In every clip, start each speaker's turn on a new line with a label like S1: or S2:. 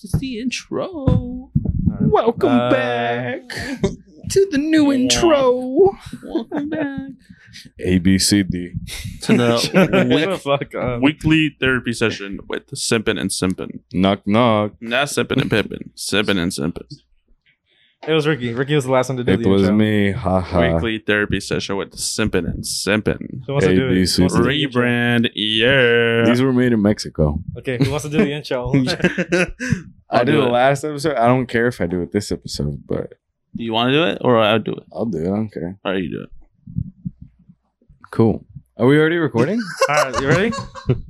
S1: It's the intro.
S2: Welcome
S1: Uh,
S2: back to the new intro.
S1: Welcome back
S3: A B C D.
S1: to
S2: the
S1: the
S2: fuck uh,
S1: week- weekly therapy session with Simpin and Simpin.
S3: Knock knock.
S1: Not Simpin and Pippin. Simpin and Simpin.
S2: It was Ricky. Ricky was the last one to do
S3: It
S2: the
S3: was
S2: intro.
S3: me. Ha ha.
S1: Weekly therapy session with Simpin and Simpin.
S2: Who wants to
S3: A,
S2: do it?
S3: B,
S2: Who
S3: C,
S2: wants to do the intro?
S1: Rebrand, yeah.
S3: These were made in Mexico.
S2: Okay, who wants to do the intro?
S1: I'll
S3: I did
S1: do
S3: the
S1: it.
S3: last episode. I don't care if I do it this episode, but
S1: Do you want to do it or I'll do it?
S3: I'll do it. I don't care.
S1: All right, you do it.
S3: Cool. Are we already recording?
S2: All right, you ready?
S3: Yeah.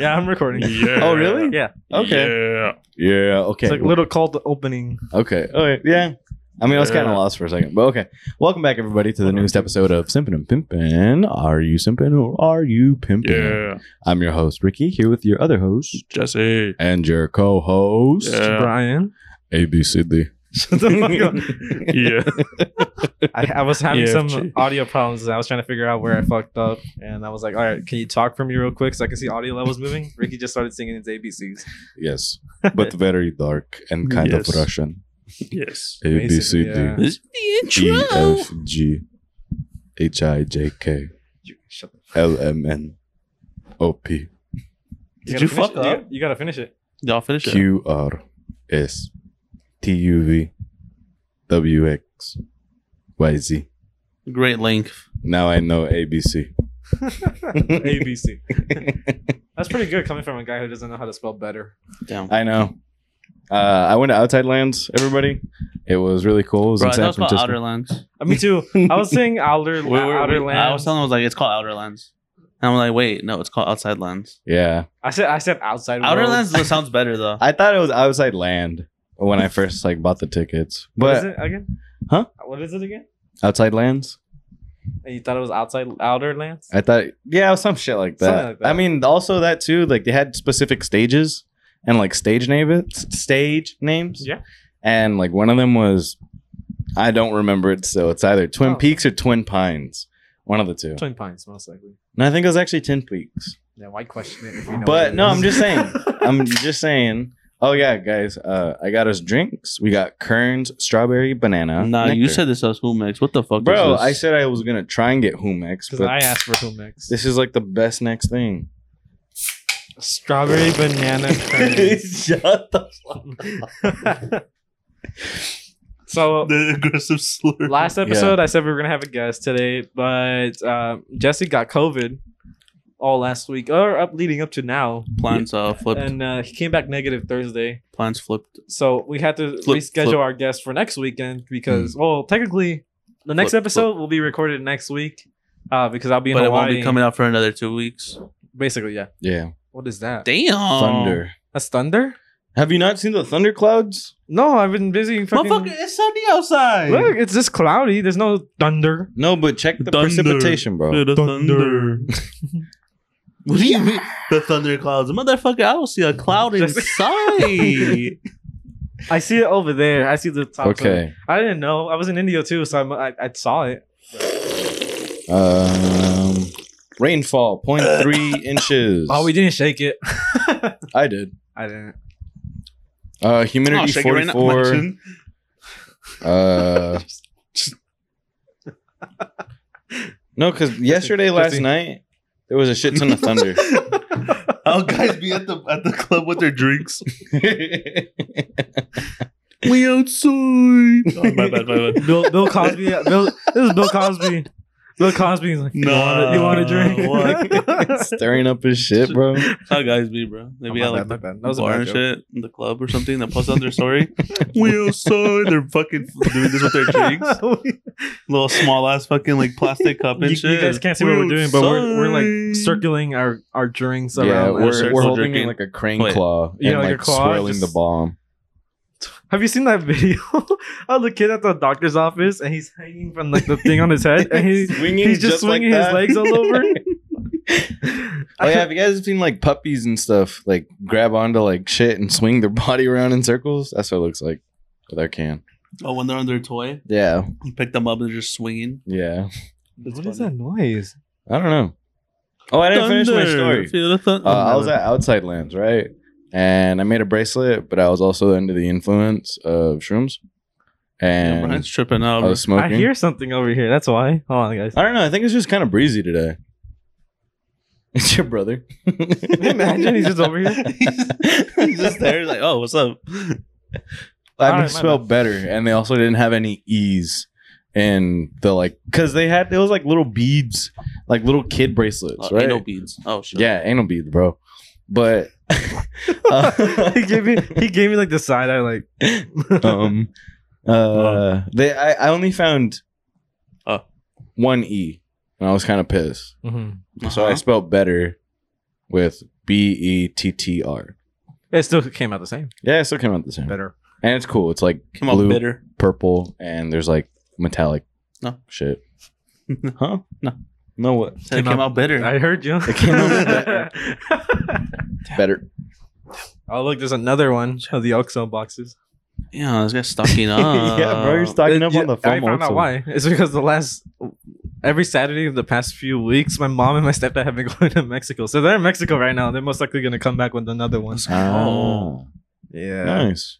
S2: Yeah, I'm recording.
S1: Yeah.
S3: Oh, really?
S2: Yeah,
S3: Okay. yeah. Okay.
S2: it's like a little called the opening.
S3: okay. All right. Oh, Yeah. I mean, I was kind
S1: Yeah.
S3: of lost for a second, but okay. Welcome back, everybody, to the newest episode of Simpin' and Pimpin'. Are you simpin' or are you pimpin'?
S1: Yeah.
S3: I'm your host, Ricky, here with your other host
S1: Jesse.
S3: and your co host,
S1: Yeah.
S2: Brian,
S3: A B C D.
S2: shut the fuck up.
S1: Yeah.
S2: I, I was having
S1: Yeah,
S2: some
S3: E
S1: gee.
S2: audio problems. And I was trying to figure out where I fucked up, and I was like, "All right, can you talk for me real quick so I can see audio levels moving?" Ricky just started singing his ABCs.
S3: Yes, but very dark and kind
S1: Yes.
S3: of Russian.
S1: Yes.
S3: A B C
S2: Basically, yeah.
S3: D
S1: This is the
S3: E
S1: intro.
S3: F G H I J K
S2: You- Shut the.
S3: L M N O P
S1: Did
S2: gotta
S1: you
S2: finish
S1: fuck
S2: it. You-
S1: up?
S2: You, gotta finish it.
S1: Y'all finish it.
S3: Q R S T U V W X Y Z.
S1: Great length.
S3: Now I know A B C.
S2: ABC. That's pretty good coming from a guy who doesn't know how to spell better.
S1: Damn.
S3: I know. Uh, I went to Outside Lands, everybody. It was really cool. It was
S1: Bro,
S3: in
S1: I thought it
S3: San
S1: was called
S3: Francisco.
S1: Outer Lands.
S2: Uh, me too. I was saying outer,
S1: We- we- we-
S2: outer
S1: I was
S2: lands.
S1: telling him, I was like, it's called Outer Lands. And I'm like, wait, no, it's called Outside Lands.
S3: yeah,
S2: I said I said outside.
S1: Outer
S2: world.
S1: Lands though, sounds better though.
S3: I thought it was Outside Land when I first like bought the tickets.
S2: What
S3: But
S2: is it again?
S3: Huh?
S2: What is it again?
S3: Outside Lands?
S2: And you thought it was outside outer lands?
S3: I thought, yeah, some shit like that.
S2: Something like that.
S3: I mean, also that too. Like they had specific stages and like stage name stage names.
S2: Yeah.
S3: and like one of them was, I don't remember it. So it's either Twin
S2: Oh.
S3: Peaks or Twin Pines. One of the two.
S2: Twin Pines, most likely.
S3: And I think it was actually Twin Peaks.
S2: Yeah, why question it? If you know what
S3: But
S2: it
S3: no,
S2: is?
S3: I'm just saying. I'm just saying. Oh yeah, guys, uh, I got us drinks. We got Kern's strawberry banana.
S1: nah, you
S3: nectar.
S1: said this was who mix. What the fuck
S3: bro.
S1: is
S3: I
S1: this?
S3: said I was gonna try and get Humex,
S2: because
S3: but
S2: I asked for who mix.
S3: this is like the best next thing.
S2: Strawberry banana curd.
S3: Shut the fuck
S2: so
S1: the aggressive slur.
S2: last episode I said we were gonna have a guest today, but um, Jesse got COVID all last week or up leading up to now,
S1: Plans uh, flipped.
S2: and uh, he came back negative Thursday.
S1: Plans flipped.
S2: So we had to
S1: Flip,
S2: reschedule
S1: flip.
S2: our guest for next weekend
S1: Mm.
S2: because well, technically the next
S1: Flip,
S2: episode will be recorded next week uh, because I'll be in
S1: But it
S2: Hawaii.
S1: won't be coming out for another two weeks.
S2: Basically, yeah.
S3: Yeah.
S2: What is that?
S1: Damn.
S3: Thunder.
S2: That's thunder.
S3: Have you not seen the thunderclouds?
S2: No, I've been busy. Fucking...
S1: Motherfucker, it's sunny outside.
S2: Look, it's just cloudy. There's no thunder.
S3: No, but check the
S1: Thunder.
S3: precipitation, bro.
S1: The
S2: Thunder.
S1: what do you mean? The thunder clouds. Motherfucker, I don't see a cloud
S2: Just-
S1: inside.
S2: I see it over there. I see the top. of it.
S3: Okay.
S2: I didn't know. I was in India too, so I'm, I I saw it.
S3: Um rainfall
S1: Uh,
S3: 0.3 inches.
S2: Oh, we didn't shake it.
S3: I did.
S2: I didn't.
S3: Uh humidity
S1: I'll Oh, shake it right now.
S3: 44. uh No, cuz yesterday
S2: Jesse.
S3: last night there was a shit ton of thunder.
S1: How guys be at the at the club with their drinks? We outside. Oh, my bad, my bad.
S2: Bill, Bill Cosby. Bill, this is Bill Cosby. Bill Cosby is like, you want a- you want a drink?
S3: Stirring up his shit, bro.
S1: How guys be, bro? They be
S2: Oh,
S1: at
S2: my bad,
S1: like the
S2: my bad. That
S1: the
S2: was a
S1: bar
S2: bad
S1: and
S2: joke.
S1: shit, in the club or something. They post on their story. we outside. They're fucking doing this with their drinks. Little small ass fucking like plastic cup
S2: you,
S1: and
S2: you
S1: shit.
S2: guys can't see what we're doing, but we're, we're like
S1: outside.
S2: circling our our drinks
S3: yeah,
S2: around.
S3: we're,
S2: our
S3: we're
S1: circle
S2: circles.
S3: holding
S1: jerking.
S3: it like a crane
S1: Wait.
S3: claw
S2: Yeah,
S3: and
S2: like a
S3: like,
S2: claw,
S3: swirling
S2: just-
S3: the bomb.
S2: Have you seen that video of the kid at the doctor's office and he's hanging from like the thing on his head and he,
S3: Swinging
S2: he's just,
S3: just like
S2: swinging his
S3: that.
S2: legs all over?
S3: Oh yeah, have you guys seen like puppies and stuff like grab onto like shit and swing their body around in circles? That's what it looks like with our can.
S1: Oh, when they're on their toy,
S3: Yeah,
S1: you pick them up and they're just swinging.
S3: yeah.
S1: That's
S2: What is that
S1: funny.
S2: noise?
S3: I don't know. Oh, I didn't finish my
S1: Thunder.
S3: story.
S1: Feel the thun- Oh,
S3: Uh, I was at Outside Lands, right? and I made a bracelet, but I was also under the influence of shrooms,
S4: Yeah,
S3: and
S4: Brian's tripping
S3: I
S4: out.
S3: was
S2: I
S3: smoking. I,
S2: hear something over here. That's why. Hold on, guys.
S3: don't know. I think it's just kind of breezy today. It's your brother.
S2: Imagine he's just over here.
S4: He's just there. He's like, oh, what's up?
S3: I
S2: All
S3: mean,
S2: right,
S3: it
S2: my
S3: smelled better, and they also didn't have any ease in the like because they had it was like little beads, like little kid bracelets,
S4: Uh,
S3: right?
S4: anal beads. Oh shit.
S3: yeah, anal beads, bro. But uh,
S2: he gave me he gave me like the side eye like
S3: um, uh, they I, I only found
S4: Oh.
S3: one e, and I was kind of pissed, so I
S4: Uh-huh.
S3: spelled better with b e t t r.
S2: it still came out the same.
S3: Yeah, it still came out the same,
S2: Better.
S3: and it's cool. It's like
S4: Come on, bitter.
S3: purple, and there's like metallic
S4: No.
S3: shit.
S4: huh? No.
S3: No, what?
S4: Said it came out bitter.
S2: I heard you.
S3: It came out better. Better.
S2: oh look, there's another one of the Oxone boxes.
S4: yeah, this guy's stocking up.
S3: yeah, bro, you're stocking up on the
S2: Uh, I
S3: phone.
S2: found out why. It's because the last every Saturday of the past few weeks, my mom and my stepdad have been going to Mexico. So they're in Mexico right now. They're most likely gonna come back with another one.
S4: Oh.
S2: Yeah.
S3: nice,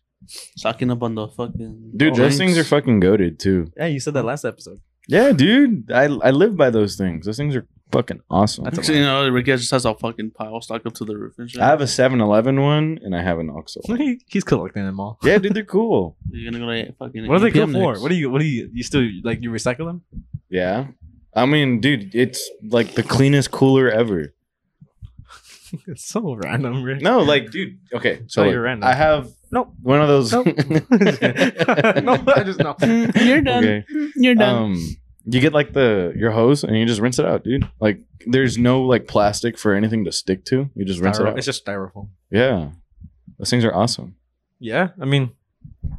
S4: Stocking up on the fucking.
S3: dude. those things are fucking goaded too.
S2: Yeah, you said that last episode.
S3: Yeah, dude. I I live by those things. Those things are fucking awesome.
S2: That's a-
S4: Actually, you know, Rick just has a fucking pile stocked up to the roof and shit.
S3: I have a 7-Eleven one and I have an OXO.
S2: He- He's collecting them all.
S3: yeah, dude, they're cool.
S4: You're gonna go to fucking.
S2: What are they good
S4: APM
S2: for?
S4: next.
S2: What do you? What do you? You still like you recycle them?
S3: Yeah, I mean, dude, it's like the cleanest cooler ever.
S2: It's so random, Rick.
S3: No, like, dude. Okay, so
S2: Oh,
S3: like,
S2: you're random.
S3: I have
S2: Nope.
S3: one of those.
S2: Nope. no, I just no.
S4: You're done.
S3: Okay.
S4: You're done.
S3: Um, you get like the your hose and you just rinse it out, dude. Like there's no like plastic for anything to stick to. You just rinse it out.
S2: It's just styrofoam.
S3: Yeah. Those things are awesome.
S2: Yeah, I mean.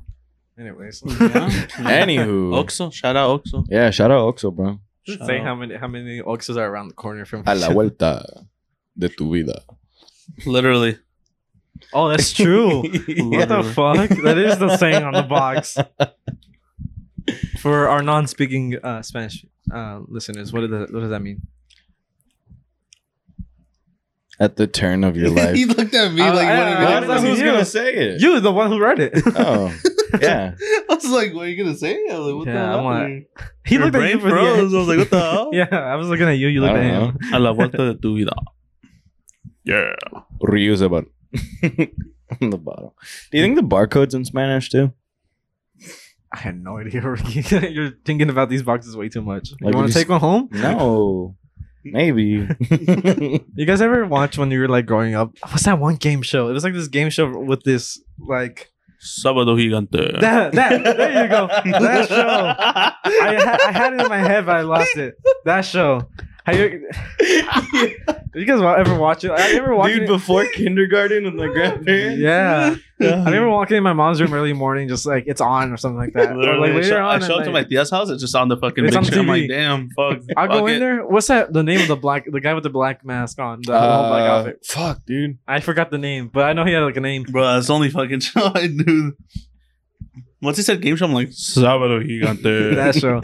S2: Anyways,
S4: Yeah.
S3: Anywho.
S4: Oxo, shout out Oxo.
S3: yeah, shout out Oxo, bro.
S2: Just say how many how many oxes are around the corner from.
S3: vuelta de tu vida.
S4: Literally.
S2: oh, that's true. what the fuck? That is the saying on the box. For our non-speaking uh, Spanish uh, listeners, what, did the, what does that mean?
S3: At the turn of your life.
S4: he looked at me
S2: I-
S4: like,
S2: I-
S4: what are you
S2: I-
S4: gonna
S2: Uh, I was
S4: say?
S2: like- you.
S3: say it.
S2: You, the one who read it.
S3: Oh. Yeah.
S4: I was like, what are you gonna say? I was like, what
S2: Yeah, I
S4: the hell?
S2: want- he
S4: Your
S2: looked at
S4: brain
S2: you for
S4: froze. I was like, what the hell?
S2: Yeah, I was looking at you. You
S3: I
S2: looked at
S3: don't
S2: him.
S3: know.
S4: I love what the do we Yeah.
S3: Reusable. On the bottom. Do you think the barcode's in Spanish too?
S2: I had no idea. Ricky. You're thinking about these boxes way too much.
S3: Like,
S2: you want to
S3: you
S2: take
S3: just-
S2: one home?
S3: No. Maybe.
S2: You guys ever watch when you were like growing up? What's that one game show? It was like this game show with this like
S4: Sábado gigante.
S2: that. that there you go. That show. I, ha- I had it in my head, but I lost it. That show. Have you, you guys wa- ever watch it? I remember watching.
S3: Dude,
S2: it-
S3: before kindergarten and my grandparents.
S2: yeah, I remember walking in my mom's room early morning, just like it's on or something like that. Or,
S4: Literally,
S2: like
S4: I show, I
S2: at
S4: show up to my
S2: night.
S4: tia's house. It's just on the fucking
S2: It's on
S4: picture. I'm
S2: TV.
S4: like, damn, fuck.
S2: I'll go
S4: fuck
S2: in
S4: it.
S2: there. What's that? The name of the black, the guy with the black mask on, the whole black
S3: Uh,
S2: outfit.
S3: fuck, dude.
S2: I forgot the name, but I know he had like a name.
S4: Bro, that's the only fucking show I knew. Once he said game show, I'm like, Sábado gigante.
S2: that show.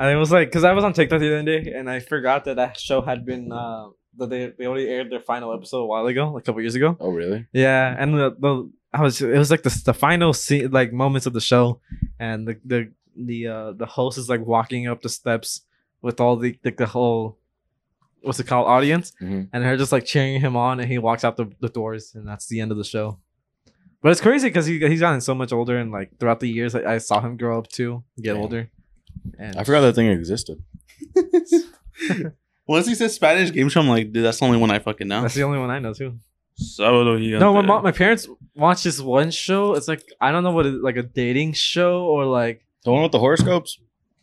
S2: And it was like, because I was on TikTok the other day, and I forgot that that show had been uh, that they they already aired their final episode a while ago, like a couple years ago.
S3: Oh, really?
S2: Yeah, and the, the I was it was like the the final scene, like moments of the show, and the the the uh, the host is like walking up the steps with all the like the whole what's it called audience,
S3: Mhm.
S2: and they're just like cheering him on, and he walks out the, the doors, and that's the end of the show. But it's crazy because he he's gotten so much older, and like throughout the years, I, I saw him grow up too, get
S3: Yeah.
S2: older. And
S3: I forgot that thing existed.
S4: Once he said Spanish game show, I'm like, dude, that's the only one I fucking know.
S2: That's the only one I know too.
S4: Sábado gigante.
S2: No, my mom, my parents watched this one show. It's like I don't know what it, like a dating show or like
S3: The one with the horoscopes?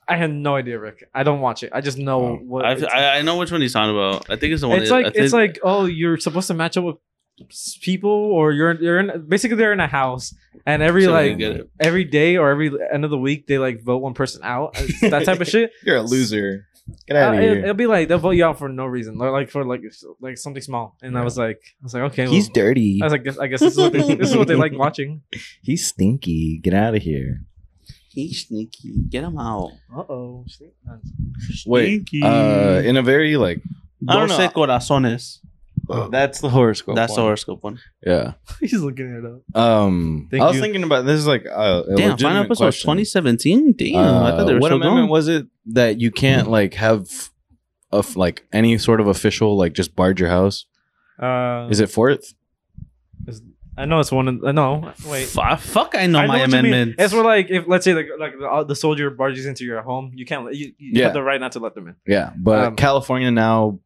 S2: I had no idea, Rick. I don't watch it. I just know
S3: Oh,
S2: what
S4: I've-
S2: it's,
S4: I, I know which one he's talking about. I think it's the one.
S2: it's
S4: that- I
S2: like.
S4: think-
S2: It's like oh, you're supposed to match up with s- people, or you're you're in basically they're in a house, and every
S4: so they
S2: like
S4: get it.
S2: every day or every end of the week they like vote one person out, It's that type of shit.
S3: You're a loser. Get
S2: Uh,
S3: out of
S2: it,
S3: here.
S2: will be like they'll vote you out for no reason, or like for like s- like something small. And I
S3: Yeah.
S2: was like, I was like, okay, well-
S3: dirty.
S2: I was like, guess- I guess this is what they, this is what they like watching.
S3: He's stinky. Get out of here.
S4: He's sneaky. Get him out.
S2: Uh oh.
S3: Wait.
S4: Stinky.
S3: Uh, in a very like I don't
S4: Doce
S3: know.
S4: corazones.
S3: That's the horoscope.
S4: That's the
S3: one.
S4: horoscope one.
S3: Yeah.
S2: He's looking it up.
S3: Um,
S2: Thank
S3: I was
S2: you.
S3: thinking about this is like a, a
S4: Damn, final episode was 2017. Damn, I thought they were
S3: Uh, what
S4: still
S3: amendment
S4: going. Mm.
S3: was it that you can't like have of like any sort of official like just barge your house?
S2: Uh,
S3: Is it fourth?
S2: I know it's one. Of, I know. Wait.
S4: Fu- fuck, I know
S2: I know
S4: my
S2: what you mean.
S4: amendment.
S2: It's where like if let's say like like the, uh, the soldier barges into your home, you can't. let- You, you
S3: Yeah.
S2: have the right not to let them in.
S3: Yeah, but
S2: Um,
S3: California now.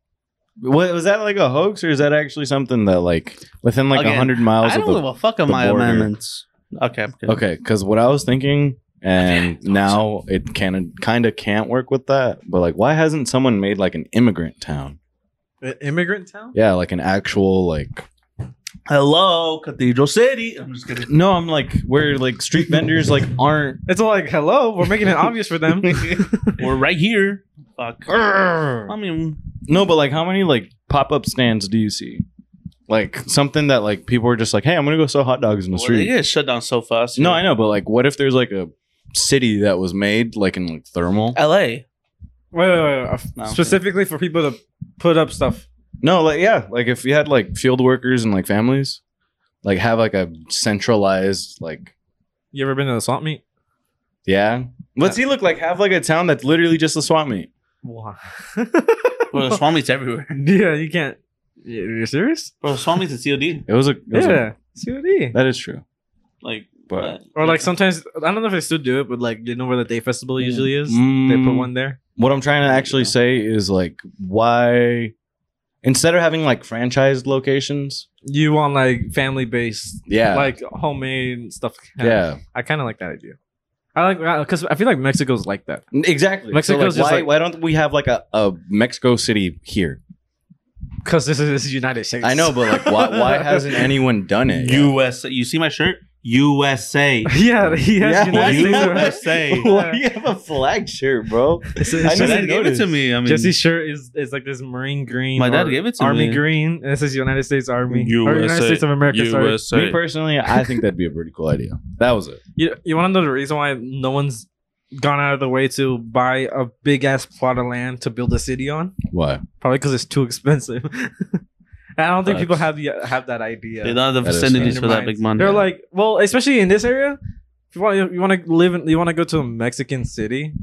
S3: What, was that like a hoax or is that actually something that like within like a
S4: Again,
S3: hundred miles?
S4: I
S3: of
S4: don't give
S3: the,
S4: a fuck of
S3: the
S4: my
S3: border.
S4: amendments. Okay, I'm kidding.
S3: okay, because what I was thinking, and now it can kind of can't work with that. But like, why hasn't someone made like an immigrant town?
S2: An immigrant town.
S3: Yeah, like an actual like
S4: Hello, Cathedral City. I'm just kidding.
S3: No, I'm like where like street vendors like aren't.
S2: It's all like hello. We're making it obvious for them.
S4: We're right here. Fuck. I
S3: no,
S4: mean,
S3: but like how many like pop up stands do you see? Like something that like people are just like, hey, I'm gonna go sell hot dogs in the
S4: well, they
S3: street.
S4: get shut down so fast.
S3: No, I know, but like, what if there's like a city that was made like in like thermal?
S4: L.A.
S2: Wait, wait, wait, wait.
S4: No.
S2: Specifically for people to put up stuff.
S3: No, like yeah, like if you had like field workers and like families, like have like a centralized like
S2: You ever been to the swamp meet?
S3: yeah. What's he look like? Have like a town that's literally just a swap meet.
S2: Wow.
S4: Bro, the swap meets everywhere.
S2: yeah, you can't. You- You're serious?
S4: Bro, the swap meets in COD.
S3: It was a it was a-
S2: Yeah. COD.
S3: that is true,
S4: Like, uh,
S3: but
S2: Or like sometimes I don't know if they still do it, but like you know where the day festival usually is. They put
S3: Mm.
S2: one there.
S3: what I'm trying to actually
S4: Yeah.
S3: say is like why instead of having like franchised locations,
S2: You want like family based,
S3: yeah,
S2: like homemade stuff.
S3: yeah,
S2: I kind of like that idea. I like because I feel like Mexico's like that. Mexico's
S3: exactly. Mexico's
S2: just
S3: why,
S2: like-
S3: why don't we have like a, a Mexico City here?
S2: Because this is, this is United States.
S3: I know, but like why why hasn't anyone done it? yet?
S4: USA. You see my shirt? USA.
S2: yeah, he has
S3: Yeah,
S2: United
S3: you-
S2: States.
S4: USA.
S3: Why Why do you have a flag shirt, bro?
S2: It's-
S3: I
S2: it's
S3: know
S4: My
S2: just-
S4: dad gave it to me. I mean,
S2: Jesse's shirt is, is like this marine green.
S4: my dad
S2: or
S4: gave it to
S2: Army
S4: me.
S2: green. and This is United States Army. Or United
S4: USA.
S2: States of America. Sorry.
S3: Me personally, I think that'd be a pretty cool idea. That was it.
S2: You, you want to know the reason why no one's gone out of the way to buy a big ass plot of land to build a city on?
S3: Why?
S2: Probably because it's too expensive. And I don't think people have
S3: Facts.
S2: the, have that idea.
S4: They don't have the
S3: That is
S4: facilities
S2: in
S4: for
S2: their
S4: that
S2: minds.
S4: big money.
S2: They're like, well, especially in this area, if you want you want to live in, you want to go to a Mexican city,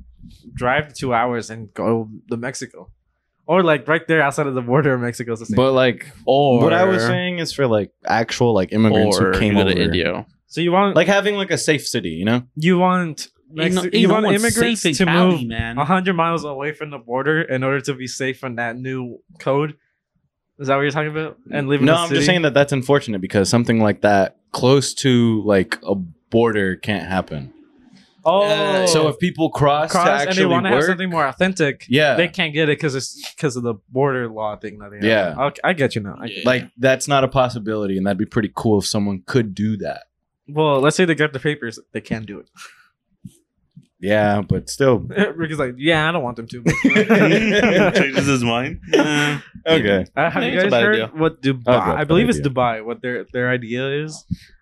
S2: drive two hours and go to Mexico, or like right there outside of the border of Mexico. Is the same.
S3: But like
S4: or
S3: what I was saying is for like actual like immigrants
S4: or
S3: who came
S4: you go
S3: over
S4: to India.
S2: so you want like
S3: Like having like a safe city, you know?
S2: you want Mexi-
S4: Ain't no-
S2: you
S4: ain't no
S2: want
S4: one's
S2: immigrants
S4: safe in
S2: to
S4: Cali,
S2: move
S4: man.
S2: 100 miles away from the border in order to be safe from that new code. Is that what you're talking about? And live in
S3: no,
S2: the
S3: I'm
S2: city?
S3: just saying that that's unfortunate because something like that close to like a border can't happen.
S2: Oh,
S4: Yeah.
S3: uh, So if people cross,
S2: cross
S3: to
S2: and they
S3: actually
S2: want to have
S3: work,
S2: something more authentic,
S3: yeah,
S2: they can't get it because it's because of the border law thing. That they
S3: Yeah.
S2: have. Okay, I get you now. I,
S4: Yeah.
S3: like that's not a possibility, and that'd be pretty cool if someone could do that.
S2: Well, let's say they got the papers, they can do it.
S3: Yeah, but still,
S2: Rick is like, yeah, I don't want them to.
S4: changes his mind. Eh.
S3: okay.
S2: Uh, have
S4: Yeah,
S2: you
S4: it's a
S2: guys
S4: bad
S2: heard
S4: idea.
S2: what Dubai?
S3: That's a
S2: I
S3: Oh, bad
S2: believe it's
S3: idea.
S2: Dubai. What their their idea is?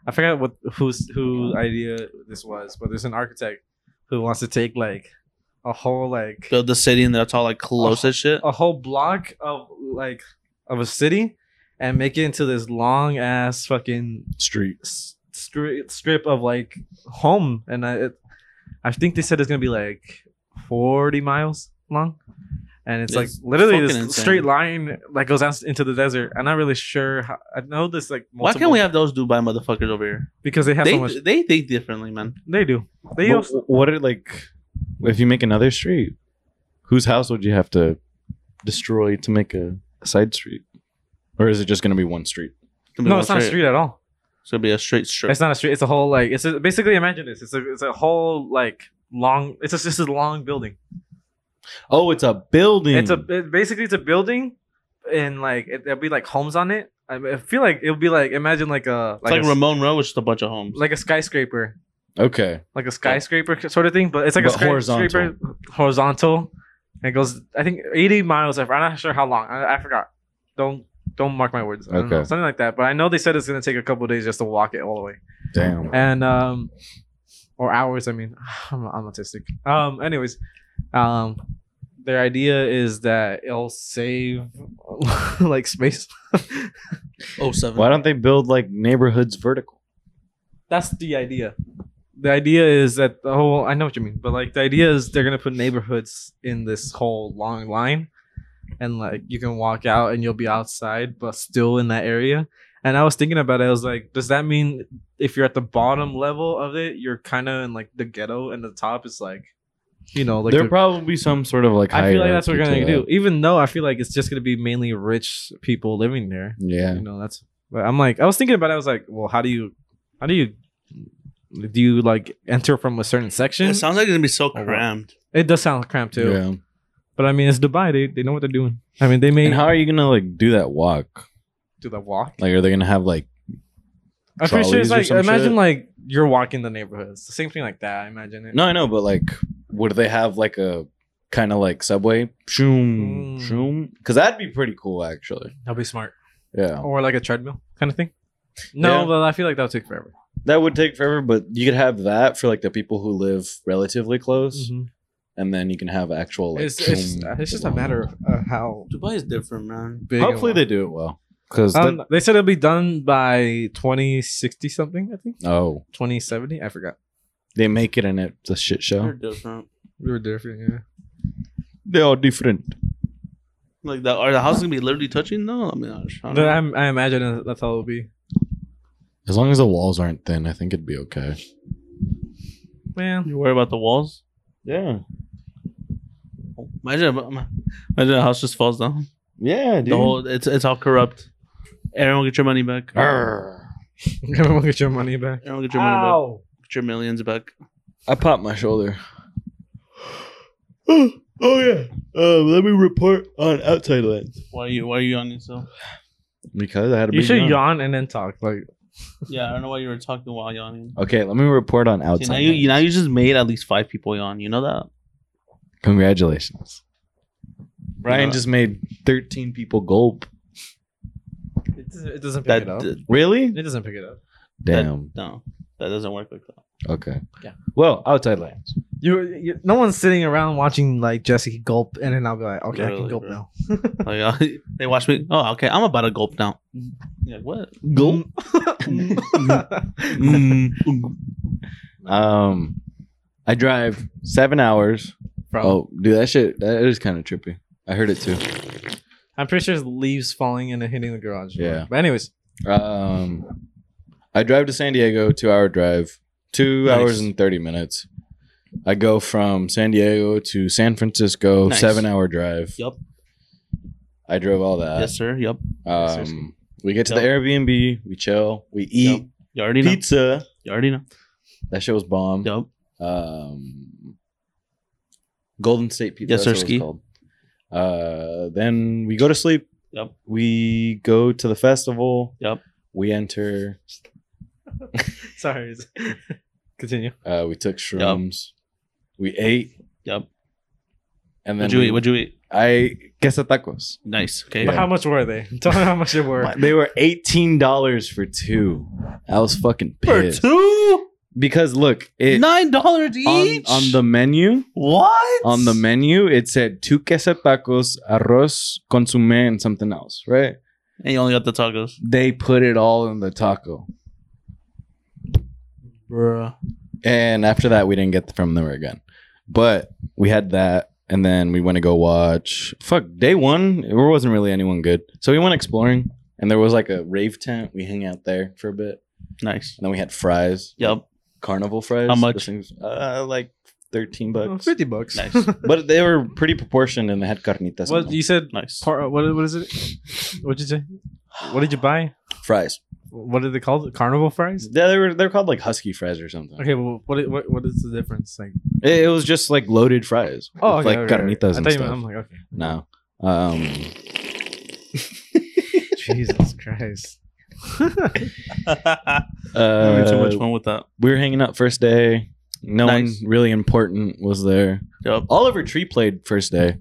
S2: I forgot what whose who idea this was, but there's an architect who wants to take like a whole like
S4: Build the city and that's all
S2: Oh,
S4: like close as shit.
S2: a whole block of like of a city and make it into this long ass fucking
S3: Street.
S2: s- stri- strip of like home and I, it, I think they said it's gonna be like 40 miles long and
S4: It's
S2: it's, like literally this
S4: fucking insane.
S2: straight line that goes out into the desert i'm not really sure how, i know this like
S4: Why
S2: multiple,
S4: can't we have those Dubai motherfuckers over here?
S2: because they have
S4: They,
S2: so much
S4: they think differently, man.
S2: they do they
S3: But
S2: also
S3: what are like if you make another street? Whose house would you have to destroy to make a, a side street, or is it just going to be one street?
S4: gonna be
S2: no
S4: one
S2: it's not a street at all
S4: It's gonna be a straight strip.
S2: it's not a street it's a whole like it's a, basically imagine this it's a, it's a whole like long it's just, it's a long building
S3: Oh, it's a
S4: Hmm.
S3: building.
S2: It's a it, basically it's a building, and like it, there'll be like homes on it. I, I feel like it'll be like imagine like a
S4: It's like,
S2: like a, s-
S4: Ramon Row, which is a bunch of homes.
S2: like a skyscraper,
S3: okay.
S2: like a skyscraper sort of thing. But it's like
S3: But
S2: a skyscraper
S3: horizontal.
S2: horizontal. And it goes, I think eighty miles. I'm not sure how long. I, I forgot. Don't don't mark my words. I don't know,
S3: Okay.
S2: something like that. But I know they said it's gonna take a couple days just to walk it all the way,
S3: Damn.
S2: and um, or hours. I mean, I'm, I'm autistic. Um, anyways, um, their idea is that it'll save like space.
S5: Oh
S2: Mhm.
S5: seven.
S3: Why don't they build like neighborhoods vertical?
S2: That's the idea. The idea is that the whole I know what you mean, but like the idea is they're gonna put neighborhoods in this whole long line, and like you can walk out and you'll be outside, but still in that area. And I was thinking about it. I was like, does that mean if you're at the bottom level of it, you're kind of in like the ghetto, and the top is like, you know, like
S3: There'll
S2: the-
S3: probably be some sort of like.
S2: I feel like that's what we're
S3: hierarchy
S2: gonna
S3: to
S2: do. Even though I feel like it's just gonna be mainly rich people living there.
S3: that. Yeah.
S2: You know, that's. But I'm like, I was thinking about. it. I was like, well, how do you, how do you, do you like enter from a certain section?
S4: It sounds like it's gonna be so
S2: wow.
S4: cramped.
S2: It does sound cramped too.
S3: Yeah.
S2: But I mean, it's Dubai. They they know what they're doing. I mean, they may
S3: And how are you gonna like do that walk?
S2: do the walk.
S3: Like, are they gonna have like?
S2: I'm pretty sure it's
S3: trolleys or
S2: like
S3: some
S2: imagine
S3: shit?
S2: like you're walking the neighborhood. It's the same thing like that. I imagine it.
S3: No, I know, but like, would they have like a kind of like subway? Shoom,
S2: Mm.
S3: shoom. Because that'd be pretty cool, actually.
S2: that'll be smart.
S3: Yeah.
S2: Or like a treadmill kind of thing. No,
S3: Yeah.
S2: but I feel like that'll take forever.
S3: That would take forever, but you could have that for like the people who live relatively close, and then you can have actual. Mm-hmm. Like,
S2: Mm-hmm. It's it's,
S3: zoom
S2: it's just a
S3: along.
S2: matter of uh, how
S4: Dubai is different, man.
S2: big. and
S3: Hopefully,
S2: wide.
S3: they do it well. Because
S2: Um, they said it'll be done by 2060 something, I think.
S3: oh,
S2: 2070? I forgot.
S3: they make it and it's a shit
S4: They're
S3: show.
S4: different.
S2: We were different, yeah.
S3: They are different.
S4: Like that, are the houses gonna be literally touching? No, I mean, I don't
S2: But
S4: know.
S2: I, I imagine that's how it'll be.
S3: As long as the walls aren't thin, I think it'd be okay.
S2: Man,
S4: you worry about the walls.
S3: Yeah.
S4: Imagine, if- imagine a house just falls down.
S3: Yeah, dude.
S4: The whole it's it's all corrupt. Everyone get your money back.
S3: Arr.
S2: everyone get your money back.
S4: Everyone get your money back. Get your millions back.
S3: I popped my shoulder. oh, yeah. Uh, let me report on outside land.
S4: Why are you Why are you on yourself?
S3: Because I had a
S2: You
S3: big
S2: should
S3: yawn.
S2: yawn and then talk. Like,
S4: Yeah, I don't know why you were talking while yawning.
S3: Okay, let me report on
S4: See,
S3: outside.
S4: now you,
S3: land.
S4: you now you just made at least five people yawn. You know that.
S3: Congratulations. Brian
S4: Yeah.
S3: just made 13 people gulp.
S2: it doesn't, it doesn't pick
S4: That
S2: it up.
S4: that-
S3: Really?
S2: it doesn't pick it up.
S3: Damn.
S4: no, that doesn't work like that.
S3: okay.
S2: Yeah.
S3: Well, outside lands.
S2: You, you, no one's sitting around watching like Jesse gulp, and then I'll be like, okay, I can
S4: Literally,
S2: gulp
S4: bro.
S2: now.
S4: Like, uh, they watch me. Oh, okay. I'm about to gulp now. Yeah, what?
S3: Gulp.
S4: Mm.
S3: Um, I drive seven hours.
S2: Bro,
S3: Oh, dude, that shit that is kind of trippy. I heard it too.
S2: I'm pretty sure it's leaves falling and then hitting the garage. door.
S3: Yeah.
S2: But anyways,
S3: Um, I drive to San Diego, two hour drive, two
S4: Nice.
S3: hours and 30 minutes. I go from San Diego to San Francisco,
S4: Nice.
S3: seven hour drive.
S4: Yup.
S3: I drove all that.
S4: Yes, sir. Yup.
S2: Yes, yes.
S3: Um, we get to
S4: Yup.
S3: the Airbnb, we chill, we eat
S4: You already know.
S3: pizza.
S4: You already know.
S3: That shit was bomb.
S4: Yup.
S3: Um, Golden State Pizza.
S4: Yes,
S3: that's
S4: sir,
S3: what it was
S4: Ski.
S3: called. Uh, then we go to sleep.
S4: Yup.
S3: We go to the festival.
S4: Yup.
S3: We enter.
S2: sorry. Continue.
S3: Uh, we took shrooms. We ate,
S4: Yup.
S3: and then
S4: What'd you
S3: we-
S4: eat? What'd you eat?
S3: I queso tacos.
S4: Nice. Okay.
S2: But how much were they? Tell me how much they were.
S3: They were eighteen dollars for two. I was fucking
S4: For
S3: pissed
S4: two,
S3: because look, it
S4: nine dollars
S3: on,
S4: each.
S3: on the menu
S4: what?
S3: on the menu it said two queso tacos, arroz, consume, and something else, right?
S4: and you only got the tacos,
S3: They put it all in the taco.
S4: Bruh.
S3: And after that, we didn't get from them again. But we had that, and then we went to go watch. Fuck, day one, there wasn't really anyone good. So we went exploring, and there was like a rave tent. We hung out there for a bit,
S4: Nice.
S3: and then we had fries.
S4: Yup.
S3: Carnival fries.
S4: How much?
S3: Those Things, uh, like 13 bucks.
S2: Fifty bucks.
S4: Nice.
S3: but they were pretty proportioned, and they had carnitas.
S2: What you said?
S4: Nice.
S2: Par- what what is it? What did you say? What did you buy?
S3: fries.
S2: What did they call it? Carnival fries?
S3: Yeah, they were they're called like husky fries or something.
S2: Okay, well, what i- what what is the difference? Like,
S3: It, it was just like loaded fries.
S2: oh,
S3: with,
S2: okay,
S3: like
S2: okay, okay.
S3: carnitas
S2: I
S3: and
S2: thought you
S3: stuff.
S2: meant- I'm like, okay.
S3: no. Um,
S2: Jesus Christ.
S4: Having
S3: uh,
S4: too much fun with that.
S3: we were hanging out first day. No
S4: Nice.
S3: one really important was there.
S4: Yup.
S3: Oliver Tree played first day,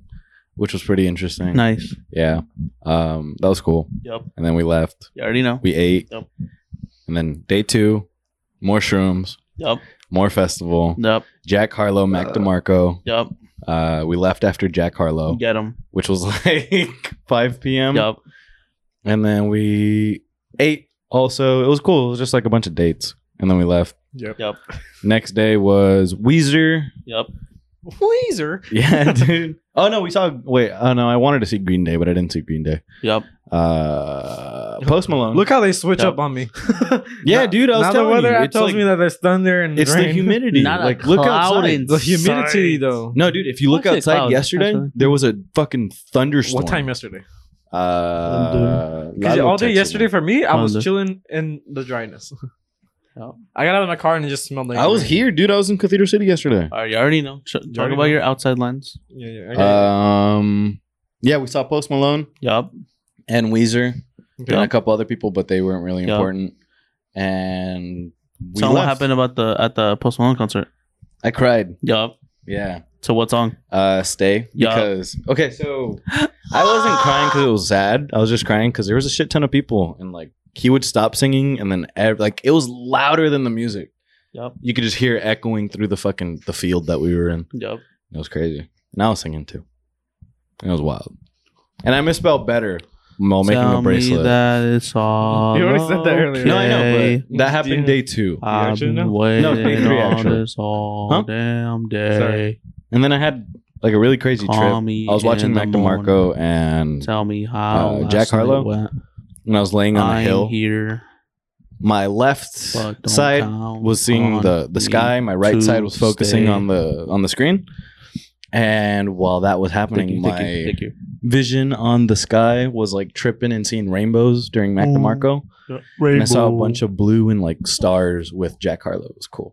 S3: which was pretty interesting.
S4: Nice.
S3: Yeah. Um, that was cool.
S4: Yup.
S3: And then we left.
S4: You already know.
S3: We ate.
S4: Yup.
S3: And then day two, more shrooms,
S4: Yup.
S3: more festival.
S4: Yup.
S3: Jack Harlow, Mac
S2: Uh,
S3: DeMarco.
S4: Yup.
S3: Uh, we left after Jack Harlow,
S4: Get them.
S3: which was like 5 p.m.
S4: Yup.
S3: And then we ate also. It was cool. It was just like a bunch of dates. And then we left.
S2: Yep.
S4: Yup.
S3: Next day was Weezer.
S4: Yup.
S5: Weezer.
S3: Yeah, dude. oh no, we saw wait, oh no, I wanted to see Green Day, but I didn't see Green Day.
S4: Yup.
S3: Uh Post Malone.
S2: Look how they switch
S4: Yeah.
S2: up on me.
S3: Yeah,
S2: Now-
S3: dude, I was
S2: now
S3: telling
S2: the weather
S3: you,
S2: app
S3: it's
S2: tells
S3: like-
S2: me that there's thunder and
S3: it's
S2: rain.
S3: the humidity.
S5: Not a
S3: like look
S5: cloud
S3: outside.
S5: in-
S2: The humidity
S4: Sight.
S2: though.
S3: No, dude, if you look
S5: I'd say
S3: outside
S5: cloud,
S3: yesterday,
S5: actually.
S3: there was a fucking thunderstorm.
S2: What time yesterday?
S3: Uh,
S2: Because
S3: Lalo
S2: all day
S3: texted
S2: yesterday
S3: me.
S2: for me, I was
S4: Thunder.
S2: chilling in the dryness.
S4: Yeah.
S2: I got out of my car and it just smelled like.
S3: I was
S2: rain.
S3: here, dude. I was in Cathedral City yesterday.
S4: All right, you already know. Ch- talk
S2: already
S4: about
S2: know.
S4: your outside lens.
S2: Yeah, yeah. I got
S3: Um yeah, we saw Post Malone
S4: Yup.
S3: and Weezer
S2: it.
S3: and
S2: Okay.
S3: a couple other people, but they weren't really
S4: Yeah.
S3: important. And we
S4: Tell 'em what
S3: left.
S4: happened about the at the Post Malone concert.
S3: I cried.
S4: Yup.
S3: Yeah.
S4: So what song?
S3: uh stay
S4: Yeah.
S3: because okay so i wasn't crying because it was sad i was just crying because there was a shit ton of people and like he would stop singing and then ev- like it was louder than the music
S4: Yup.
S3: you could just hear it echoing through the fucking the field that we were in
S4: Yup.
S3: it was crazy and i was singing too it was wild and i misspelled better while making
S4: Tell
S3: a bracelet
S4: Me that it's all.
S2: You already said that earlier.
S3: no i know
S4: okay.
S3: but that happened
S2: Yeah.
S3: day two
S2: You
S4: I've
S2: actually
S4: been
S2: know?
S4: waiting
S3: No, day three,
S4: on
S3: actually.
S4: this all
S3: Huh?
S4: damn day.
S2: Sorry.
S3: and then i had like a really crazy
S4: Call
S3: trip
S4: me
S3: i was watching
S4: in the
S3: mac
S4: morning.
S3: demarco and
S4: Tell me how
S3: Uh,
S4: last
S3: Jack
S4: night
S3: Harlow?
S4: went.
S3: when i was laying on a
S4: I'm
S3: hill
S4: here.
S3: my left
S4: Fuck, don't
S3: side
S4: count
S3: was seeing
S4: on
S3: the
S4: me.
S3: the sky. My right
S4: to
S3: side was focusing
S4: stay.
S3: on the on the screen, and while that was happening,
S4: Thank you,
S3: my
S4: thank you, thank you.
S3: vision on the sky was like tripping and seeing rainbows during Mac
S4: Mm.
S3: DeMarco. And I saw a bunch of blue and like stars with Jack Harlow. It was cool.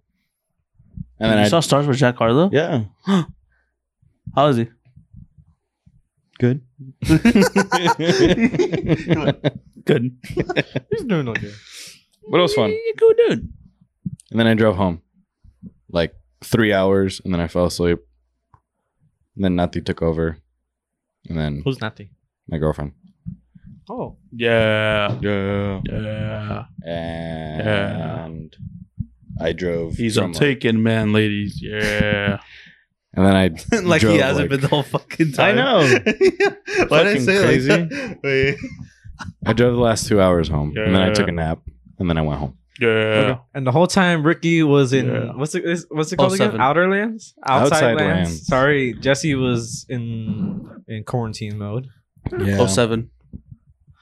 S3: And then
S4: you
S3: I
S4: saw stars with Jack Harlow.
S3: yeah
S4: How is he?
S3: good. but
S4: Good.
S2: He's doing okay.
S3: it was fun.
S4: Good dude.
S3: And then I drove home, like three hours, and then I fell asleep. And then Nati took over, and then
S2: Who's nothing?
S3: my girlfriend.
S2: Oh,
S4: Yeah.
S3: Yeah.
S4: Yeah.
S3: And I drove.
S4: He's
S3: from,
S4: a taken man, ladies. Yeah.
S3: like- and then I
S4: like he
S3: drove,
S4: hasn't
S3: like-
S4: been the whole fucking time.
S3: I know.
S4: Why did I
S3: Fucking
S4: say
S3: crazy.
S4: crazy? Like that? Wait.
S3: I drove the last two hours home, and then I
S4: Yeah.
S3: took a nap, and then I went home.
S4: Yeah.
S2: Okay. And the whole time Ricky was in
S4: Yeah.
S2: what's it is, what's it called again?
S4: 07.
S2: Outer lands? Outside,
S3: Outside
S2: lands.
S3: lands.
S2: Sorry, Jesse was in in quarantine mode.
S3: Yeah.
S4: Oh seven.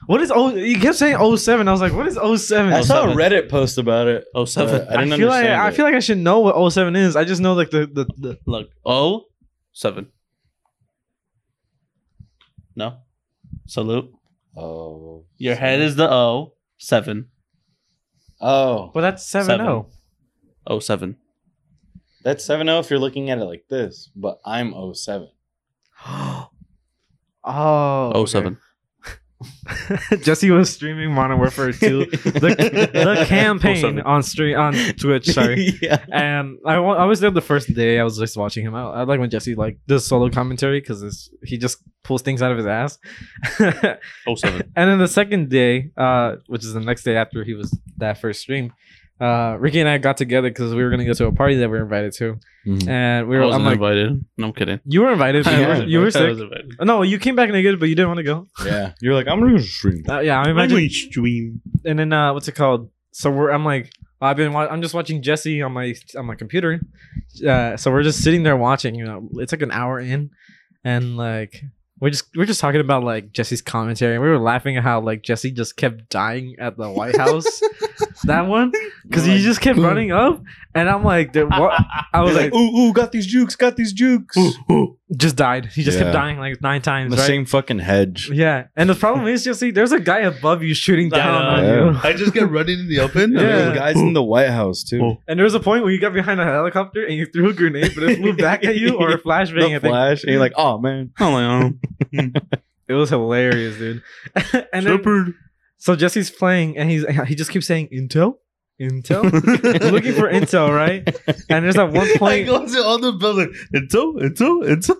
S2: What is oh you kept saying 07. I was like, what is 07?
S3: I saw a
S4: 07.
S3: Reddit post about it.
S4: Oh seven.
S3: I didn't
S2: feel like
S3: understand
S2: I
S3: it.
S2: feel like I should know what 07 is. I just know like the the, the
S4: Look. Oh seven. No. Salute.
S3: Oh,
S4: Your head is the O. Seven.
S3: Oh,
S2: well that's 7
S4: Seven.
S2: 0.
S4: Oh seven.
S3: that's seven zero if you're looking at it like this, but I'm 07.
S2: Oh, oh
S4: Oh seven.
S2: Jesse was streaming Modern Warfare 2. the, the campaign
S4: 07.
S2: on stream on Twitch, sorry.
S3: yeah.
S2: and I, wa- I was there the first day. I was just watching him out. I like when Jesse like does solo commentary because he just pulls things out of his ass. and
S4: Oh seven.
S2: then the second day, uh, which is the next day after he was that first stream, uh, Ricky and I got together because we were gonna go to a party that we were invited to,
S3: Hmm.
S2: and we
S4: I
S2: were.
S4: wasn't
S2: I'm like,
S4: invited. No, I'm kidding.
S2: you were invited. but
S4: I
S2: you were-
S4: wasn't
S2: you were
S4: invited. I
S2: sick.
S4: was invited.
S2: No, you came back naked, but you didn't want to go.
S3: Yeah. You're like, I'm going to stream.
S2: Uh, yeah, I imagine.
S4: stream.
S2: and then uh, what's it called? So we're I'm like I've been wa- I'm just watching Jesse on my on my computer. Uh, so we're just sitting there watching. You know, it's like an hour in, and like we're just we're just talking about like Jesse's commentary. And we were laughing at how like Jesse just kept dying at the White House. that one because he just kept running up, and I'm like, "Dude, what? I was like,
S3: ooh, ooh, got these jukes, got these jukes.
S2: just died. He just
S3: Yeah.
S2: kept dying like nine times,
S3: the
S2: right?
S3: same fucking hedge.
S2: yeah, and the problem is, Jesse, there's a guy above you shooting
S4: I
S2: down on
S3: know.
S2: you.
S4: I just get running in the open.
S2: Yeah.
S3: Yeah. There's guys in the White House, too.
S4: Oh.
S2: And there was a point where you got behind a helicopter and you threw a grenade, but it flew back at you or a flashbang.
S3: The
S2: I think
S3: flash. And you're like, oh, man.
S4: I'm like, um, I don't
S2: it was hilarious, dude. and
S4: know.
S2: then, so Jesse's playing and he's he just keeps saying intel, intel, looking for intel, right? And there's at one
S4: I
S2: point,
S4: go to all the building. Until, until, until.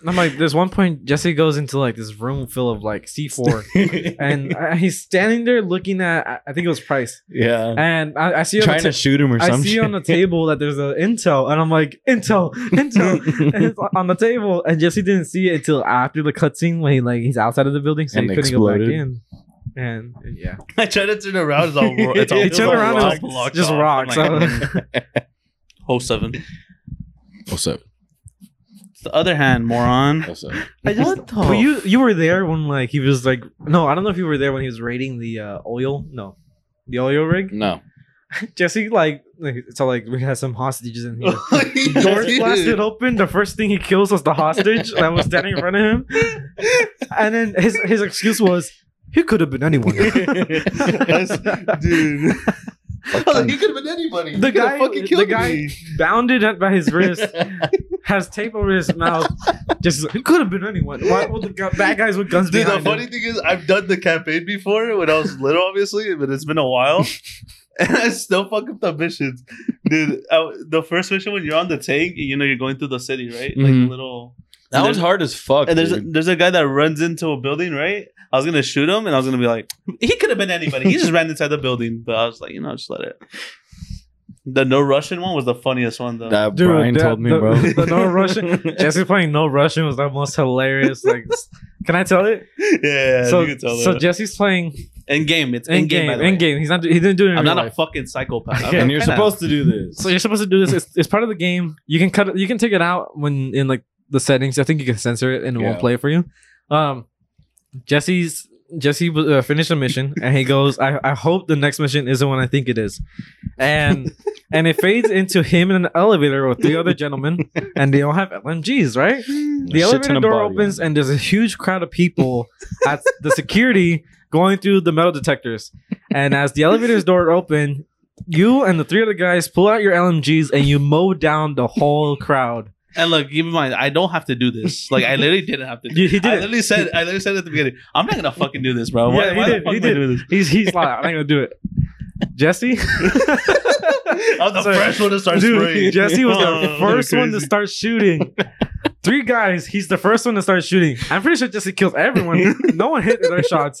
S2: And I'm like, there's one point Jesse goes into like this room full of like C4, and I, he's standing there looking at I- I think it was Price,
S3: yeah,
S2: and I, I see on
S3: trying
S2: the
S3: to
S2: ta-
S3: shoot him or
S2: I
S3: something.
S2: see on the table that there's an intel, and I'm like intel, intel, and it's on the table, and Jesse didn't see it until after the cutscene when he like he's outside of the building, so
S3: And
S2: he couldn't
S3: exploded.
S2: go back in. And yeah,
S1: I tried to turn around. It's all. ro- It's all.
S2: He
S1: it's
S2: turned
S1: all
S2: around and
S1: rock-
S2: it was
S1: blocked
S2: just
S1: off.
S2: rocks.
S1: I'm like,
S2: I was-
S6: Oh seven.
S3: What's up?
S1: it's the other hand, moron.
S3: What's up?
S2: I just,
S6: What the-
S2: But you you were there when like he was like no, I don't know if you were there when he was raiding the uh, oil. No, the oil rig.
S3: No.
S2: Jesse like, like so like we had some hostages in here.
S1: Oh,
S2: Doors
S1: Doors
S2: blasted open. The first thing he kills was the hostage that was standing in front of him. And then his his excuse was he could have been anyone.
S1: dude.
S6: he could have been anybody.
S2: The guy, the guy bounded up by his wrist, has tape over his mouth. Just it could have been anyone. Why would the gu- bad guys with guns
S1: Dude, the
S2: behind
S1: funny
S2: him?
S1: thing is, I've done the campaign before when I was little, obviously, but it's been a while, and I still fuck up the missions, dude. I, the first mission when you're on the tank, you know, you're going through the city, right? Like
S2: Mm-hmm.
S3: Mhm.
S1: a little.
S3: That was hard as fuck.
S1: And there's a,
S3: dude.
S1: there's a guy that runs into a building, right? I was gonna shoot him, and I was gonna be like, he could have been anybody. He just ran inside the building, but I was like, you know, just let it. The no Russian one was the funniest one though.
S3: that
S2: Dude,
S3: Brian
S2: that-
S3: told me,
S2: the-
S3: bro.
S2: the no Russian. Jesse playing no Russian was the most hilarious. Like, s- can I tell it?
S1: yeah,
S2: so
S1: you can tell
S2: so
S1: that.
S2: Jesse's playing
S1: in game, it's in
S2: in
S1: game.
S2: game. In game, he's not. He didn't do it. In
S1: I'm
S2: real
S1: not a
S2: life.
S1: fucking psychopath. I'm
S3: and you're
S1: kinda-
S3: supposed to do this.
S2: So you're supposed to do this. It's, it's part of the game. You can cut. it You can take it out when in like the settings. I think you can censor it and it
S3: Yeah.
S2: won't play it for you. Um, Jesse's Jesse uh, finished a mission and he goes. I I hope the next mission isn't what I think it is, and and it fades into him in an elevator with three other gentlemen, and they all have LMGs, right? The
S3: Shit ton
S2: elevator
S3: of
S2: door
S3: body on
S2: opens
S3: it.
S2: and there's a huge crowd of people at the security going through the metal detectors. And as the elevator's door open, you and the three other guys pull out your LMGs and you mow down the whole crowd.
S1: And look, keep in mind, I don't have to do this. Like I literally didn't have to. Do
S2: You- he
S1: I
S2: did it.
S1: literally said, I literally said at the beginning, I'm not gonna fucking do this, bro. Why,
S2: Yeah, he
S1: why
S2: did,
S1: the fuck
S2: he
S1: am I
S2: did.
S1: doing this?
S2: He's he's like, I'm not gonna do it. Jesse,
S1: I was the
S2: Sorry.
S1: first one to start spraying.
S2: dude, Jesse was the
S1: Oh,
S2: first one to
S1: crazy.
S2: start shooting. Three guys, he's the first one to start shooting. I'm pretty sure Jesse kills everyone. No one hit their shots.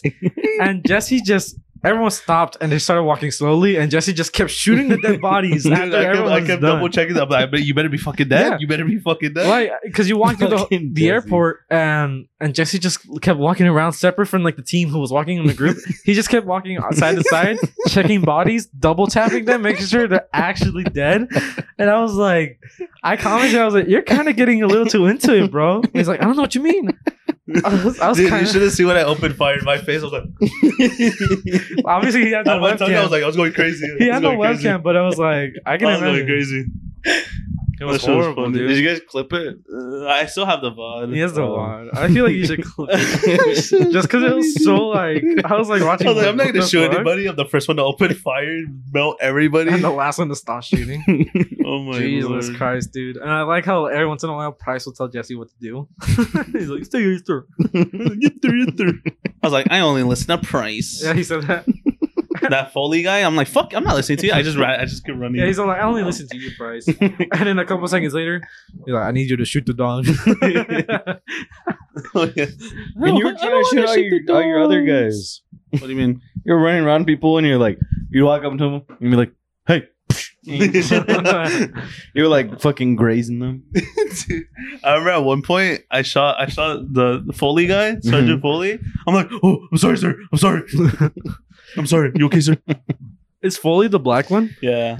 S2: And Jesse just everyone stopped and they started walking slowly, and Jesse just kept shooting the dead bodies.
S1: Dude,
S2: after
S1: I kept,
S2: everyone
S1: I
S2: was
S1: kept
S2: done.
S1: double checking. I'm like, I bet you better be fucking dead.
S2: Yeah.
S1: You better be fucking dead.
S2: Like, because you walked through the,
S3: Fucking
S2: the
S3: Jesse.
S2: airport and and Jesse just kept walking around separate from like the team who was walking in the group. he just kept walking side to side, checking bodies, double tapping them, making sure they're actually dead. And I was like, I commented, I was like, you're kind of getting a little too into it, bro. He's like, I don't know what you mean. I was, I was
S1: Dude,
S2: kind
S1: you
S2: of
S1: should have seen when I opened fire in my face. I was like,
S2: obviously he had the
S1: at my tongue, I was
S2: webcam.
S1: like, I was going crazy. I
S2: He
S1: was
S2: had the
S1: going crazy.
S2: webcam, but I was like, I
S1: I
S2: can
S1: was
S2: imagine.
S1: going crazy.
S2: It
S1: That shit was funny. Did
S3: guys clip it?
S1: Uh, I still have the VOD.
S2: He has the
S3: Oh.
S2: wand. I feel like you should clip it. just because it was so like I was like
S1: I
S2: watching.
S1: was like, I'm not
S2: what
S1: gonna
S2: the
S1: shoot
S2: fuck?
S1: anybody. I'm the first one to open fire, melt everybody.
S2: And the last one to stop shooting.
S1: Oh my
S2: Jesus
S1: lord.
S2: Christ, dude! And I like how every once in a while Price will tell Jesse what to do. He's like, "Stay here, sir."
S1: get through, get through. I was like, I only listen to Price.
S2: Yeah, he said that.
S1: That Foley guy, I'm like, fuck, I'm not listening to you. I just ran, I just kept running.
S2: Yeah, he's all like, "I only listen to you, Price." and then a couple seconds later, he's like, "I need you to shoot the dog."
S1: Oh, yeah.
S3: And you were trying to shoot all your, all your other guys.
S1: What do you mean?
S3: You're running around people and you're like, you'd walk up to them and you'd be like, hey. You're like fucking grazing them.
S1: Dude, I remember at one point I shot I shot the the Foley guy,
S2: Mhm.
S1: Sergeant Foley. I'm like, oh, I'm sorry, sir. I'm sorry. I'm sorry. You okay, sir?
S2: Is Foley the black one?
S1: Yeah.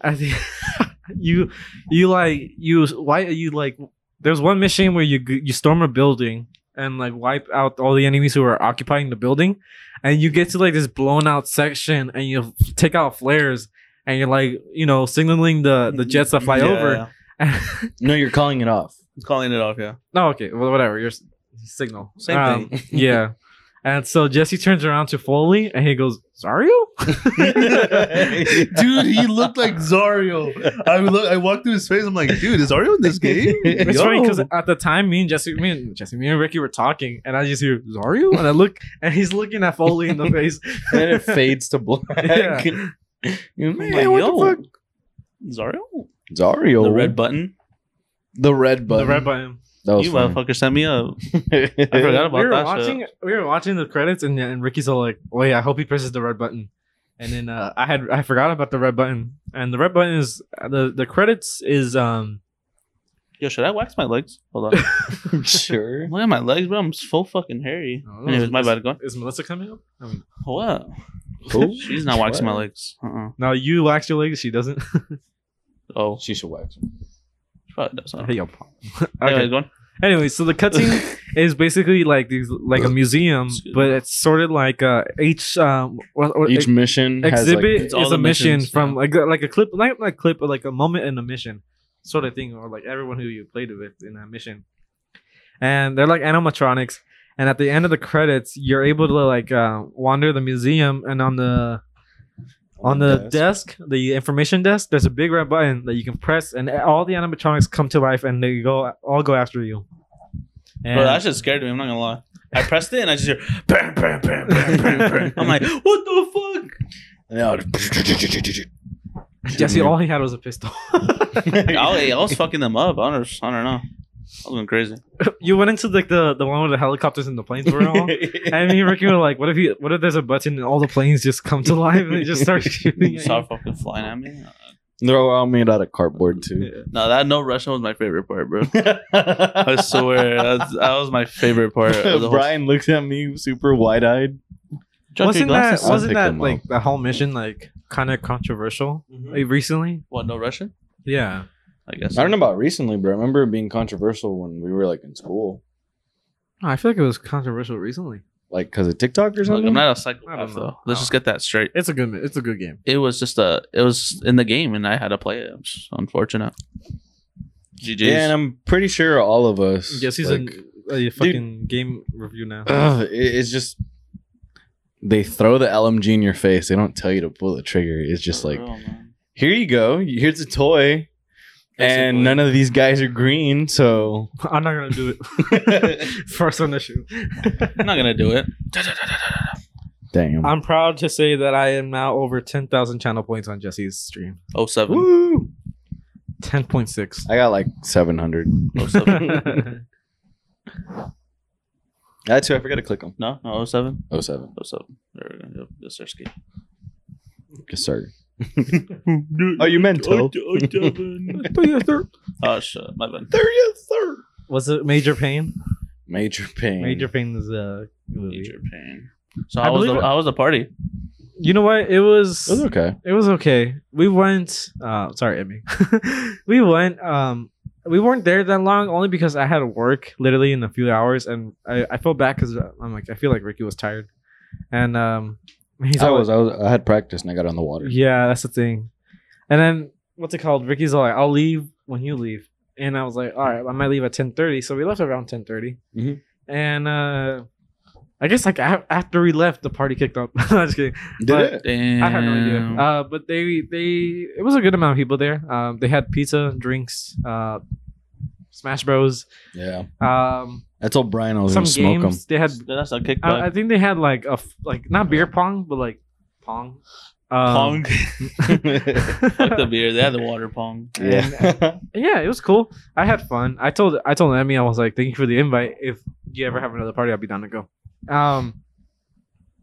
S2: I think you you like you why you like there's one mission where you g- you storm a building and like wipe out all the enemies who are occupying the building and you get to like this blown out section and you take out flares and you're like you know signaling the the jets that fly
S1: Yeah,
S2: over
S1: yeah.
S3: No, you're calling it off.
S1: I'm calling it off, yeah.
S2: no okay well, whatever your s- signal
S1: Same
S2: thing yeah and so Jesse turns around to Foley and he goes Zario
S1: dude, he looked like Zario. I look, I walked through his face. I'm like, dude, is Zario in this game?
S2: It's
S1: Yo.
S2: funny because at the time, me and Jesse, me and Jesse, me and Ricky were talking, and I just hear Zario, and I look, and he's looking at Foley in the face.
S3: And then it fades to black.
S2: Yeah.
S3: You're,
S1: I'm
S3: Man,
S1: like,
S3: what
S1: yo,
S3: the fuck?
S1: Zario?
S3: Zario.
S1: The red button.
S3: The red button.
S2: The red button.
S3: That was
S1: you
S3: funny.
S1: motherfucker sent me up. I
S3: I
S1: forgot about
S2: we were
S1: that
S2: watching
S1: shit.
S2: we were watching the credits and, and Ricky's all like, "Oh yeah, I hope he presses the red button." And then uh, I had I forgot about the red button. And the red button is the the credits is um
S1: Yo, should I wax my legs? Hold on.
S3: sure.
S1: Look at my legs, bro. I'm so fucking hairy.
S2: Oh,
S1: Anyways, my
S2: it's-
S1: bad. Go on.
S2: is Melissa coming up? I mean,
S1: What?
S3: Who?
S1: She's not waxing my
S3: What?
S1: legs. Uh-uh.
S2: now you wax your legs, she doesn't.
S1: Oh,
S3: She should wax.
S1: she probably does.
S2: I
S1: not
S2: hate your pop.
S1: Anyways,
S2: okay.
S1: go on.
S2: Anyway, so the cutscene is basically like these like a museum,
S1: Uh, Excuse
S2: but it's sorted like uh each um or, or
S3: Each mission has like,
S2: exhibit
S1: It's all
S2: is
S1: the
S2: a mission
S1: missions,
S2: from
S1: yeah.
S2: like like a clip like like clip but like a moment in a mission sort of thing or like everyone who you played with in that mission and they're like animatronics and at the end of the credits you're able to like uh, wander the museum and on the on the desk. the information desk there's a big red button that you can press and all the animatronics come to life and they go all go after you and
S1: Bro, that shit scared me. I'm not gonna lie. I pressed it and I just hear bam, bam, bam, bam, bam, bam. I'm like, what the
S3: No.
S2: jesse all he had was a pistol
S1: fuck? I, was- I was fucking them up. I don't, I don't know. I was going crazy.
S2: you went into like the, the one with the helicopters and the planes were all I mean, Ricky were like, "What if you? What if there's a button and all the planes just come to life and they just start shooting?"
S1: You
S2: at
S1: saw
S2: you?
S1: her fucking flying at me.
S3: They're all made out of cardboard too.
S1: No, that no Russian was my favorite part, bro. I swear, that's, that was my favorite part. of the whole-
S3: Brian looks at me super wide eyed.
S1: Chuck,
S2: wasn't
S1: your
S2: that
S1: glasses?
S3: I'll
S2: wasn't
S3: pick
S2: that
S3: them
S2: like
S3: up.
S2: the whole mission like kind of controversial like, recently?
S1: What? No Russian?
S2: Yeah,
S1: I guess.
S3: I don't know about recently, but I remember it being controversial when we were like in school,
S2: No, I feel like it was controversial recently.
S3: like because of TikTok or
S1: Look,
S3: something.
S1: I'm not a
S2: I
S1: psychopath
S2: don't know.
S1: though. Let's just get that straight.
S2: It's a good. It's a good game.
S1: It was just a. It was in the game, and I had to play it. It's just unfortunate. GG's.
S3: yeah, and I'm pretty sure all of us.
S2: Yes, he's
S3: like,
S2: a, a fucking game review now.
S3: ugh, it- it's just they throw the LMG in your face. They don't tell you to pull the trigger. It's just
S1: For
S3: like,
S1: real, Oh, man.
S3: here you go. Here's a toy. and
S2: Basically.
S3: none of these guys are green, so
S2: I'm not gonna do it. First on the shoe.
S1: I'm not gonna do it.
S3: damn.
S2: I'm proud to say that I am now over ten thousand channel points on Jesse's stream.
S1: Oh seven.
S3: Woo!
S2: Ten point six.
S3: I got like 700.
S1: Oh seven.
S3: That's who I forgot to click on.
S1: No, no, oh seven.
S3: 07.
S1: Oh seven. There we go. Yep, Yes, sir. Skate.
S3: Yes, sir. Oh, you meant
S1: Oh,
S3: to.
S1: oh, seven. Oh, shit. My bad.
S3: yes, sir.
S2: Was it Major Pain?
S3: Major pain.
S2: Major Pain is a movie.
S1: Major pain. So
S2: I
S1: how was the
S2: believe it-
S1: how was the party?
S2: You know what? It was
S3: It was okay.
S2: it was okay. We went. Uh, sorry, Emmy. we went. Um, we weren't there that long, only because I had to work literally in a few hours, and I, I felt bad because I'm like I feel like Ricky was tired, and um, he's
S3: I
S2: always
S3: was, I was. I had practice and I got on the water.
S2: Yeah, that's the thing. And then what's it called? Ricky's all like, "I'll leave when you leave," and I was like, "All right, I might leave at 10.30. So we left around ten thirty,
S3: Mhm.
S2: and uh, I guess like a- after we left, the party kicked up. I'm just kidding.
S3: Did
S2: But-
S3: it?
S1: Damn.
S2: I have no idea. Uh, but they they it was a good amount of people there. Um, they had pizza, drinks, uh, Smash Bros.
S3: Yeah.
S2: Um,
S3: I told Brian I was
S2: some
S3: gonna Oh, smoke him.
S2: games. They had
S1: That's a kickback.
S2: I, I think they had like a f- like not beer pong, but like pong. Um,
S1: pong. Fuck the beer. They had the water pong.
S3: Yeah.
S2: yeah, it was cool. I had fun. I told I told Emmy I was like, thank you for the invite. If you ever have another party, I'll be down to go. Um,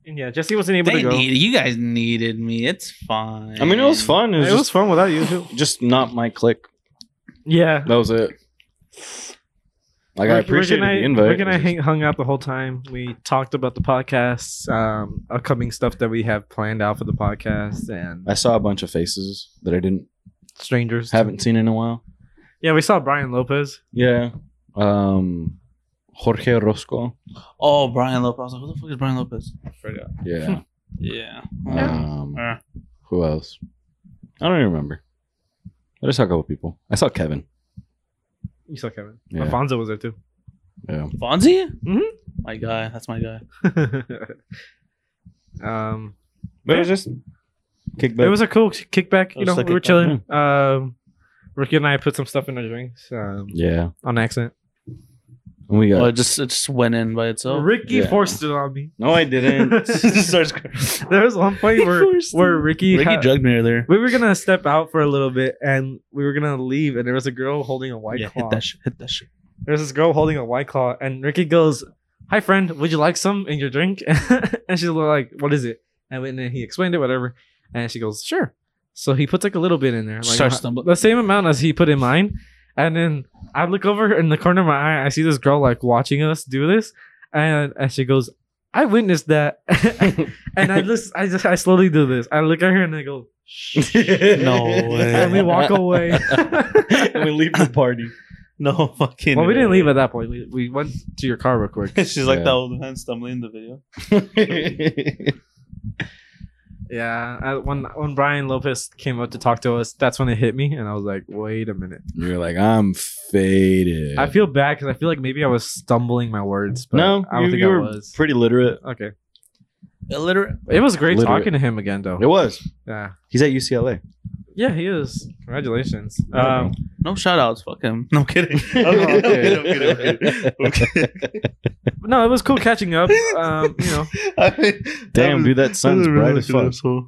S2: and yeah, Jesse wasn't able
S1: They
S2: to go.
S1: need, you guys needed me. It's fine.
S3: I mean, it was fun. It was,
S2: it was
S3: just,
S2: fun without you too.
S3: just not my click.
S2: Yeah,
S3: That was it. Like I
S2: Rick- Rick
S3: appreciated
S2: and I,
S3: the invite.
S2: Rick and
S3: It
S2: I
S3: was just-
S2: hang, hung out the whole time. We talked about the podcast, um, upcoming stuff that we have planned out for the podcast, and
S3: I saw a bunch of faces that I didn't
S2: strangers.
S3: haven't seen in a while.
S2: Yeah, we saw Brian Lopez.
S3: Yeah. Um, Jorge Orozco.
S1: Oh, Brian Lopez. I was like, who the fuck is Brian Lopez? I forgot.
S3: Yeah.
S1: Yeah.
S3: um,
S1: Yeah.
S2: Uh.
S3: who else? I don't even remember. I just saw a couple people. I saw Kevin.
S2: You saw Kevin.
S3: Yeah.
S2: Alfonso was there too.
S3: Yeah.
S1: Fonzie?
S2: Mhm.
S4: Mm-hmm.
S1: My guy. That's my guy.
S2: um,
S3: But it was just kickback.
S2: it was a cool kickback. You
S1: It was
S2: know,
S1: a
S2: we were
S1: kickback,
S2: chilling. Um, Ricky and I put some stuff in our drinks um,
S3: yeah.
S2: on accident.
S3: And we got.
S1: Oh, it just it just went in by itself.
S2: Ricky
S3: yeah.
S2: forced it on me.
S3: no, I didn't.
S1: Starts crying.
S2: There was one point
S1: He
S2: where
S1: forced
S2: where
S1: it.
S2: Ricky
S1: Ricky
S2: had-
S1: drugged me earlier.
S2: we were gonna step out for a little bit and we were gonna leave and there was a girl holding a white
S1: yeah,
S2: claw
S1: hit that shit. Hit that shit.
S2: There's this girl holding a white claw, and Ricky goes, "Hi, friend. Would you like some in your drink?" and she's like, "What is it?" And when- then he explained it, whatever, and she goes, "Sure." So he puts like a little bit in there, like uh,
S1: Starts stumbling.
S2: the same amount as he put in mine. And then I look over in the corner of my eye, I see this girl like watching us do this, and, and she goes, "I witnessed that." and I just, I just, I slowly do this. I look at her and I go,
S4: No way.
S2: and we walk away.
S3: and we leave the party.
S4: No fucking.
S2: well, we didn't
S4: way.
S2: leave at that point. We, we went to your car real quick.
S4: She's like
S3: Yeah.
S4: that old man stumbling in the video.
S2: Yeah, I, when when Brian Lopez came up to talk to us, that's when it hit me, and I was like, "Wait a minute."
S3: You're like, I'm faded.
S2: I feel bad because I feel like maybe I was stumbling my words, but
S3: no,
S2: I don't
S3: you,
S2: think
S3: you
S2: I
S3: were
S2: was.
S3: pretty literate.
S2: okay,
S1: Illiterate.
S2: it was great
S3: Literate.
S2: talking to him again, though.
S3: It was.
S2: Yeah,
S3: He's at UCLA.
S2: yeah, he is. Congratulations.
S3: No
S2: Um,
S1: No shout outs. Fuck him.
S4: No I'm kidding. I'm kidding. I'm kidding. I'm kidding. I'm kidding.
S2: no, it was cool catching up. Um, you know,
S4: I mean, that
S3: Damn,
S4: was-
S3: dude, that sun's
S4: that was
S3: bright
S4: really
S3: as
S4: good
S3: fuck.
S4: episode.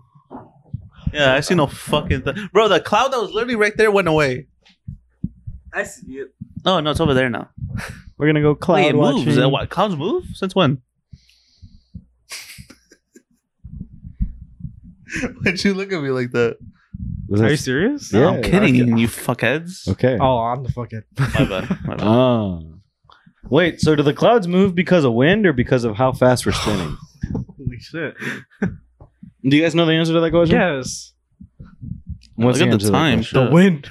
S4: Yeah, I see no fucking thing. Bro, the cloud that was literally right there went away.
S2: I see it.
S4: Oh, no, it's over there now.
S3: We're gonna go cloud
S4: Wait, it
S3: watching.
S4: moves. Uh, what, clouds move? Since when? Why'd you look at me like that?
S3: Was
S2: Are you
S3: that-
S2: serious?
S3: Yeah.
S4: No, I'm kidding, you fuckheads.
S3: okay.
S2: Oh, I'm the fucking.
S4: My bad. My bad.
S3: Ah. Wait, so do the clouds move because of wind or because of how fast we're spinning?
S2: Holy shit!
S3: do you guys know the answer to that question?
S2: Yes,
S3: What's
S1: Look at
S3: answer to
S1: the
S3: that
S1: time.
S3: question?
S2: the
S1: shit.
S2: wind.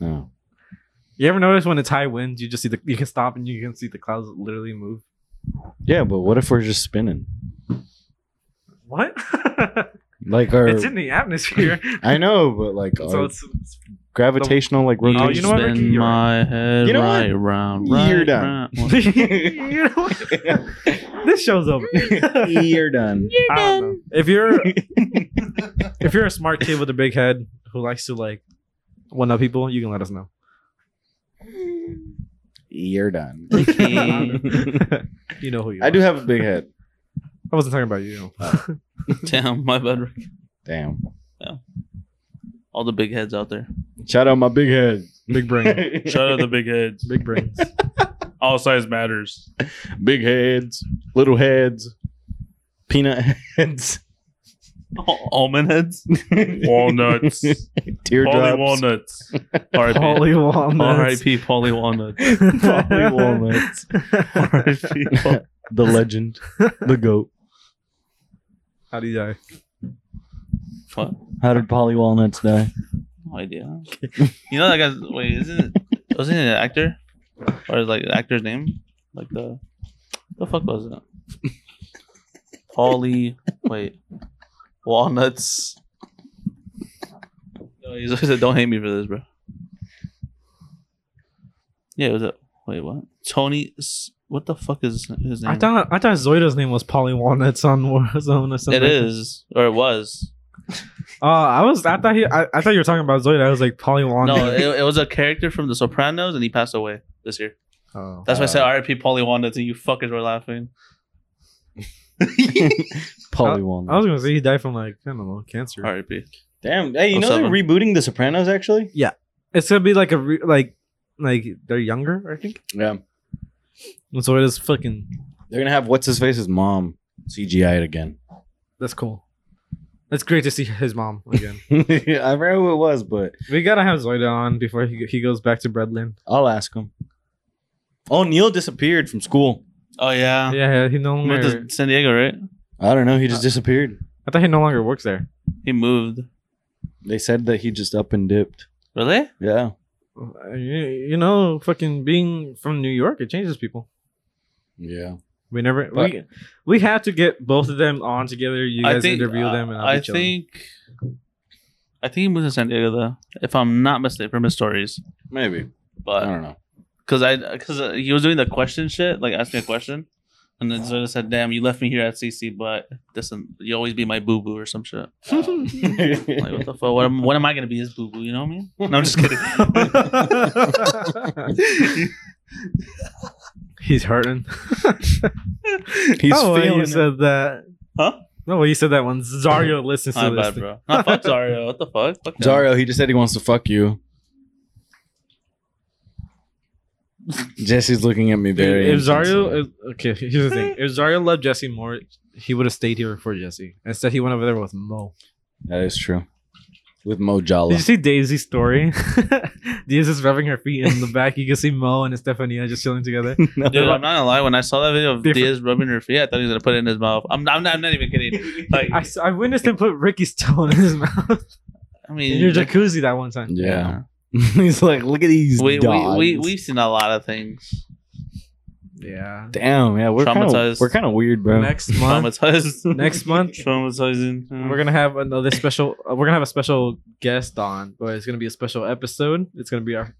S3: No.
S2: You ever notice when it's high wind, you just see the you can stop and you can see the clouds literally move.
S3: Yeah, but what if we're just spinning?
S2: What?
S3: Like our,
S2: it's in the atmosphere,
S3: I know, but like our
S2: so it's, it's
S3: gravitational, like
S1: You
S2: Oh,
S3: rotation.
S2: you know what,
S1: spin
S2: Ricky? You're
S1: my head
S3: You know
S1: right
S3: what?
S1: round,
S3: You're
S1: right
S3: done.
S1: round.
S2: you know what? this show's over.
S3: You're done.
S2: I don't know. If you're if you're a smart kid with a big head who likes to like one up people, you can let us know.
S3: You're done.
S2: E. you know who you.
S3: I
S2: are.
S3: do have a big head.
S2: I wasn't talking about you.
S1: Damn, my bad. Rick.
S3: Damn.
S1: All the big heads out there.
S3: Shout out my big head.
S2: Big brain.
S4: Shout out the big heads.
S2: Big brains.
S4: All size matters.
S3: big heads, little heads, peanut heads,
S4: Almond heads, walnuts, poly
S3: teardrops.
S4: walnuts. R.I.P.
S2: Holy walnuts.
S4: R.I.P. Polly walnut.
S3: Polly walnuts.
S4: R.I.P. Polly-
S3: The legend, the goat.
S2: How do you die?
S3: How did Polly Walnuts die?
S1: No idea. You know that guy's wait, isn't it wasn't he an actor? Or is like the actor's name? Like the the fuck was it? Paulie wait. Walnuts. No, he's- he said, Don't hate me for this, bro. Yeah, it was a wait, what? Tony S- what the fuck is his name?
S2: I thought I thought Zoida's name was Polly Walnuts on Warzone or something.
S1: it is. Or it was.
S2: Oh, I was. I thought he. I, I thought you were talking about Zoida. I was like Polly Walnut.
S1: No, it, it was a character from The Sopranos and he passed away this year.
S2: oh.
S1: That's why I said
S3: Uh.
S1: RIP Paulie Walnuts and you fuckers were laughing.
S3: Polly
S2: I was
S3: Walnuts.
S2: gonna say he died from like I don't know cancer.
S1: RIP.
S3: Damn. Hey, you
S1: Oh,
S3: know they're
S1: seven.
S3: rebooting The Sopranos actually?
S2: It's gonna be like a re- like like they're younger, I think.
S3: Yeah.
S2: And so it is fucking.
S3: They're gonna have what's his face's mom CGI'd again.
S2: That's cool. It's great to see his mom again.
S3: I forgot who it was, but
S2: we gotta have Zoida on before he he goes back to Breadland.
S3: I'll ask him. Oh, Neil disappeared from school.
S1: Oh yeah.
S2: Yeah, yeah, he no
S1: He Moved
S2: longer.
S1: to San Diego, right?
S3: I don't know. He just disappeared.
S2: I thought he no longer works there.
S1: He moved.
S3: They said that he just up and dipped.
S1: Really?
S3: Yeah.
S2: Uh, You, you know, fucking being from New York, it changes people.
S3: Yeah.
S2: We never
S3: But-
S2: we we have to get both of them on together. You guys interview them, and I'll
S1: uh, I
S2: be chilling.
S1: think I think he moved to San Diego though, if I'm not mistaken from his stories.
S3: Maybe. I
S1: But
S3: don't know.
S1: because I because he was doing the question shit, like asking a question, and then Zoya said, "Damn, you left me here at CC, but this um, you always be my boo boo or some shit." Like what the fuck? What am, what am I gonna be his boo boo? You know what I mean? No, I'm just kidding.
S2: He's hurting.
S3: He's
S2: no way
S3: feeling
S2: you
S3: it.
S2: said that.
S1: Huh?
S2: No way you said that one. Zario listens
S1: My
S2: to
S1: bad,
S2: this.
S1: bro. No, fuck Zario. What the fuck? fuck that.
S3: Dario, he just said he wants to fuck you. Jesse's looking at me
S2: Dude,
S3: very.
S2: if Zario,
S3: intensely.
S2: if- okay, here's the thing. If Zario loved Jesse more, he would have stayed here for Jesse. Instead, he went over there with Mo.
S3: that is true. With
S2: Did you
S3: Mojala,
S2: see Daisy's story? Daisy is rubbing her feet in the back. You can see Mo and Estefania just chilling together.
S3: No,
S1: Dude, I'm not gonna lie. When I saw that video of
S2: Different-
S1: Diaz rubbing her feet, I thought he was gonna put it in his mouth. I'm, I'm, not, I'm not even kidding. Like,
S2: I, s- I witnessed him put Ricky's toe in his mouth
S1: I
S2: in
S1: mean,
S2: your jacuzzi that one time.
S3: yeah. He's like, look at these
S1: we, we,
S3: dogs.
S1: we, we've seen a lot of things.
S2: Yeah.
S3: Damn, yeah, we're kind of
S1: Traumatized.
S3: we're kind of weird, bro.
S2: Next month,
S1: Traumatized.
S2: Next month?
S1: Traumatizing.
S2: we're gonna have another special. Uh, we're gonna have a special guest on, but it's gonna be a special episode. It's gonna be our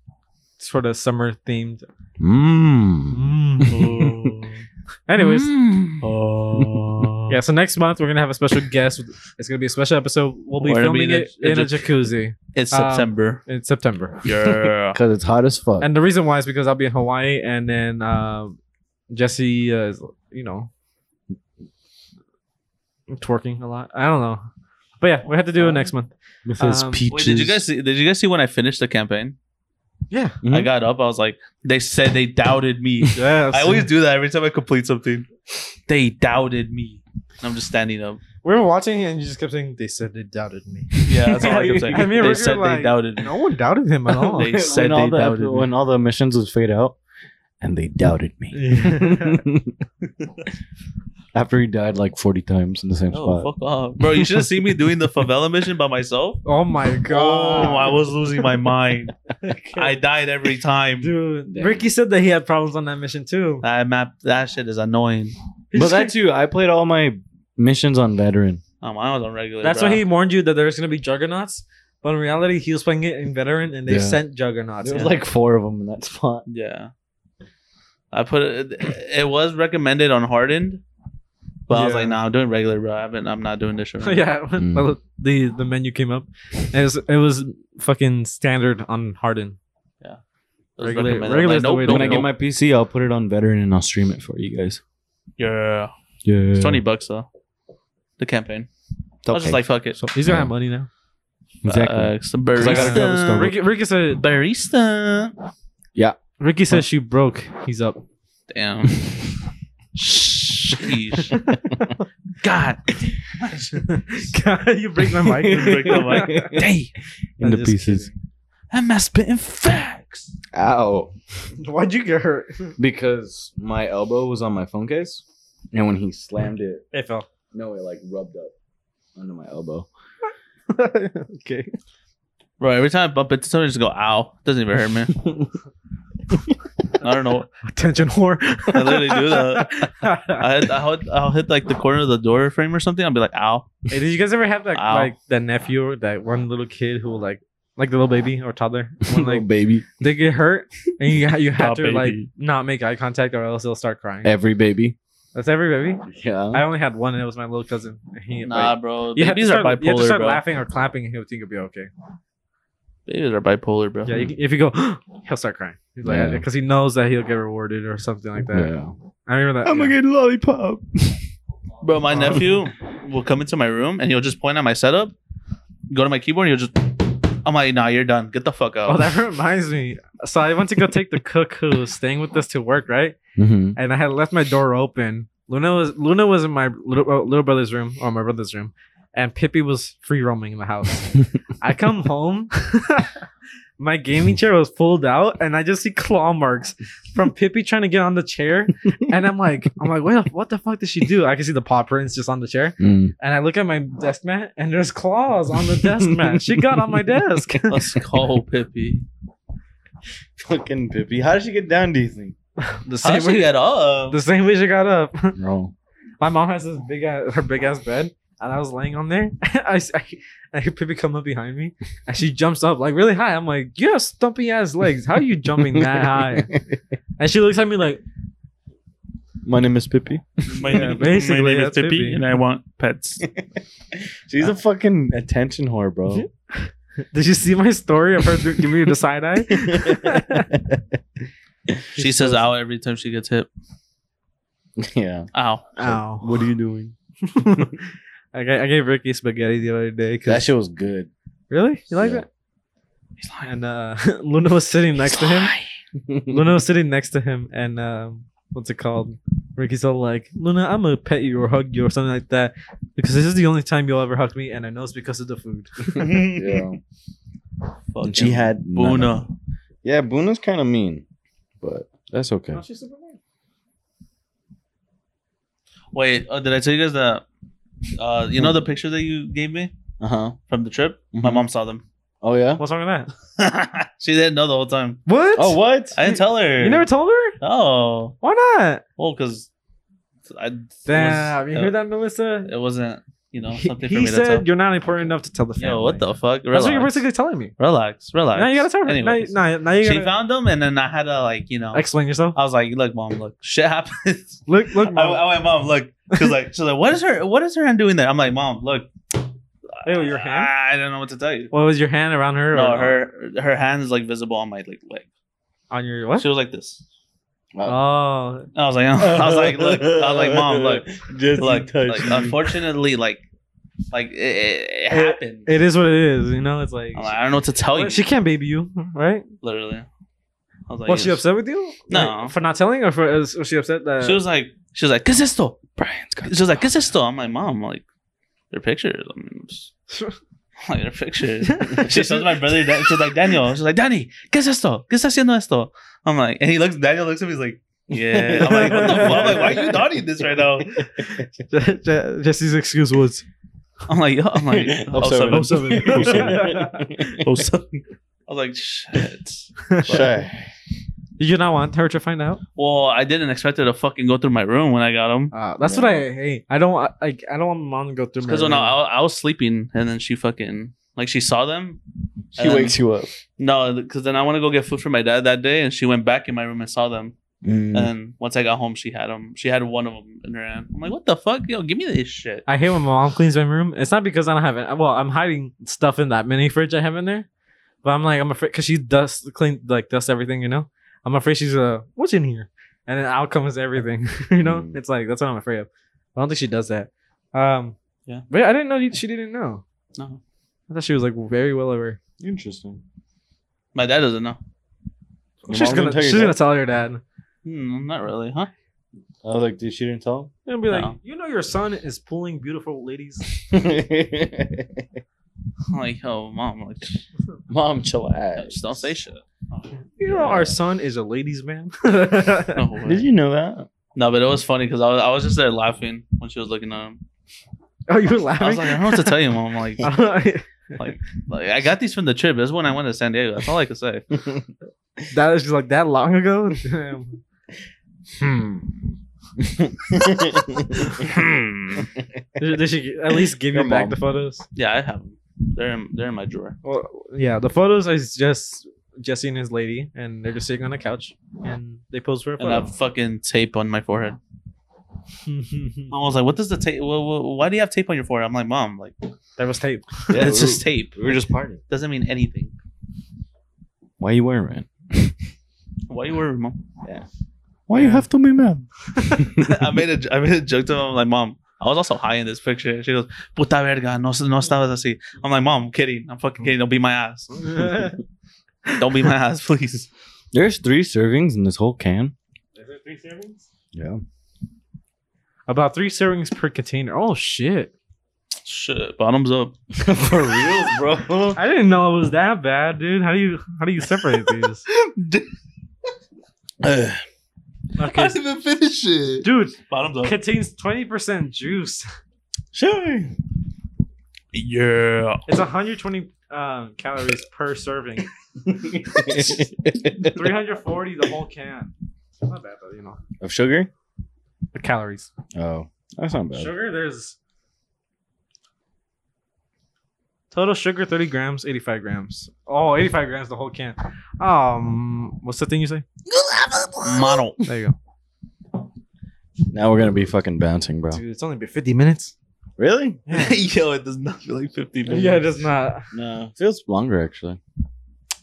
S2: sort of summer themed.
S3: Mm.
S1: Mm.
S2: Anyways, Oh.
S3: Mm.
S4: Hmm.
S1: Oh.
S2: Yeah, so next month we're gonna have a special guest. It's gonna be a special episode. We'll be
S1: We're gonna be
S2: filming
S1: in a-
S2: it in a
S1: a jac-
S2: jacuzzi
S1: It's
S2: Um,
S1: September.
S2: in September.
S1: Yeah.
S3: Cause it's hot as fuck.
S2: And the reason why is because I'll be in Hawaii, and then uh, Jesse uh, is, you know, twerking a lot. I don't know, but yeah, we have to do
S1: Uh,
S2: it next month.
S3: with his
S2: um, wait,
S3: peaches.
S1: Wait, did you guys see, did you guys see when I finished the campaign?
S2: Yeah,
S3: Mhm.
S1: I got up. I was like, they said they doubted me.
S2: yeah.
S1: I always do that every time I complete something. They doubted me. And I'm just standing up.
S2: we were watching, and you just kept saying they said they doubted me.
S1: Yeah, that's all I kept saying.
S2: I mean, we're-
S1: they
S2: we're
S1: said
S2: like-
S1: they doubted me.
S2: No one doubted him at all.
S1: They said
S3: when all
S1: they
S3: the
S1: doubted me.
S3: when all the missions would fade out, and they doubted me. After he died like forty times in the same
S1: Oh,
S3: spot.
S1: fuck off. Bro, you should have seen me doing the favela mission by myself.
S2: oh my god!
S1: Oh, I was losing my mind.
S2: Okay.
S1: I died every time.
S2: Dude, Ricky said that he had problems on that mission too.
S1: That map, that shit is annoying.
S3: But that's you. I played all my missions on veteran.
S1: Um, I was on regular.
S2: That's
S1: bro.
S2: why he warned you that there's gonna be juggernauts, but in reality, he was playing it in veteran, and they
S3: Yeah.
S2: sent juggernauts.
S3: There
S2: in.
S3: was like four of them in that spot.
S1: Yeah. I put it. It was recommended on hardened, but I was
S2: Yeah.
S1: like, nah, I'm doing regular, bro. I haven't, I'm not doing this shit. right now."
S2: yeah, when
S3: Mm.
S2: the the menu came up, and it was it was fucking standard on Harden.
S1: It was
S2: Regular-
S1: recommended.
S2: regular
S1: I'm
S2: is the way
S1: like,
S2: to
S1: nope,
S3: When I
S1: nope,
S3: get
S1: nope.
S3: my PC, I'll put it on veteran and I'll stream it for you guys.
S1: Yeah,
S3: Yeah,
S1: it's twenty bucks though. The campaign. I was just like, fuck it.
S2: So he's gonna
S3: Yeah.
S2: have money now.
S3: exactly.
S1: Uh, some
S3: I
S1: barista.
S3: gotta go to Starbucks.
S2: Ricky, Ricky said
S1: barista.
S2: Ricky says she broke. He's up.
S1: Damn. Sheesh. God.
S2: God, you break my mic.
S1: You break my Dang.
S2: I'm
S3: Into
S2: just
S3: pieces.
S1: I'm not spitting facts.
S3: Ow.
S2: kidding. Why'd you get hurt?
S3: Because my elbow was on my phone case, and when he slammed it,
S2: It fell.
S3: no, it like rubbed up under my elbow.
S2: okay.
S1: Bro, every time I bump into somebody, I just go, ow. Doesn't even hurt me. I don't know.
S2: Attention whore.
S1: I literally do that.
S2: that.
S1: I hit, I'll, hit, I'll hit like the corner of the door frame or something. I'll be like, ow.
S2: Hey, did you guys ever have that
S1: Ow.
S2: like that nephew, or that one little kid who like like the little baby or toddler when like
S3: baby,
S2: they get hurt and you ha- you have
S1: Aw,
S2: to like
S1: baby.
S2: not make eye contact or else they'll start crying.
S3: every baby.
S2: That's every baby.
S3: Yeah.
S2: I only had one and it was my little cousin. He,
S1: Nah,
S2: like,
S1: bro.
S2: you had to
S1: Babies
S2: start,
S1: are
S2: you had to
S1: bipolar,
S2: start
S1: bro.
S2: laughing or clapping and he'll think it'll be okay.
S1: Babies are bipolar, bro.
S2: Yeah, you, can- if you go, he'll start crying. He's like
S3: Yeah.
S2: because he knows that he'll get rewarded or something like that. I remember that.
S3: I'm
S2: yeah.
S3: gonna get a lollipop.
S1: Bro, my nephew will come into my room and he'll just point at my setup, go to my keyboard, and he'll just. I'm like, nah, you're done. Get the fuck out.
S2: Oh, that reminds me. So I went to go take the cook who's staying with us to work, right?
S3: Mm-hmm.
S2: and I had left my door open. Luna was Luna was in my little, uh, little brother's room or my brother's room, and Pippi was free roaming in the house. I come home, my gaming chair was pulled out, and I just see claw marks from Pippi trying to get on the chair, and I'm like, I'm like, what the, what the fuck did she do? I can see the paw prints just on the chair,
S3: Mm.
S2: and I look at my desk mat, and there's claws on the desk mat. She got on my desk.
S1: Let's call Pippi.
S3: Fucking Pippi. How did she get down? Do you think?
S2: the
S1: How
S2: same
S1: did she
S2: way,
S1: get up?
S2: the same way she got up.
S3: No.
S2: My mom has this big ass, her big ass bed, and I was laying on there. I, s- I, I hear Pippi come up behind me, and she jumps up like really high. I'm like, you have stumpy ass legs. How are you jumping that high? And she looks at me like,
S3: My name is Pippi.
S1: My,
S2: name- basically, my name is that's Pippi, Pippi. and
S1: I want pets.
S3: She's a fucking attention whore, bro.
S2: did you see my story of her do- giving me the side eye?
S1: She says ow every time she gets hit.
S3: yeah.
S1: Ow.
S2: Ow.
S3: What are you doing?
S2: I, ga- I gave Ricky spaghetti the other day. 'cause-
S3: That shit was good.
S2: really? You like
S3: Yeah.
S2: that? And uh, Luna was sitting next to him, Luna was sitting next to him, and um, what's it called? Ricky's all like, Luna, I'm gonna pet you or hug you or something like that, because this is the only time you'll ever hug me, and I know it's because of the food.
S3: yeah.
S1: Fucking
S3: She had none of-
S1: Buna.
S3: Yeah, Buna's kind of mean, but that's okay.
S1: Wait, uh, did I tell you guys that? Uh, you
S2: Hmm.
S1: know the picture that you gave me
S3: Uh huh.
S2: Uh-huh.
S1: from the trip? My
S2: Mm-hmm.
S3: Mhm.
S1: mom saw them.
S3: Oh yeah.
S2: What's wrong with that?
S1: she didn't know the whole time.
S2: What?
S3: Oh what?
S1: I didn't tell her.
S2: you never told her?
S1: Oh,
S2: Why not?
S1: well, because I. it was-
S2: Damn, you
S1: it-
S2: hear that, Melissa?
S1: It wasn't, you know,
S2: he
S1: something for
S2: he
S1: me to tell.
S2: said you're not important enough to tell the family.
S1: Yo, what the fuck? Relax.
S2: That's what you're basically telling me.
S1: relax, relax.
S2: Now you gotta tell her. Now, you-
S1: Anyways,
S2: now, now you
S1: she
S2: gotta
S1: found them, and then I had to, like, you know,
S2: explain yourself.
S1: I was like, look, mom, look, shit happens.
S2: Look, look,
S1: I,
S2: mom.
S1: I went, mom, look. She's like, she's like, what is her, what is her hand doing there? I'm like, mom, look.
S2: Ew, your hand?
S1: I, I don't know what to tell you.
S2: what was your hand around her?
S1: No,
S2: or
S1: her her hand is like visible on my like leg.
S2: on your what?
S1: She was like this.
S2: Oh,
S1: I was like, I was like, look, I was like, mom, look,
S3: Just
S1: look, like, unfortunately, like, like it, it, it happened.
S2: it is what it is. You know, it's like
S1: I'm like, I don't know what to tell you.
S2: she can't baby you, right?
S1: literally. I was like,
S2: was she
S1: yes.
S2: upset with you?
S1: No.
S2: Like, for not telling, or for is, was she upset that
S1: She was like, she was like, "Qué es esto?"
S3: Brian's got
S1: She was like, "Qué es esto?" I'm like, "Mom, like, their pictures." I mean, it's- like their pictures. she shows my brother. Dan- She's like, "Daniel." She's like, "Danny, qué es esto? ¿Qué está haciendo esto?" I'm like, and he looks. Daniel looks at me. He's like, "Yeah." I'm like, "What the fuck? I'm like, why are you nodding this right now?"
S2: Je- Je- Jesse's excuse was
S1: I'm like, "Yo," I'm like, "Oh,
S3: Oh,
S1: seven.
S3: seven.
S2: Oh, seven.
S1: Oh, seven. I was like, "Shit."
S3: Shy.
S2: did you not want her to find out?
S1: Well, I didn't expect her to fucking go through my room when I got him.
S2: Uh, that's what I hate. I don't want- like. I don't want mom to go through. my
S1: Because when I,
S2: room.
S1: I was sleeping, and then she fucking like she saw them.
S3: She
S1: and then-
S3: wakes you up.
S1: No, because then I want to go get food for my dad that day, and she went back in my room and saw them. And
S3: Um,
S1: then once I got home, she had them. She had one of them in her hand. I'm like, what the fuck, yo, give me this shit.
S2: I hate when my mom cleans my room. It's not because I don't have it. Well, I'm hiding stuff in that mini fridge I have in there, but I'm like I'm afraid because she dusts clean like dusts everything, you know. I'm afraid she's uh what's in here, and then out comes everything, you know.
S3: Mm.
S2: It's like that's what I'm afraid of. I don't think she does that. Um,
S1: Yeah.
S2: but yeah, I didn't know you- she didn't know.
S1: No,
S2: I thought she was like very well aware.
S3: Interesting.
S1: my dad doesn't know.
S3: Your
S2: she's
S3: mom didn't
S2: gonna
S3: tell your
S2: she's
S3: dad?
S2: gonna tell her dad.
S1: Hmm, not really, huh?
S3: I was like, dude, she didn't tell.
S2: And be like,
S1: No.
S2: you know, your son is pulling beautiful ladies.
S3: him?"
S1: I'm like, oh, mom, like, just
S3: Mom, chillax.
S1: just don't say shit.
S2: You know, our son is a ladies' man. no.
S1: No,
S3: Did
S1: way.
S3: you know that?
S1: no but it was funny because I was, I was just there laughing when she was looking at him.
S2: Oh, you were
S1: I was
S2: laughing.
S1: like, I don't know what to tell you, mom. Like, like I got these from the trip. That's when I went to San Diego. That's all I could say.
S2: That is just like that long ago. Damn. hmm. Hmm. Did, did she at least give
S3: Your
S2: you back
S3: mom.
S2: the photos?
S1: Yeah, I have them. They're in, they're in my drawer.
S2: Well, yeah, the photos is just Jesse and his lady, and they're just sitting on a couch, and they pose for a
S1: and I have
S2: photo.
S1: fucking tape on my forehead. Mom was like, "What does the tape? Well, well, why do you have tape on your forehead?" I'm like, "Mom, like
S2: that was tape.
S3: Yeah,
S1: it's
S3: we-
S1: just tape.
S3: we were just partying.
S1: Doesn't mean anything."
S3: Why you wearing it?
S1: Why you worried, mom?
S3: Why you have to be mad?
S1: I made a j- I made a joke to him. like, "Mom, I was also high in this picture." She goes, "Puta verga, no, no estabas así." I'm like, "Mom, I'm kidding. I'm fucking kidding. Don't beat my ass. Don't beat my ass, please."
S3: There's three servings in this whole can.
S2: three servings?
S3: Yeah.
S2: About three servings per container. Oh shit!
S1: Shit, bottoms up.
S3: For real, bro.
S2: I didn't know it was that bad, dude. How do you how do you separate these?
S5: I
S2: Okay,
S5: didn't even finish it.
S2: dude,
S1: Bottoms up.
S2: contains twenty percent juice.
S3: Sure.
S1: Yeah.
S2: It's 120 um, calories per serving. 340 the whole can. Not bad, but you know.
S3: of sugar?
S2: The calories.
S3: Oh, that's not bad.
S2: Sugar, there's. Total sugar 30 grams, 85 grams. Oh, 85 grams the whole can. Um, what's the thing you say?
S1: Model.
S2: There you go.
S3: Now we're gonna be fucking bouncing, bro.
S2: Dude, it's only been 50 minutes.
S3: Really?
S1: Yo, it does not feel like 50 minutes.
S2: Yeah, just not.
S3: No. Feels longer actually.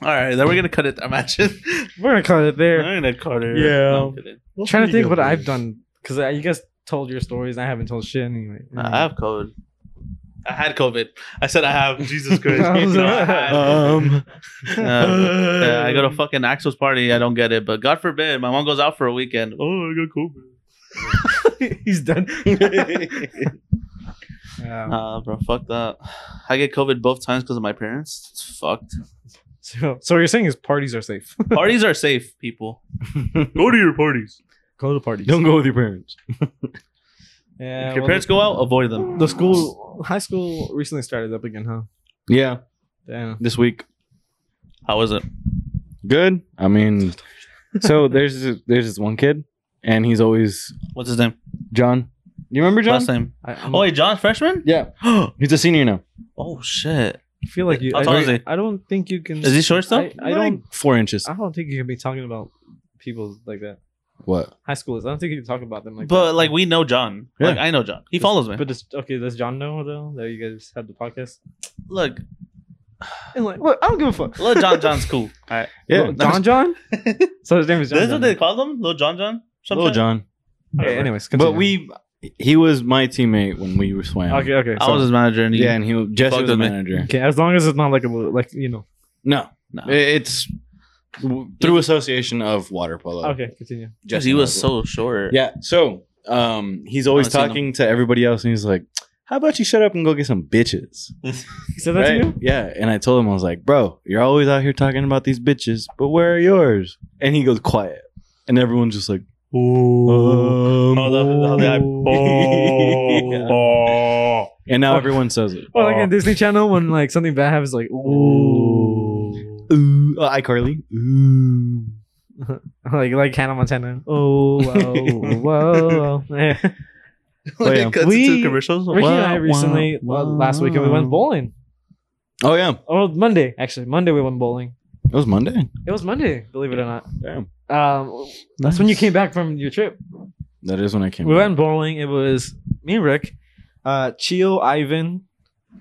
S1: All right, then we're gonna cut it. Imagine.
S2: We're gonna cut it there.
S1: I'm gonna cut it.
S2: Yeah.
S1: No, I'm kidding.
S2: trying to think what I've done because you guys told your stories. And I haven't told shit anyway.
S1: Nah, I have COVID. I had COVID. I said I have.
S4: Jesus Christ.
S2: I was
S1: No,
S2: like, uh-uh.
S1: I had.
S3: Um,
S1: Uh, yeah, I go to fucking Axel's party. I don't get it, but God forbid, my mom goes out for a weekend.
S4: oh, I got COVID.
S2: He's done. Um,
S1: Uh, bro, fuck that. I get COVID both times because of my parents. It's fucked.
S2: so, so what you're saying is parties are safe.
S1: Parties are safe, people.
S4: Go to your parties.
S2: go to parties.
S3: don't go with your parents.
S2: Yeah,
S1: if your
S2: well,
S1: parents go out, avoid them.
S2: the school, high school, recently started up again, huh?
S3: Yeah,
S2: Damn.
S3: this week.
S1: How is it?
S3: Good. I mean, so there's this- there's this one kid, and he's always
S1: What's his name?
S3: John. You remember John?
S1: Last name.
S2: I, I'm-
S1: Oh, wait, John's freshman?
S3: Yeah,
S1: oh,
S3: he's a senior now.
S1: shit.
S2: I feel like you.
S1: How
S2: I,
S1: tall is he?
S2: I don't think you can.
S1: Is he shortstop?
S2: I, I don't.
S3: Four inches.
S1: Uh,
S2: I don't think you can be talking about people like that.
S3: What?
S2: High schoolers. I don't think you can talk about them like
S1: but,
S2: that.
S1: like, we know John. Like,
S3: Yeah.
S1: I know John. He follows me.
S2: But does, okay, does John know though that you guys had the podcast?
S1: look,
S2: And like, Oh, look, I don't give a fuck.
S1: little John John's cool. All right.
S3: Yeah,
S2: John John. so his name is John.
S1: That's what
S2: John.
S1: they call him? Little John John? Something?
S3: little John.
S2: Okay, anyways,
S3: But
S2: continue.
S3: we, he was my teammate when we were swam.
S2: Okay, okay.
S1: I
S2: so-
S1: was his manager and he,
S3: Yeah, and he Jesse
S1: Fuck
S3: was the
S1: with me.
S3: manager.
S2: okay. As long as it's not like a little- like you know.
S3: No,
S1: Nah.
S3: i- it's w- through association of water polo.
S2: Okay, continue.
S1: Because
S3: Jesse
S1: he was
S3: Water
S1: so
S3: Polo.
S1: short.
S3: Yeah. So, um, he's always
S1: Honestly, no.
S3: talking to everybody else, and he's like, "How about you shut up and go get some bitches?"
S2: He said that to you.
S3: Right? Yeah. And I told him, I was like, "Bro, you're always out here talking about these bitches, but where are yours?" And he goes quiet, and everyone's just like,
S4: Ooh.
S3: um,
S4: oh, the, the, the, oh,
S3: Yeah.
S4: oh.
S3: and now everyone says it.
S2: Well, like
S1: Oh.
S2: in Disney Channel, when like something bad happens, like ooh,
S3: Ooh, uh, iCarly. Ooh.
S2: like like Hannah Montana. Oh, whoa, whoa. whoa.
S3: Oh, yeah.
S4: It cuts
S2: We-
S4: into commercials.
S2: Ricky and
S4: Wow,
S2: I
S4: wow,
S2: recently well, last weekend we went
S3: wow.
S2: bowling.
S3: Oh yeah,
S2: Oh, Monday actually. Monday we went bowling.
S3: it was Monday.
S2: It was Monday, believe it or not.
S3: Damn,
S2: Um, that's when you came back from your trip.
S3: that is when I came.
S2: We
S3: back.
S2: went bowling. It was me and Rick, uh, Chio, Ivan,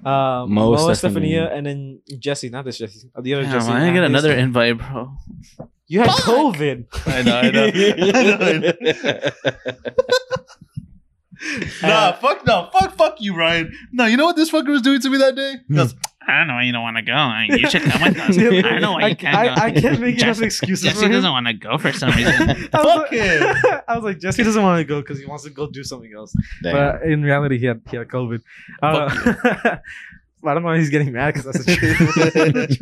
S2: uh, Mo,
S3: Mo,
S2: Stefania,
S3: Stephanie.
S2: and then Jesse. Not this Jesse. uh, The other
S1: Damn,
S2: Jesse.
S1: I didn't get
S2: Nah,
S1: another
S2: he's-
S1: invite, bro.
S2: You had COVID.
S1: I know, I know.
S4: Nah, fuck no. Fuck, fuck you, Ryan. No, you know what this fucker was doing to me that day? He goes,
S1: I don't know why you don't want to go. You should come with us.
S2: Yeah,
S1: I don't know why
S2: I,
S1: you can't
S2: I,
S1: go.
S2: I kept making enough
S1: Jesse-
S2: excuses
S1: Jesse
S2: for him.
S1: doesn't want to go for some reason.
S2: I was
S4: Fuck
S2: like-
S4: him.
S2: I was like, Jesse doesn't want to go because he wants to go do something else.
S3: Damn.
S2: But in reality, he had he had COVID. Uh, I don't know. why He's getting mad because that's the truth. the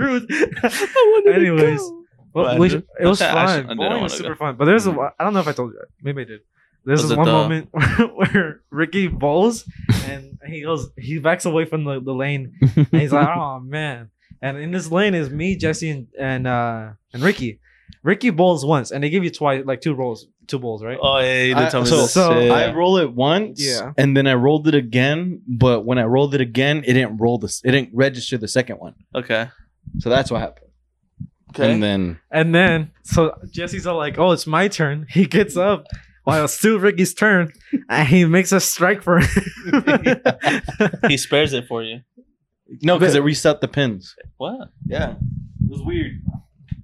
S2: truth. Anyways, well,
S1: But
S2: we
S1: I
S2: sh-
S1: did-
S2: it was
S1: I sh- I
S2: fun.
S1: didn't
S2: Bowling was
S1: wanna
S2: super
S1: go. Mm-hmm.
S2: fun. But there's a wa- I don't know if I told you. Maybe I did. There's
S1: Was
S2: this
S1: it
S2: one
S1: the-
S2: moment where Ricky bowls and he goes he backs away from the, the lane and he's like, oh man. And in this lane is me, Jesse, and and, uh, and Ricky. Ricky bowls once, and they give you twice, like two rolls, two bowls, right?
S1: oh, yeah, you
S3: I-
S1: did tell me
S3: so-
S1: this.
S2: so
S1: Yeah.
S3: I roll it once,
S2: Yeah.
S3: and then I rolled it again. But when I rolled it again, it didn't roll this. It didn't register the second one.
S1: okay.
S3: So that's what happened. And then
S2: And then, so Jesse's all like, "Oh, it's my turn." He gets up while it's still Ricky's turn, and he makes a strike for him.
S1: he spares it for you.
S3: no, because it reset the pins.
S1: What?
S3: Yeah, it was weird.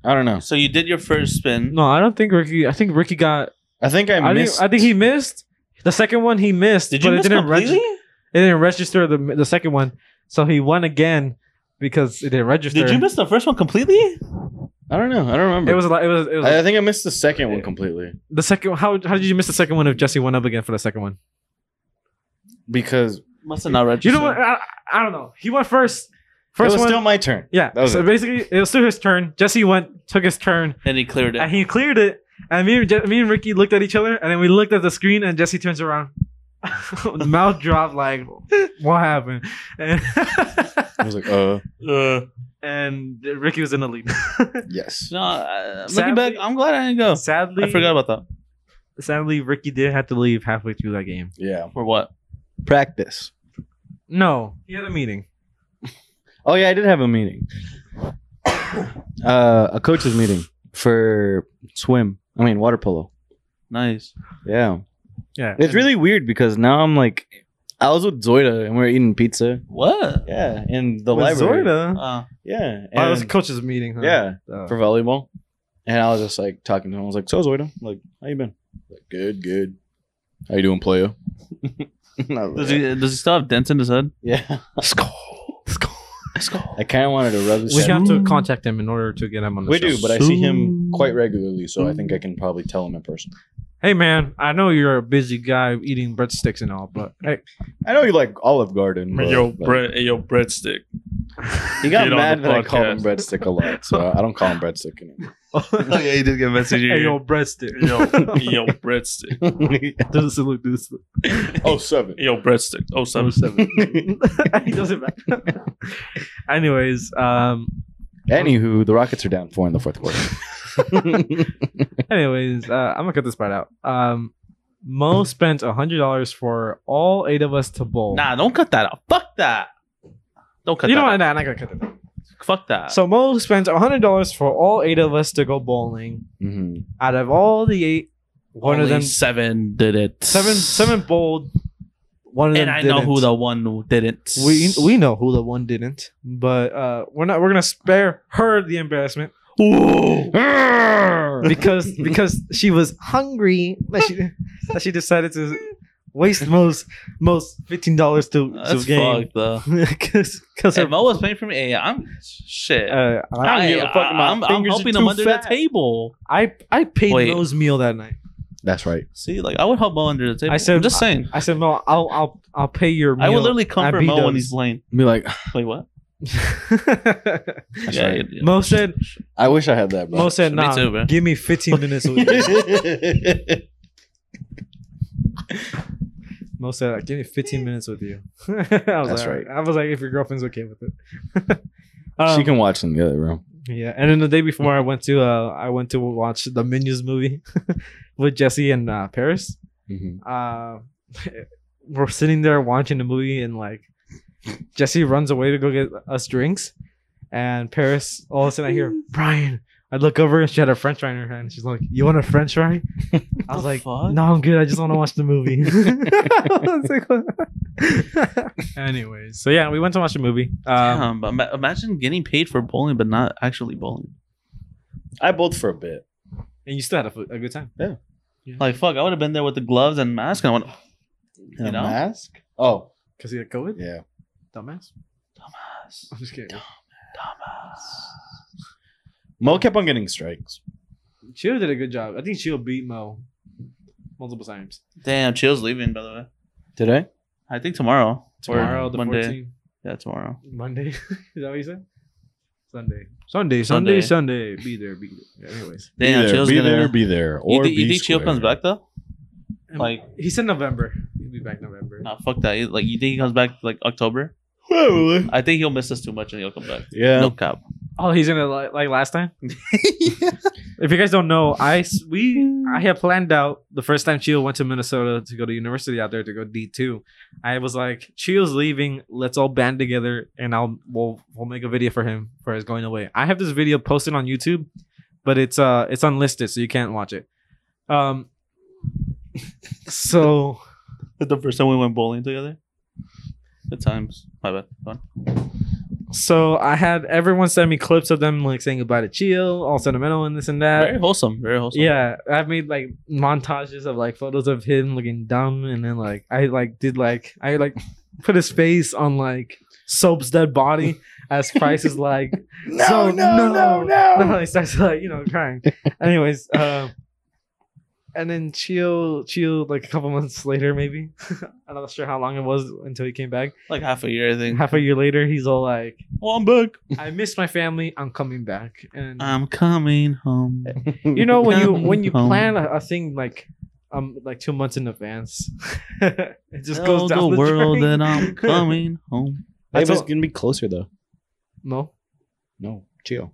S3: I don't know.
S1: So you did your first spin.
S2: no, I don't think Ricky. I think Ricky got.
S3: I think I,
S2: I,
S3: missed.
S2: think I think he missed the second one. He missed,
S1: Did you
S2: but
S1: miss
S2: it didn't register.
S1: completely?
S2: It didn't register the the second one, so he won again because it didn't register.
S1: Did you miss the first one completely?
S3: I don't know. I don't remember.
S2: It was like it was. It was
S3: I, I think I missed the second one completely
S2: the second. How how did you miss the second one if Jesse went up again for the second one?
S3: because
S1: Must have not registered.
S2: You know what? I, I don't know. He went first. First
S3: it was
S2: one.
S3: still my turn.
S2: yeah.
S3: that was
S2: so
S3: it.
S2: basically, it was still his turn. Jesse went, took his turn,
S1: And he cleared
S2: and
S1: it.
S2: he cleared it. And me, and Je- me and Ricky looked at each other, and then we looked at the screen, and Jesse turns around, mouth dropped, like, "What happened?" And,
S3: I was like, uh,
S1: Uh,
S2: and Ricky was in the lead.
S3: yes.
S1: no, uh,
S2: Sadly-
S1: looking back, I'm glad I didn't go.
S2: Sadly,
S1: I forgot about that.
S2: Sadly, Ricky did have to leave halfway through that game.
S3: Yeah.
S1: For what?
S3: Practice.
S2: No, he had a meeting.
S3: Oh yeah, I did have a meeting. uh, a coaches meeting for swim. I mean water polo.
S1: Nice.
S3: Yeah,
S2: Yeah,
S3: it's really weird because now I'm like, I was with Zoida and we were eating pizza.
S1: What?
S3: Yeah, in the
S2: the
S3: library.
S2: Zorda.
S1: Uh,
S3: Yeah,
S2: Oh, it was a
S3: and-
S2: coach's meeting. Huh?
S3: yeah
S2: Uh,
S3: for volleyball. And I was just like talking to him. I was like, "So Zoida, like, how you been? Like, good, good. How you doing, player? Not
S1: Does
S3: bad.
S1: he does he still have dents in his head?
S3: yeah.
S1: Let's go. Let's go.
S3: I kind of wanted to rub his
S2: We
S3: head.
S2: have to contact him in order to get him on the
S3: We
S2: show.
S3: do, but I see him quite regularly, so I think I can probably tell him in person.
S2: Hey man, I know you're a busy guy eating breadsticks and all, but hey,
S3: I know you like Olive Garden. But,
S4: yo,
S3: but-
S4: bread, yo, breadstick.
S3: He got
S4: Get on
S3: mad
S4: the
S3: that I called him
S4: podcast.
S3: breadstick a lot, so I don't call him breadstick anymore.
S4: oh yeah, he did get a message.
S2: hey
S4: Here.
S2: yo, breadstick.
S4: Yo, yo, breadstick.
S2: doesn't salute this.
S3: oh seven.
S4: Yo, breadstick. Oh,
S2: Oh,
S4: seven.
S2: seven. he doesn't matter. Anyways, um,
S3: Anywho, the Rockets are down four in the fourth quarter.
S2: Anyways, uh, I'm gonna cut this part out. Um, Mo spent hundred dollars for all eight of us to bowl.
S1: Nah, don't cut that out. Fuck that. Don't cut
S2: you know
S1: that
S2: what? Nah,
S1: out. Uh,
S2: I'm not gonna cut that. out.
S1: Fuck that.
S2: So Mo spent hundred dollars for all eight of us to go bowling.
S3: Mhm.
S2: Out of all the eight, one
S1: Only
S2: of them
S1: seven did it.
S2: seven seven bowled. One of
S1: And
S2: them
S1: I know who
S2: didn't.
S1: the one who didn't.
S2: we we know who the one didn't, but uh, we're not we're gonna spare her the embarrassment because because she was hungry that she that she decided to waste most most fifteen dollars to
S1: That's
S2: to game
S1: fucked though.
S2: because because
S1: Hey,
S2: her
S1: Mo was paying for me. Hey, I'm shit.
S2: uh, I,
S3: Eh, don't give a fuck about
S1: am I'm
S3: fingers,
S1: helping
S3: you're
S1: him
S3: too
S1: under
S3: fat.
S1: the table.
S2: I I paid
S1: Wait.
S2: Mo's meal that night.
S3: That's right.
S1: See, like I would help Mo under the table.
S2: I
S1: I
S2: said-
S1: said, I'm just saying.
S2: I said Mo, I'll I'll I'll pay your. Meal.
S1: I would
S2: I
S1: literally comfort
S2: beat
S1: Mo when
S2: those.
S1: he's playing.
S3: Be like,
S1: Wait, what?
S3: That's
S1: Yeah,
S3: right.
S1: yeah.
S2: Mo said
S3: I wish I had that, bro.
S2: Mo said
S1: Me
S2: nah.
S1: too, bro."
S2: give me fifteen minutes. With you." Mo said, like, "Give me 15 minutes with you." I was
S3: That's
S2: like,
S3: right.
S2: I was like, if your girlfriend's okay with it.
S3: she
S2: Um,
S3: can watch in the other room.
S2: yeah, and then the day before, I went to uh, I went to watch the Minions movie with Jesse and uh, Paris.
S3: Mhm.
S2: Uh, we're sitting there watching the movie, and like Jesse runs away to go get us drinks, and Paris all of a sudden I hear Brian. I look over and she had a French fry in her hand. She's like, "You want a French fry?" I was
S1: The
S2: like,
S1: fuck?
S2: "No, I'm good. I just want to watch the movie." I was like, what? Anyways, so yeah, we went to watch the movie. Um,
S1: Damn, but ima- imagine getting paid for bowling, but not actually bowling.
S3: I bowled for a bit.
S2: and you still had a, fu- a good time.
S1: Like fuck, I would have been there with the gloves and mask, and I would.
S3: And
S1: You
S3: a
S1: know?
S3: mask? Oh,
S2: Cause you had COVID,
S3: yeah.
S2: dumbass.
S1: Dumbass.
S2: I'm just kidding.
S3: Mo kept on getting strikes.
S2: Chio did a good job. I think Chio beat Mo multiple times.
S1: Damn, Chill's leaving. By the way,
S3: Did I?
S1: I think tomorrow. Or
S2: Tomorrow, the
S1: Monday.
S2: 14th.
S1: Yeah, tomorrow.
S2: Monday. Is that what you said? Sunday. Sunday, Sunday,
S1: Sunday.
S2: Sunday. Be there, be there. Yeah, anyways.
S3: Be
S1: Damn,
S3: there,
S1: Chill's
S3: be
S1: gonna.
S3: there, be there.
S1: you,
S3: Or
S1: thi- you
S3: be
S1: think Chill
S3: square.
S1: comes back though?
S2: And
S1: Like-
S2: he said November. He'll be back November.
S1: Nah, fuck that. You- Like you think he comes back like October?
S3: Probably.
S1: I think he'll miss us too much and he'll come back.
S3: Yeah.
S1: No cap.
S2: Oh, he's gonna like, like last time. If you guys don't know, I s- we I had planned out the first time Chio went to Minnesota to go to university out there to go D two. I was like, Chio's leaving. Let's all band together and I'll we'll we'll make a video for him for his going away. I have this video posted on YouTube, but it's uh it's unlisted, so you can't watch it. Um. So
S1: the first time we went bowling together. Good times. My bad. Go on.
S2: so I had everyone send me clips of them like saying goodbye to Chio, all sentimental and this and that.
S1: very wholesome. Very wholesome.
S2: Uh, Yeah, I've made like montages of like photos of him looking dumb, and then like I like did like I like put his face on like Soap's dead body as Price is like
S3: No,
S2: So,
S3: no,
S2: no.
S3: no, no,
S2: no, he starts like you know crying. Anyways, um, and then Chio Chio like a couple months later maybe I'm not sure how long it was until he came back.
S1: Like half a year, I think.
S2: Half a year later, he's all like,
S1: Oh, I'm back.
S2: "I miss my family. I'm coming back." And
S1: I'm coming home.
S2: you know when you
S1: Come
S2: when you
S1: home.
S2: plan a, a thing like um like two months in advance it just
S1: Tell
S2: goes down
S1: the world
S2: drain.
S1: that I'm coming
S2: I
S3: Hey,
S1: home.
S3: but it's
S2: told-
S3: going to be closer, though.
S2: no
S3: No, chill.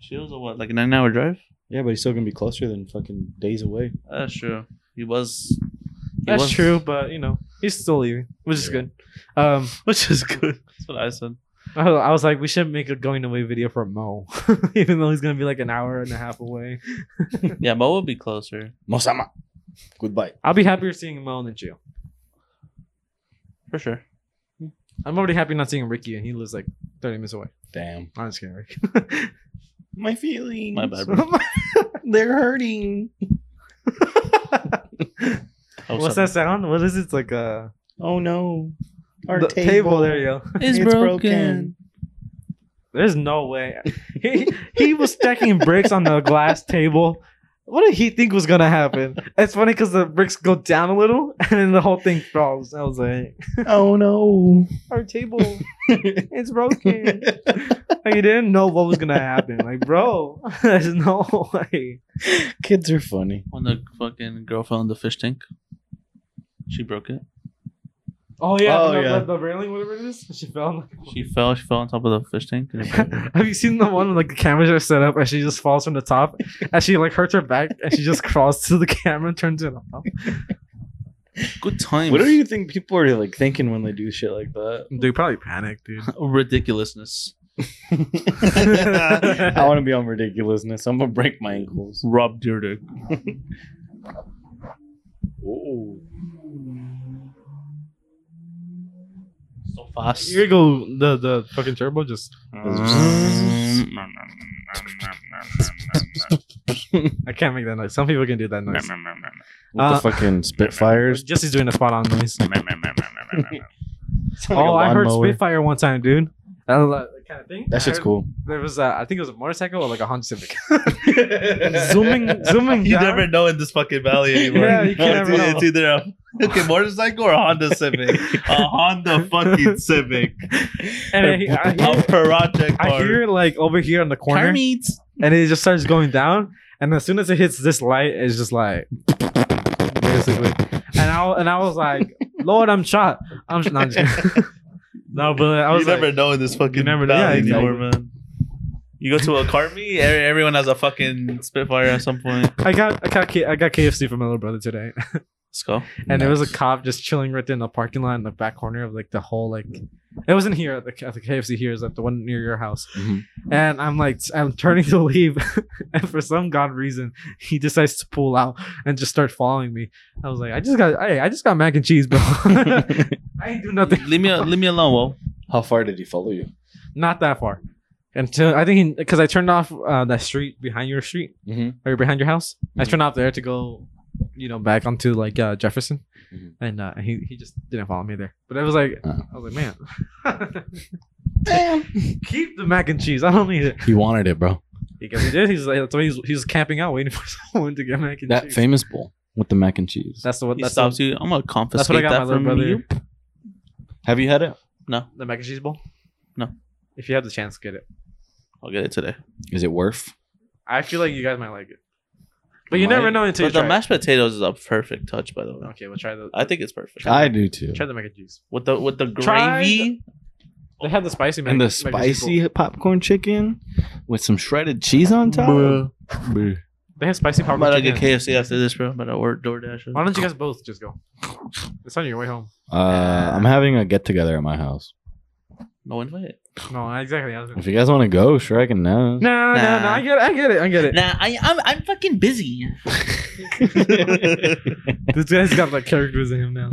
S1: Chills or what? Like a nine hour drive?
S3: Yeah, but he's still going to be closer than fucking days away.
S1: That's true. He was. he
S2: that's
S1: was-
S2: true but you know he's still leaving which is
S3: Yeah.
S2: good um
S1: Which is good. That's what I said.
S2: I was- I was like we should make a going away video for Mo even though he's gonna be like an hour and a half away
S1: Yeah, Mo would be closer.
S3: Mosama. Goodbye.
S2: I'll be happier seeing Mo than Jill
S1: For sure.
S2: I'm already happy not seeing Ricky and he lives like 30 minutes away
S3: Damn.
S2: I'm just kidding Ricky
S3: My feelings.
S1: My bad, bro.
S3: They're hurting.
S1: I was
S2: what's that sound what is it it's like a
S7: Oh no. Our
S2: the table. There you go.
S7: It's, broken.
S2: There's no way. He he was stacking bricks on the glass table. What did he think was gonna happen? It's funny because the bricks go down a little, and then the whole thing falls. I was like,
S7: oh no.
S2: our table, it's broken. like he didn't know what was gonna happen. Like, bro, there's no way.
S3: Kids are funny.
S1: When the fucking girl fell in the fish tank, she broke it.
S2: Oh yeah,
S7: Oh,
S2: the,
S7: yeah.
S2: The, the railing, whatever it is, she fell. on the-
S1: She fell. She fell on top of the fish tank. And it broke it.
S2: Have you seen the one where, like the cameras are set up and she just falls from the top and she like hurts her back and she just crawls to the camera and turns it off?
S1: Good times.
S3: What do you think people are like thinking when they do shit like that?
S2: Dude, probably panic, dude.
S1: ridiculousness?
S3: I want to be on ridiculousness. I'm gonna break my ankles.
S1: Rob Dyrdek. So fast.
S2: You go the the fucking turbo just.
S3: Mm.
S2: I can't make that noise. Some people can do that noise.
S3: With
S2: Uh,
S3: the fucking Spitfires.
S2: Jesse's doing a spot on noise.
S3: Sound like a
S2: Oh, I heard
S3: lawnmower.
S2: Spitfire one time, dude. That was, uh, that kind of thing.
S3: That
S2: I
S3: shit's
S2: heard
S3: cool.
S2: There was, uh, I think it was a motorcycle or like a Honda Civic.
S1: Mm.
S2: zooming, zooming.
S4: You
S2: down.
S4: never know in this fucking valley anymore.
S2: Yeah, you can never
S4: it's, e-
S2: know.
S4: it's either a fucking motorcycle or a Honda Civic. a Honda fucking Civic.
S2: And I, hear- I
S4: A
S2: hear,
S4: Paraja
S2: I
S4: car.
S2: hear like over here on the corner, and it just starts going down. And as soon as it hits this light, it's just like basically. And I and I was like, Lord, I'm shot. I'm sh-" no, I'm just kidding. no, but I was
S4: you never
S2: like,
S4: know in this fucking
S2: You never know.
S4: valley
S2: Yeah,
S4: anymore, man.
S1: You go to a car meet, every- everyone has a fucking Spitfire at some point.
S2: I got I got K- I got KFC from my little brother today,
S1: Let's go.
S2: and there was a cop just chilling right there in the parking lot in the back corner of like the whole like. It wasn't here at the, at the KFC. Here is like the one near your house,
S3: Mhm.
S2: and I'm like I'm turning to leave, and for some god reason he decides to pull out and just start following me. I was like, I just got hey, I just got mac and cheese, bro. I ain't do nothing.
S1: Leave me, leave me alone, Wo.
S3: How far did he follow you?
S2: Not that far, until I think because I turned off uh, that street behind your street
S3: Mhm.
S1: Mm-hmm.
S2: or behind your house. I
S3: Mhm.
S2: turned off there to go, you know, back onto like uh, Jefferson,
S3: Mhm.
S1: Mm-hmm.
S2: and uh, he he just didn't follow me there. But I was like,
S1: Uh-huh.
S3: Oh.
S2: I was like, man, keep the mac and cheese. I don't need it
S3: He wanted it, bro.
S2: because he did. He's like, that's why he's he's camping out waiting for someone to get mac and
S3: That
S2: cheese.
S3: famous bowl with the mac and cheese.
S2: that's the what
S1: He
S2: that's
S1: stops
S2: the,
S1: you. I'm gonna confiscate
S2: that's what I got my
S1: that
S2: little
S1: from
S2: brother.
S1: you.
S3: Have you had it?
S2: The mac and cheese bowl.
S1: No.
S2: if you have the chance, get it.
S1: I'll get it today.
S3: Is it worth?
S2: I feel like you guys might like it, but you
S3: Might.
S2: never know until
S1: But
S2: you try.
S1: the
S2: it.
S1: mashed potatoes is a perfect touch, by the way.
S2: okay, we'll try
S3: Uh,
S2: the.
S1: I think it's perfect.
S3: I do too.
S2: Try the mac and cheese.
S1: with the with the
S2: Try
S1: gravy,
S2: They have the spicy mac
S3: And the
S2: mac cheese bowl.
S3: spicy popcorn chicken with some shredded cheese on top.
S2: Bruh.
S3: Bruh.
S2: They have spicy
S1: I'm
S2: popcorn.
S1: about to get
S2: chicken.
S1: KFC after this, bro. I'm about to order DoorDash.
S2: Why don't you guys both just go? It's on your way home.
S3: Uh, I'm having a get together at my house.
S1: No invite.
S2: No, exactly. I was gonna-
S3: If you guys want to go, sure I can know.
S2: No, no, no. I get it. I get it. I get it.
S1: Nah, I I'm I'm fucking busy.
S2: This guy's got like characters in him now.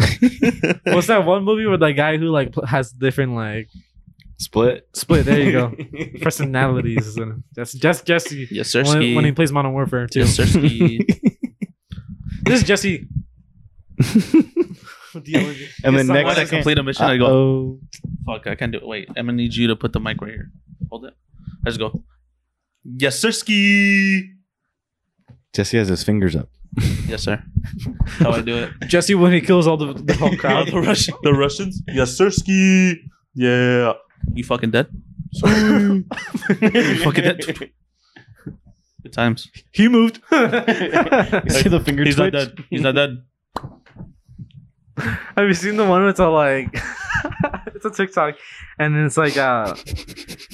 S2: What's that one movie with that guy who like pl- has different like
S3: Split.
S2: split? There you go. Personalities. Isn't it? That's just Jesse.
S1: Yes,
S2: When,
S1: Sersky.
S2: when he plays Modern Warfare too.
S1: Yes, Sersky.
S2: This is Jesse.
S3: And then
S2: Yes,
S1: When
S3: next
S1: I complete a mission, I go,
S3: Uh-oh.
S1: fuck, I can't do it. Wait, I'm gonna need you to put the mic right here. Hold it. I just go, yes, sir, ski.
S3: Jesse has his fingers up.
S1: Yes, sir. That's how I do it.
S2: Jesse when he kills all the, the whole crowd.
S1: the, Russian, the Russians, yes, sir, ski. Yeah. You fucking dead? you fucking dead? Good times.
S2: he moved.
S3: You see the finger
S1: He's
S3: twitch?
S1: not dead. He's not dead.
S2: Have you seen the one that's all like it's a TikTok and then it's like uh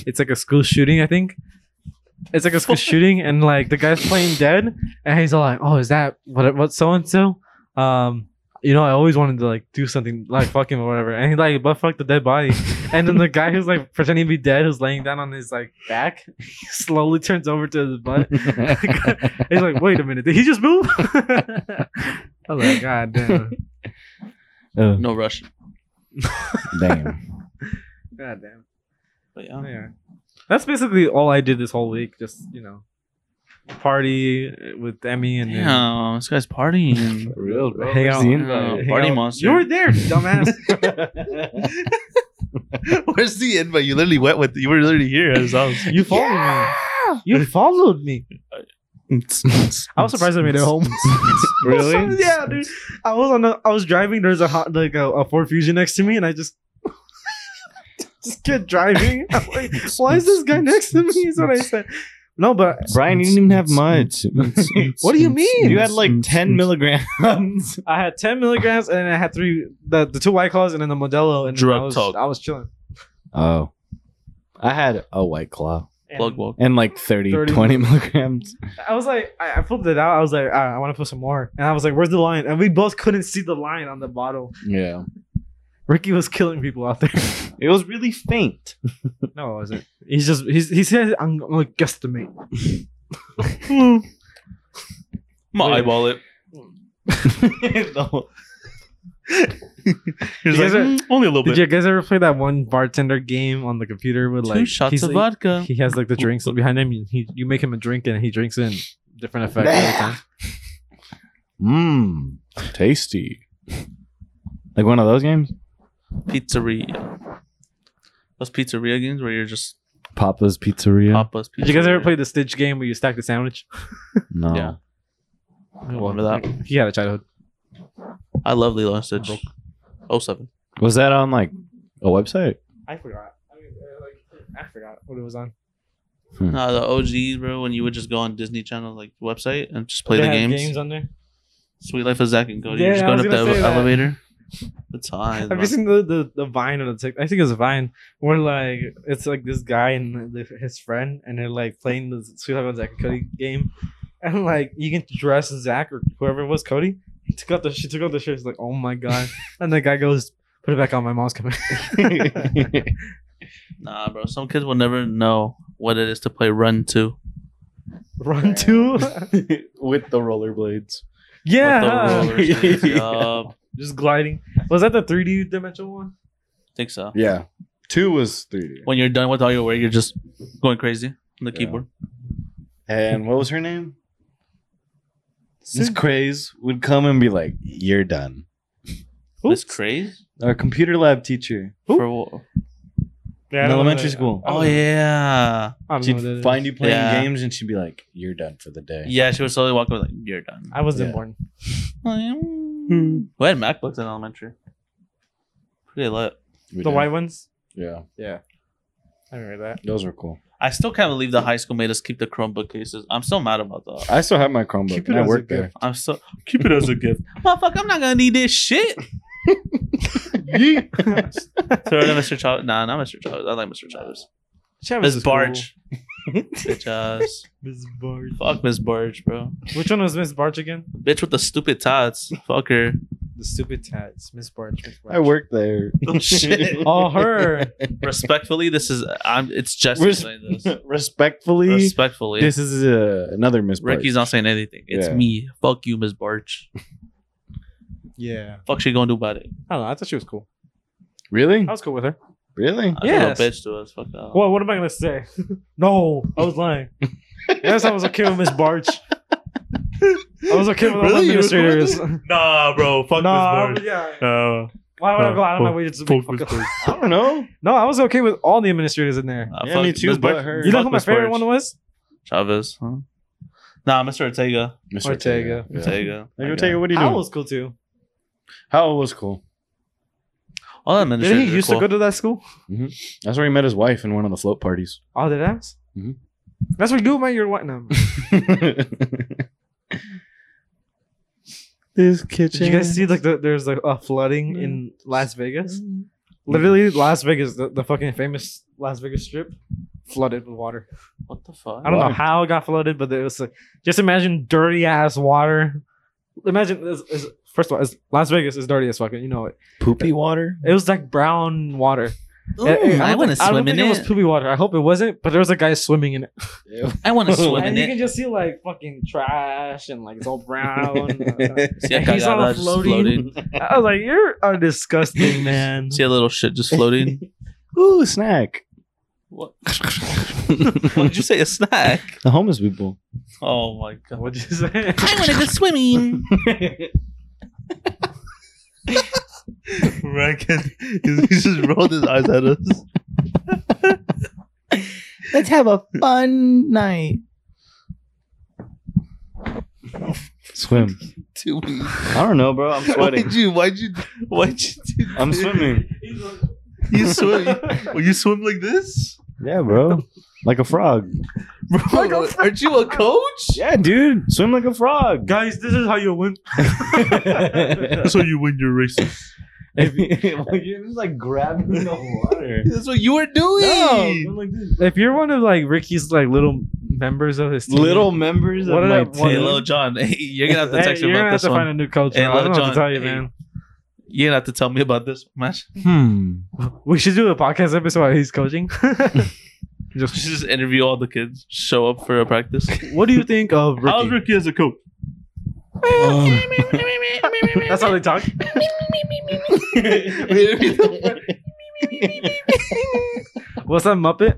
S2: it's like a school shooting, I think. It's like a school shooting and like the guy's playing dead and he's all like, Oh, is that what what so and so? Um you know, I always wanted to like do something like fuck him or whatever. And he like butt fucked the dead body. And then the guy who's like pretending to be dead who's laying down on his like back he slowly turns over to his butt. he's like, wait a minute, did he just move? I was like, God damn.
S3: Oh,
S1: No Russian.
S3: damn.
S2: God damn.
S1: But yeah.
S2: Yeah. That's basically all I did this whole week. Just, you know, party with Emmy and then
S1: Damn, this guy's partying.
S3: real,
S2: hang out.
S3: the
S2: hang
S1: invite?
S2: out-
S1: Party monster.
S2: You were there, dumbass.
S4: Where's the invite? You literally went with. You were literally here at his house.
S2: you followed me. You followed me. I was surprised I made it home.
S3: Really?
S2: yeah, dude. I was on. A, I was driving. There's a hot, like a, a Ford Fusion next to me, and I just just kept driving. I'm like, why is this guy next to me? Is what I said. No, but
S3: Brian, you didn't even have much.
S2: what do you mean?
S3: You had like 10 milligrams.
S2: I had ten milligrams, and I had three the, the two white claws, and then the Modelo, and then
S1: Drug
S2: I was,
S1: talk.
S2: I was chilling.
S3: Oh. I had a white claw
S2: And
S1: Plug walk.
S3: and like 30,
S2: 30.
S3: 20 milligrams.
S2: I was like, I, I pulled it out. I was like, "Ah, I want to put some more, and I was like, where's the line? And we both couldn't see the line on the bottle.
S3: Yeah.
S2: Ricky was killing people out there.
S3: It was really faint.
S2: no, it wasn't. He's just he's, he said I'm gonna guesstimate.
S1: I'm gonna eyeball it.
S3: No.
S1: He was
S2: You
S1: like,
S2: guys are-
S1: "Mm, only a little
S2: Did
S1: bit.
S2: you guys ever play that one bartender game on the computer with like
S1: Two shots
S2: he's
S1: of
S2: like-
S1: vodka.
S2: He has like the drinks behind him. and He you make him a drink and he drinks in different effects. every time.
S3: Mmm. Tasty. Like one of those games?
S1: Pizzeria. Those pizzeria games where you're just
S3: Papa's Pizzeria?
S1: Papa's pizzeria.
S2: Did you guys ever play the Stitch game where you stack the sandwich?
S3: No.
S1: Yeah. I remember that.
S2: He had a childhood.
S1: I love Lilo and Stitch. 07.
S3: Was that on like a website?
S2: I forgot. I mean, uh, like, I forgot what it was on.
S1: Nah, the OGs, bro, when you would just go on Disney Channel like website and just play the games.
S2: on there.
S1: Sweet Life of Zach and Cody. you're
S2: Yeah,
S1: just
S2: I
S1: going
S2: was
S1: up the
S2: gonna say
S1: ele-
S2: that.
S1: elevator. The time.
S2: Have you seen the, the, the vine on the tick? I think it's a vine where like it's like this guy and the, his friend and they're like playing the Sweet Life of Zach and Cody game, and like you can dress Zach or whoever it was Cody. He took out the she took out the shirt. She's like, oh my god! and the guy goes, put it back on. My mom's coming.
S1: Nah, bro. Some kids will never know what it is to play Run 2.
S2: Run to
S3: With the rollerblades.
S2: yeah,
S1: With the roller skates. Yup.
S2: just gliding. Was that the three D dimensional one?
S1: think so.
S3: Yeah. Two was 3D.
S1: When you're done with all your work, you're just going crazy on the
S3: Yeah.
S1: keyboard.
S3: And what was her name? This craze would come and be like, "You're done."
S1: This craze?
S3: Our computer lab teacher
S2: Who?
S1: For what?
S2: Yeah, I
S3: in
S2: don't know
S3: elementary
S2: that-
S3: school.
S1: Oh, yeah.
S2: I don't know what that
S3: She'd
S2: is.
S3: find you playing
S1: Yeah.
S3: games and she'd be like, "You're done for the day."
S1: Yeah, she would slowly walk away like, you're done. mm.
S2: I wasn't
S3: Yeah.
S2: born.
S1: We had MacBooks in elementary. Pretty lit.
S3: We
S2: The
S3: did.
S2: white ones.
S3: Yeah,
S2: I remember that.
S3: those were cool.
S1: I still can't believe the high school made us keep the Chromebook cases. I'm so mad about that.
S3: I still have my Chromebook.
S2: Keep it
S3: and I
S2: as a
S3: work there.
S1: I'm so keep it as a gift. Motherfucker, I'm not gonna need this shit. Throw it at Mr. Chavez. Nah, not Mr. Chavez. I like Mr. Chavez.
S2: Chavez
S1: Miss
S2: is cool.
S1: Barge. Bitch ass.
S2: Miss Barge.
S1: Fuck Miss Barge, bro.
S2: Which one was Miss Barge again?
S1: Bitch with the stupid tots. Fuck her.
S2: The stupid tats. Miss Barge. Miss Barge.
S3: I work there.
S1: Oh, shit.
S2: Oh, her.
S1: Respectfully, this is I'm it's just
S3: Res-
S1: saying this.
S3: Respectfully,
S1: Respectfully.
S3: this is uh, another Miss.
S1: Ricky's not saying anything. It's
S3: Yeah.
S1: me. Fuck you, Miss Barge.
S2: Yeah.
S1: Fuck she gonna do about it.
S2: I don't know. I thought she was cool.
S3: really,
S2: I was cool with her.
S3: really.
S1: I
S2: Yes.
S1: yes. a bitch to us. Fuck that.
S2: Well, what am I gonna say? no, I was lying. yes, I was okay with Miss Barge. I was okay with all the
S4: Really? You was cool with
S2: administrators.
S4: Nah, bro. Fuck
S2: nah,
S4: this
S2: yeah.
S4: bar.
S2: Why would I
S4: Uh,
S2: go out of my
S4: fuck-
S2: way to
S4: fuck
S2: fuck
S4: Miss
S2: up?
S4: Barge.
S3: I don't know.
S2: No, I was okay with all the administrators in there.
S1: Nah,
S3: Yeah,
S1: fuck
S3: me too,
S1: Miss Barge.
S3: but her-
S2: You know
S1: fuck
S2: who my
S1: Miss
S2: favorite
S1: Barge.
S2: one was?
S1: Chavez. Huh? Nah, Mr. Ortega.
S3: Miss
S2: Ortega.
S3: Yeah.
S1: Ortega.
S3: Like,
S1: That guy.
S3: Ortega, what are you
S2: I
S3: doing?
S2: was cool too.
S3: Howell was cool.
S1: All that
S2: Did
S1: administrators
S2: he
S1: are
S2: used
S1: cool.
S2: to go to that school?
S3: That's where he met his wife in one of the float parties.
S2: Oh, did I?
S1: Mm-hmm.
S3: Mhm.
S2: That's what you do, man. You're what now?
S3: this kitchen.
S2: Did you guys see like the, there's like a flooding in Las Vegas?
S1: Mm-hmm.
S2: Literally, Las Vegas, the, the fucking famous Las Vegas Strip, flooded with water.
S1: what the fuck?
S2: I don't
S3: Why?
S2: know how it got flooded, but it was like just imagine dirty ass water. Imagine this is first of all, it's, Las Vegas is dirty as fucking. You know it.
S3: poopy water?
S2: It was like brown water.
S1: Ooh,
S2: It- it-
S1: I
S2: don't
S1: want to
S2: think- I don't
S1: swim in
S2: think it was
S1: it.
S2: poopy water. I hope it wasn't, but there was a guy swimming in it.
S1: I want to swim
S2: And
S1: in
S2: you can
S1: it.
S2: just see like fucking trash and like it's all brown.
S1: See a
S2: and he's all
S1: cagada just
S2: floating.
S1: floating.
S2: I was like, you're a disgusting man.
S1: See a little shit just floating.
S3: Ooh, snack.
S1: What? what did
S3: the
S1: you say? A snack?
S3: homeless people.
S1: Oh my god.
S2: What'd you say?
S1: I want to go swimming.
S4: Reckon he just rolled his eyes at us.
S7: Let's have a fun night.
S3: Swim.
S4: Dude,
S3: I don't know, bro. I'm sweating.
S4: why'd you? Why'd you? Why'd you? Do
S3: I'm
S4: this?
S3: swimming.
S4: You swim. Will you swim like this?
S3: Yeah, bro. Like a frog.
S4: Bro, aren't you a coach?
S3: Yeah, dude. Swim like a frog.
S2: Guys, this is how you win.
S4: That's how you win your races.
S3: If you- you're just like grabbing the water.
S4: That's what you were doing.
S3: No,
S2: If you're one of like Ricky's like little members of his team,
S3: little members
S2: What did
S3: of my
S2: I- what
S1: Hey,
S2: did
S3: team.
S1: Lil John, hey, you're gonna have to
S2: Hey,
S1: text me
S2: you're gonna
S1: about
S2: have
S1: this
S2: to
S1: one.
S2: find a new culture.
S1: Hey,
S2: I don't know
S1: Lil
S2: what to tell you,
S1: Jon, hey.
S2: man.
S1: You're gonna have to tell me about this, Mash.
S3: Hmm.
S2: We should do a podcast episode while he's coaching. Just,
S1: Just interview all the kids. Show up for a practice.
S2: what do you think of Ricky?
S4: How's Ricky as a coach?
S2: That's how they talk. What's that Muppet?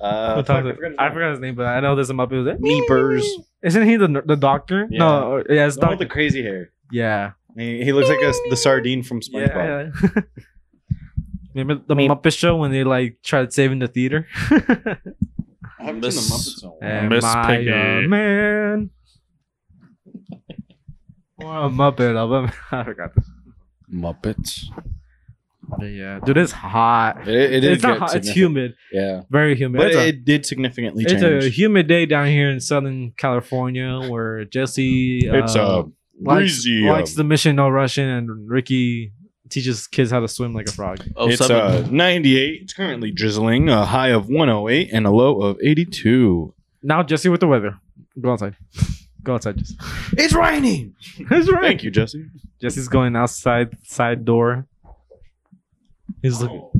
S3: uh,
S2: What talks- Oh, I forgot his name, but I know there's a Muppet. who's like,
S3: Meepers.
S2: Isn't he the the doctor?
S3: Yeah.
S2: No, or- yeah, it's
S3: The one with
S2: doctor.
S3: the crazy hair.
S2: yeah,
S3: He, he looks like a, the sardine from SpongeBob.
S2: yeah. yeah. Remember the
S3: Meep.
S2: Muppet Show when they like tried saving the theater?
S3: I haven't
S1: Miss-
S3: in a while.
S2: Am
S1: Miss
S2: I
S1: Piggy.
S2: a man. Or a Muppet of him. I forgot this.
S3: Muppets.
S2: But yeah, dude, it's hot.
S3: It, it is
S2: it's not hot. It's humid.
S3: Yeah,
S2: Very humid.
S3: but
S2: it's a-
S3: it did significantly
S2: it's
S3: change.
S2: a humid day down here in Southern California where Jesse
S3: It's, uh,
S2: likes,
S3: breezy,
S2: likes
S3: um,
S2: the mission no Russian and Ricky teaches kids how to swim like a frog.
S1: Oh,
S3: it's
S1: seven.
S3: uh, 98. It's currently drizzling, a high of 108 and a low of 82.
S2: Now Jesse with the weather. Go outside. Go outside, Jesse.
S3: It's raining.
S2: That's right.
S3: Thank you, Jesse.
S2: Jesse's going outside side door. He's looking.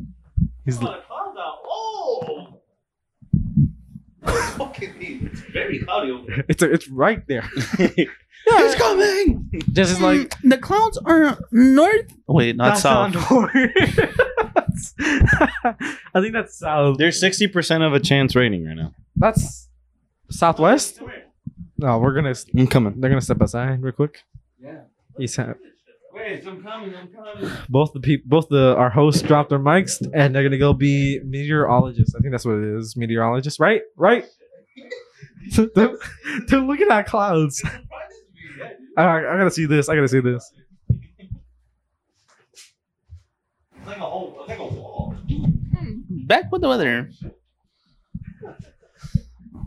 S2: He's
S5: Oh, I found out. Oh! That's fucking neat. It's very cloudy over there.
S2: it's it's right there.
S3: It's coming.
S2: Jesse's like
S7: the clouds are north.
S1: Wait, not
S2: that's
S1: south.
S2: not north." I think that's south.
S3: There's 60% of a chance raining right now.
S2: That's southwest. No, we're gonna.
S3: I'm coming.
S2: They're gonna step aside real quick.
S5: Yeah.
S2: He's ha-
S5: Wait, I'm coming, I'm coming.
S2: both the peop both the our hosts dropped their mics, and they're gonna go be meteorologists. I think that's what it is, meteorologists, right? Right. they're, they're looking at clouds. I, I gotta see this. I gotta see this.
S5: It's like a hole, it's like a wall.
S1: Back with the weather.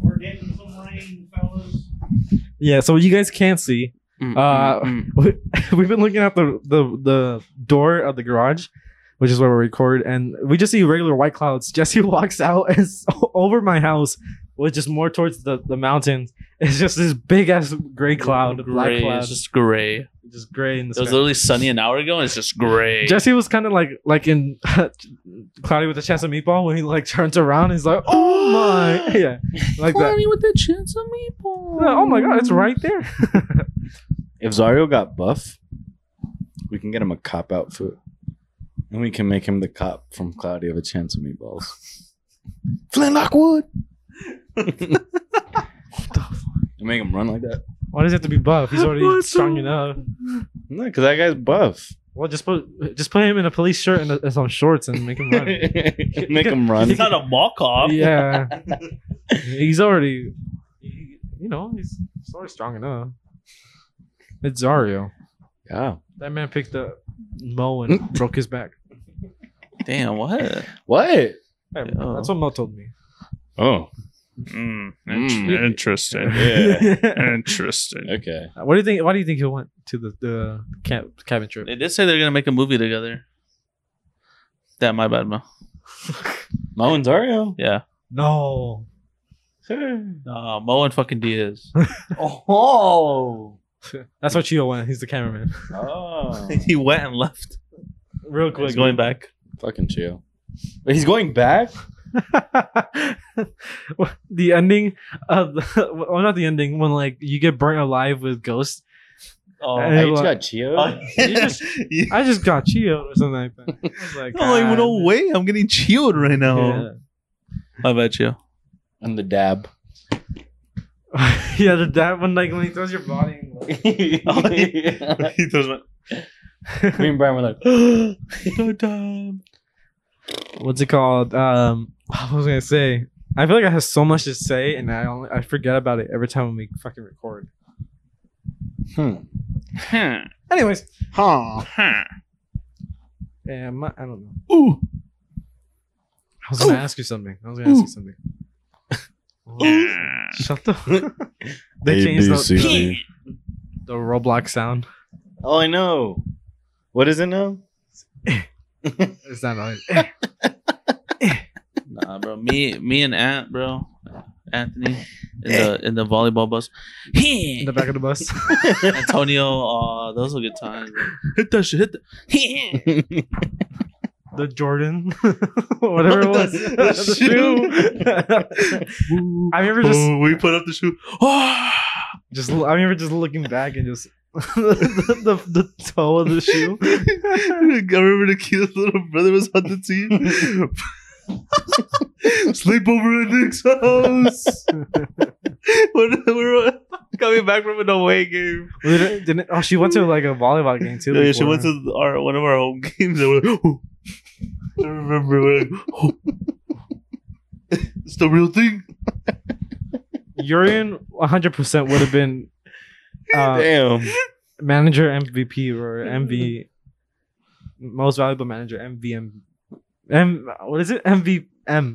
S5: We're getting some rain, fellas.
S2: Yeah, so you guys can't see.
S1: Mm,
S2: Uh,
S1: mm, mm.
S2: We- We've been looking at the, the the door of the garage, which is where we record, and we just see regular white clouds. Jesse walks out and it's o- over my house, which is more towards the, the mountains. It's just this big ass gray cloud, black
S1: Gray,
S2: cloud,
S1: It's
S2: just,
S1: just gray.
S2: gray in the
S1: It was
S2: sky.
S1: literally sunny an hour ago, and it's just gray.
S2: Jesse was kind of like like in Cloudy with a Chance of Meatball when he like turns around, he's like, "Oh my, yeah, like that."
S1: with the chance of meatball.
S2: Oh my god, it's right there.
S3: If Zario got buff, we can get him a cop outfit. And we can make him the cop from Cloudy of a Chance of Meatballs. Flynn Lockwood. And make him run like that.
S2: Why does he have to be buff? He's already
S1: What's
S2: strong
S1: so-
S2: enough.
S3: No, because that guy's buff.
S2: Well, just put just put him in a police shirt and, and some shorts and make him run.
S3: Make him run.
S1: He's not a mall cop.
S2: yeah, he's already, you know, he's, he's already strong enough. It's Zario.
S3: Yeah.
S2: That man picked up Mo and broke his back.
S1: Damn, what?
S3: What?
S2: Hey,
S1: Yeah.
S2: That's what Mo told me.
S3: Oh.
S2: int-
S1: interesting.
S3: Yeah.
S1: interesting.
S3: okay.
S2: What do you think? Why do you think he went to the the camp cabin trip?
S1: They did say they're gonna make a movie together. That my bad, Mo.
S3: Mo and Zario.
S1: Yeah.
S2: No,
S1: Uh, Mo and fucking Diaz.
S5: Oh!
S2: that's what Chio went. He's the cameraman.
S3: Oh.
S1: he went and left.
S2: Real
S1: He's going back.
S3: Fucking chill. But he's going back?
S2: the ending of the, well, not the ending when like you get burnt alive with ghosts.
S1: Oh,
S2: And
S3: I
S2: you're
S3: just
S2: like,
S3: got Chio.
S2: You just- I just got chilled or something like that. I was like,
S4: I'm like, well,
S2: "God."
S4: no way. I'm getting chilled right now.
S2: Yeah.
S1: I bet you.
S3: And the dab.
S2: yeah, the dad one like when he throws your body. and, like-
S3: Me
S4: he throws my-
S3: and Brian were like,
S2: What's it called? Um, I was I gonna say. I feel like I have so much to say, and I only, I forget about it every time when we fucking record.
S3: hmm.
S2: Anyways,
S3: Huh.
S2: yeah, my, I don't know. Ooh. I was gonna ask you something. I was gonna ask you something. Shut the. they
S3: A,
S2: changed
S3: B,
S2: the,
S3: C,
S2: the,
S3: D.
S2: the Roblox sound.
S3: Oh, I know. What is it now?
S2: It's not on.
S1: Nah, bro. Me, me, and Ant, bro, Anthony, in
S4: Eh.
S1: the in the volleyball bus.
S2: in the back of the bus.
S1: Antonio, uh, those were good times. bro. Hit that shit. Hit that.
S2: the Jordan, whatever it was.
S4: The- the
S2: shoe. I remember just
S4: Ooh, we put up the shoe. Oh,
S2: just I remember just looking back and just the, the, the toe of the shoe.
S4: I remember the cutest little brother was on the team. Sleep over at Nick's house. when we were coming back from an away game.
S2: We didn't- didn't- oh, she went to like a volleyball game too.
S4: Yeah, she
S2: before.
S4: went to our one of our home games and we're like, "Oh." I remember we're like, "Oh." it's the real thing.
S2: Urian. One hundred percent would have been uh,
S3: Damn.
S2: manager MVP or MV most valuable manager MVM. M what is it? MVM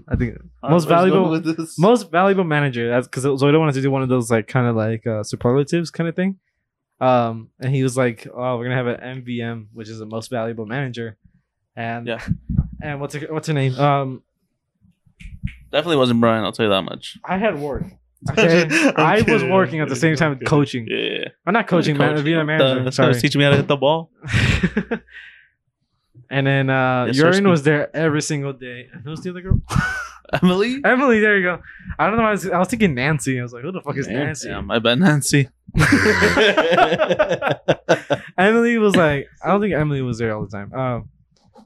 S2: I think most valuable
S4: With this.
S2: Most valuable manager. That's because Zoido wanted to do one of those like kind of like uh, superlatives kind of thing. Um, and he was like, "Oh, we're gonna have an MVM, which is the most valuable manager." And
S1: Yeah.
S2: and what's her, what's her name? Um,
S1: Definitely wasn't Brian. I'll tell you that much.
S2: I had work. Okay,
S4: I'm
S2: I was
S4: kidding,
S2: working
S4: I'm
S2: at the same time
S4: kidding, I'm
S2: coaching.
S1: Yeah.
S2: I'm not coaching, man. Being a manager.
S1: That's gonna
S2: Sorry.
S1: teach me how to hit the ball.
S2: and then uh,
S1: Yes, sir,
S2: Urine
S1: speak.
S2: was there every single day. And who's the other girl?
S1: Emily.
S2: Emily. There you go. I don't know. I was, I was thinking Nancy. I was like, "Who the fuck is
S3: Man,
S2: Nancy?"
S1: Damn, I bet Nancy.
S2: Emily was like, I don't think Emily was there all the time. Um,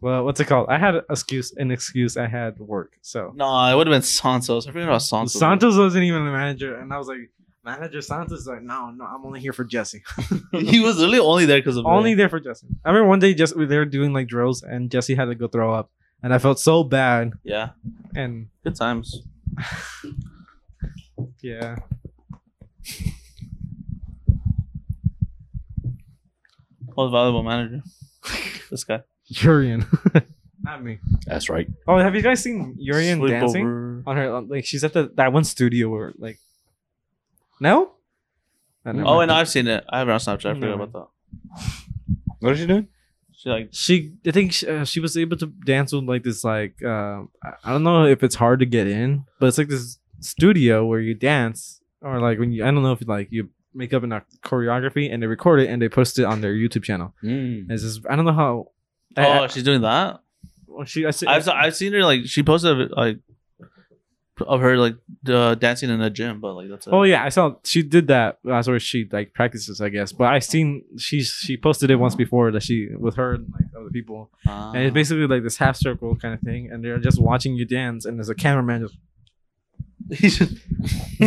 S2: well, what's it called? I had an excuse, an excuse. I had work, so
S1: No, it would have been Santos. I forget about Santos.
S2: Santos wasn't even the manager, and I was like, manager Santos is like, no, no, I'm only here for Jesse.
S1: He was really only there because of
S2: only
S1: me.
S2: there for Jesse. I remember one day just they were doing like drills, and Jesse had to go throw up, and I felt so bad,
S1: Yeah,
S2: and
S1: good times.
S2: yeah,
S1: Most valuable manager. This guy.
S2: Urian, not me.
S3: That's right.
S2: Oh, have you guys seen Urian
S1: Sleepover.
S2: dancing on her? on- Like she's at the that one studio where like, no. never
S1: Oh,
S2: mind.
S1: and I've seen it. I have it on Snapchat. I forgot
S2: No.
S1: about that.
S3: What is she doing?
S1: She like
S2: she i think she, uh, she was able to dance with like this like uh, i I don't know if it's hard to get in but it's like this studio where you dance or like when you i don't know if like you make up a choreography and they record it and they post it on their youtube channel
S3: Mm.
S2: it's just i don't know how I-
S1: oh,
S2: I-
S1: she's doing that.
S2: well, she i, said-
S1: I've se- I've seen her like she posted like of her like uh, dancing in a gym, but like that's it.
S2: oh yeah i saw she did that that's where she like practices i guess but i seen she's she posted it once before that she with her and like other people
S1: Ah.
S2: and it's basically like this half circle kind of thing, and they're just watching you dance, and there's a cameraman just he's just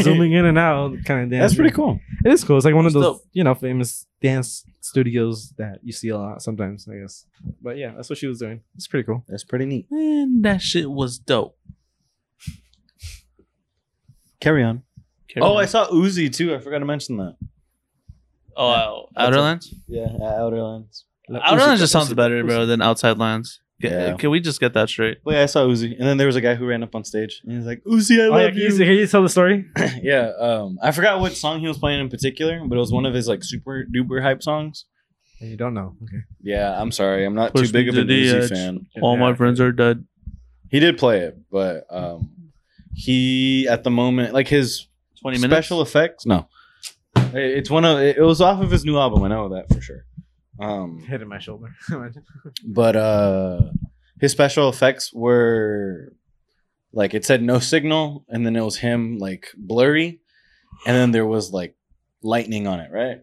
S2: zooming in and out, kind of dance.
S3: That's pretty cool.
S2: It is cool. It's like one of
S1: That's
S2: those you know famous dance studios that you see a lot sometimes, I guess. But yeah, that's what she was doing. It's pretty cool.
S3: That's pretty neat.
S1: Man, that shit was dope.
S3: Carry on.
S1: oh,
S3: Oh, I saw Uzi too. I forgot to mention that.
S1: oh,
S3: That's
S1: Outer
S3: it.
S1: Lands.
S3: Yeah, Outerlands.
S2: Uh,
S1: Outer Lands just sounds better, bro, than Outside Lands. Can-
S3: Yeah.
S1: Can we just get that straight?
S3: But yeah, I saw Uzi, and then there was a guy who ran up on stage, and he was like, "Uzi, I
S2: Oh, yeah,
S3: love
S2: can, you, can you tell the story?
S3: you." yeah, um, I forgot what song he was playing in particular, but it was one of his like super duper hype songs.
S2: You don't know. Okay.
S3: Yeah, I'm sorry, I'm not
S1: Push
S3: too big
S1: me
S3: of
S1: to
S3: an
S1: the
S3: Uzi
S1: edge.
S3: fan.
S1: All Oh, my
S2: Yeah.
S1: friends are dead.
S3: He did play it, but um, he at the moment like his
S1: Twenty minutes.
S3: special effects. No, It- it's one of it it was off of his new album. I know that for sure. Um,
S2: Hit in my shoulder.
S3: but uh his special effects were like it said no signal and then it was him like blurry and then there was like lightning on it right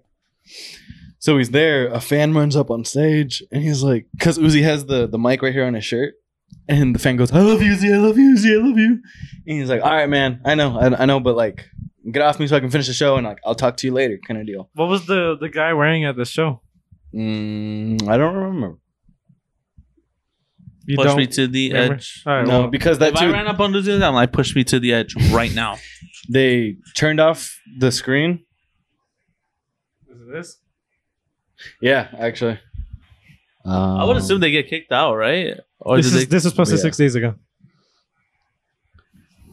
S3: so he's there a fan runs up on stage and he's like because uzi has the the mic right here on his shirt And the fan goes, I love you, Z, I love you, Z, I love you. And he's like, All right, man, I know, I, I know, but like, get off me so I can finish the show and like, I'll talk to you later, kind of deal.
S2: What was the the guy wearing at the show?
S3: Mm, I don't remember.
S2: You
S1: push me to the
S2: remember?
S1: edge.
S2: All right,
S3: no,
S2: well,
S3: because that
S1: if I
S3: dude,
S1: ran up on Lucy, I'm like, push me to the edge right now.
S3: they turned off the screen.
S2: is it this?
S3: Yeah, actually.
S1: I would assume they get kicked out, right? Or
S2: this is
S1: did they,
S2: this was posted
S3: Yeah.
S2: six days ago.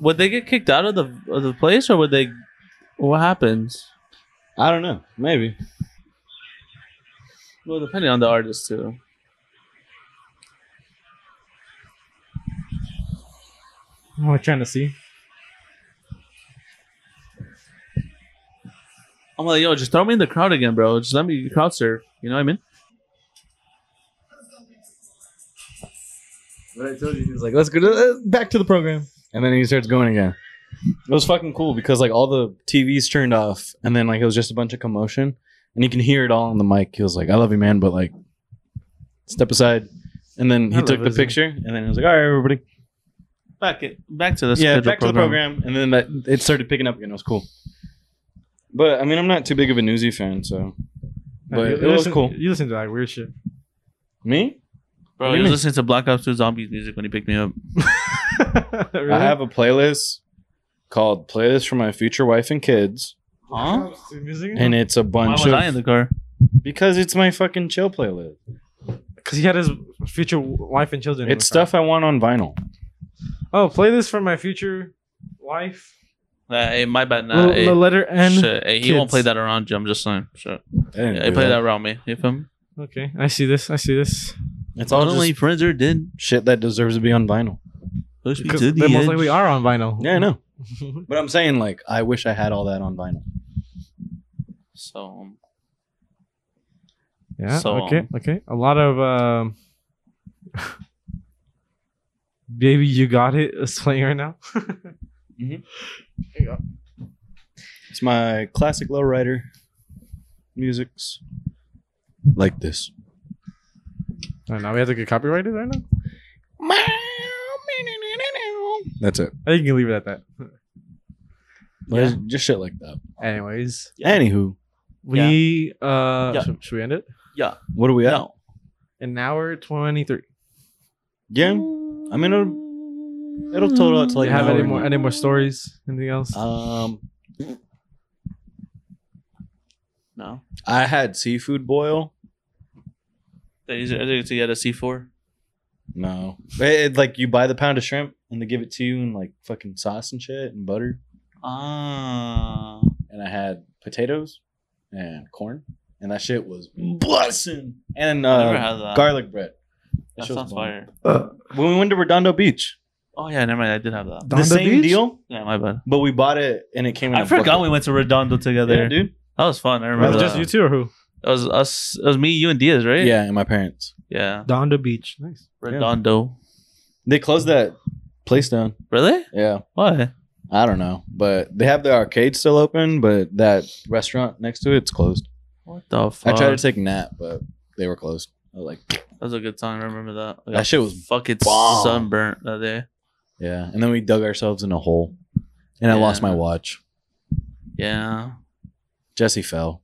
S1: would they get kicked out of the of the place, or would they? What happens?
S3: Um, I don't know. Maybe.
S1: Well, depending on the artist too.
S2: Oh, I'm trying to see.
S1: I'm like, yo, just throw me in the crowd again, bro. Just let me crowd surf. You know what I mean?
S3: But I told you, he was like, let's go to, uh, back to the program. And then he starts going again. It was fucking cool because like all the TVs turned off and then like it was just a bunch of commotion and you can hear it all on the mic. He was like, I love you, man, but like step aside. And then
S2: I
S3: he took
S2: love
S3: the
S2: Izzy.
S3: picture and then he was like, all right, everybody.
S1: Back it, back to the
S3: yeah,
S1: scheduled
S3: back to the program. And then that it started picking up again. It was cool. But I mean, I'm not too big of a newsy fan, so.
S2: No,
S3: But
S2: you-
S3: it
S2: you
S3: was
S2: listen-
S3: cool.
S2: You listen to that weird shit.
S3: Me?
S1: Bro,
S3: What do
S1: he
S3: you
S1: was
S3: mean?
S1: listening to Black Ops 2 Zombies music when he picked me up.
S2: Really?
S3: I have a playlist called Playlist for My Future Wife and Kids.
S1: Huh?
S2: music
S3: And it's a
S1: Why
S3: bunch of.
S1: was I in the car?
S3: Because it's my fucking chill playlist.
S2: because he had his future wife and children. in
S3: It's
S2: the car.
S3: stuff I want on vinyl.
S2: Oh, play this for my future wife.
S1: Uh, hey, my bad.
S2: L-
S1: Nah, hey,
S2: the letter N.
S1: shit, hey, he won't
S2: kids.
S1: play that around you. I'm just saying. Shit.
S3: I didn't
S1: Yeah,
S3: do
S1: he played
S3: that.
S1: that around me. You feel me?
S2: Okay, I see this. I see this.
S3: It's all
S1: only
S3: just
S1: friends are dead.
S3: shit that deserves to be on vinyl.
S1: Push me
S2: Because
S1: to
S2: they
S1: the
S2: most
S1: edge.
S2: likely are on vinyl.
S3: Yeah, I know. but I'm saying, like, I wish I had all that on vinyl.
S1: So, um,
S2: Yeah.
S1: So,
S2: okay.
S1: um,
S2: okay. A lot of um, baby, you got it is playing right now.
S3: It's my classic lowrider musics. Like this.
S2: I know we have to get copyrighted right now.
S3: That's it.
S2: I think you can leave it at that.
S3: But it's Just shit like that.
S2: Anyways,
S3: Anywho,
S2: we uh,
S1: Yeah.
S2: Should, should we end it?
S3: what are we at?
S1: no.
S2: An hour twenty three.
S3: Yeah. I mean, it'll, it'll total out to
S2: Do
S3: like
S2: you have
S3: an
S2: any
S3: hour.
S2: more any more stories? Anything else?
S3: Um,
S1: No.
S3: I had seafood boil.
S1: These are- these are- You had a C4?
S3: No, It- it- like you buy the pound of shrimp and they give it to you in like fucking sauce and shit and butter.
S1: Ah.
S3: And I had potatoes and corn, and that shit was bussin'. And
S1: I never
S3: uh,
S1: had that.
S3: garlic bread. That
S1: That
S3: shit was
S1: sounds
S3: bomb.
S1: fire.
S3: When we went to Redondo Beach,
S1: Oh, yeah, never mind. I did have that.
S3: the same deal,
S1: Yeah, my bad.
S3: but we bought it and it came. In
S1: I
S3: a
S1: forgot we
S3: bucket.
S1: went to Redondo together.
S3: yeah, dude.
S1: That was fun. I
S2: Was
S1: remember
S2: it
S1: that.
S2: just you two or who?
S1: It was us. It was me, you, and Diaz, right?
S3: Yeah, and my parents.
S1: Yeah.
S2: Down the beach. Nice.
S1: Redondo.
S3: They closed that place down.
S1: Really?
S3: Yeah,
S1: Why?
S3: I don't know, but they have the arcade still open, but that restaurant next to it's closed.
S1: What the fuck?
S3: I tried to take a nap, but they were closed. I was like.
S1: that was a good time. I remember that. I
S3: That
S1: got
S3: shit was
S1: fucking
S3: bomb.
S1: sunburnt that day.
S3: Yeah, and then we dug ourselves in a hole, and I lost
S1: Yeah.
S3: my watch.
S1: Yeah.
S3: Jesse fell.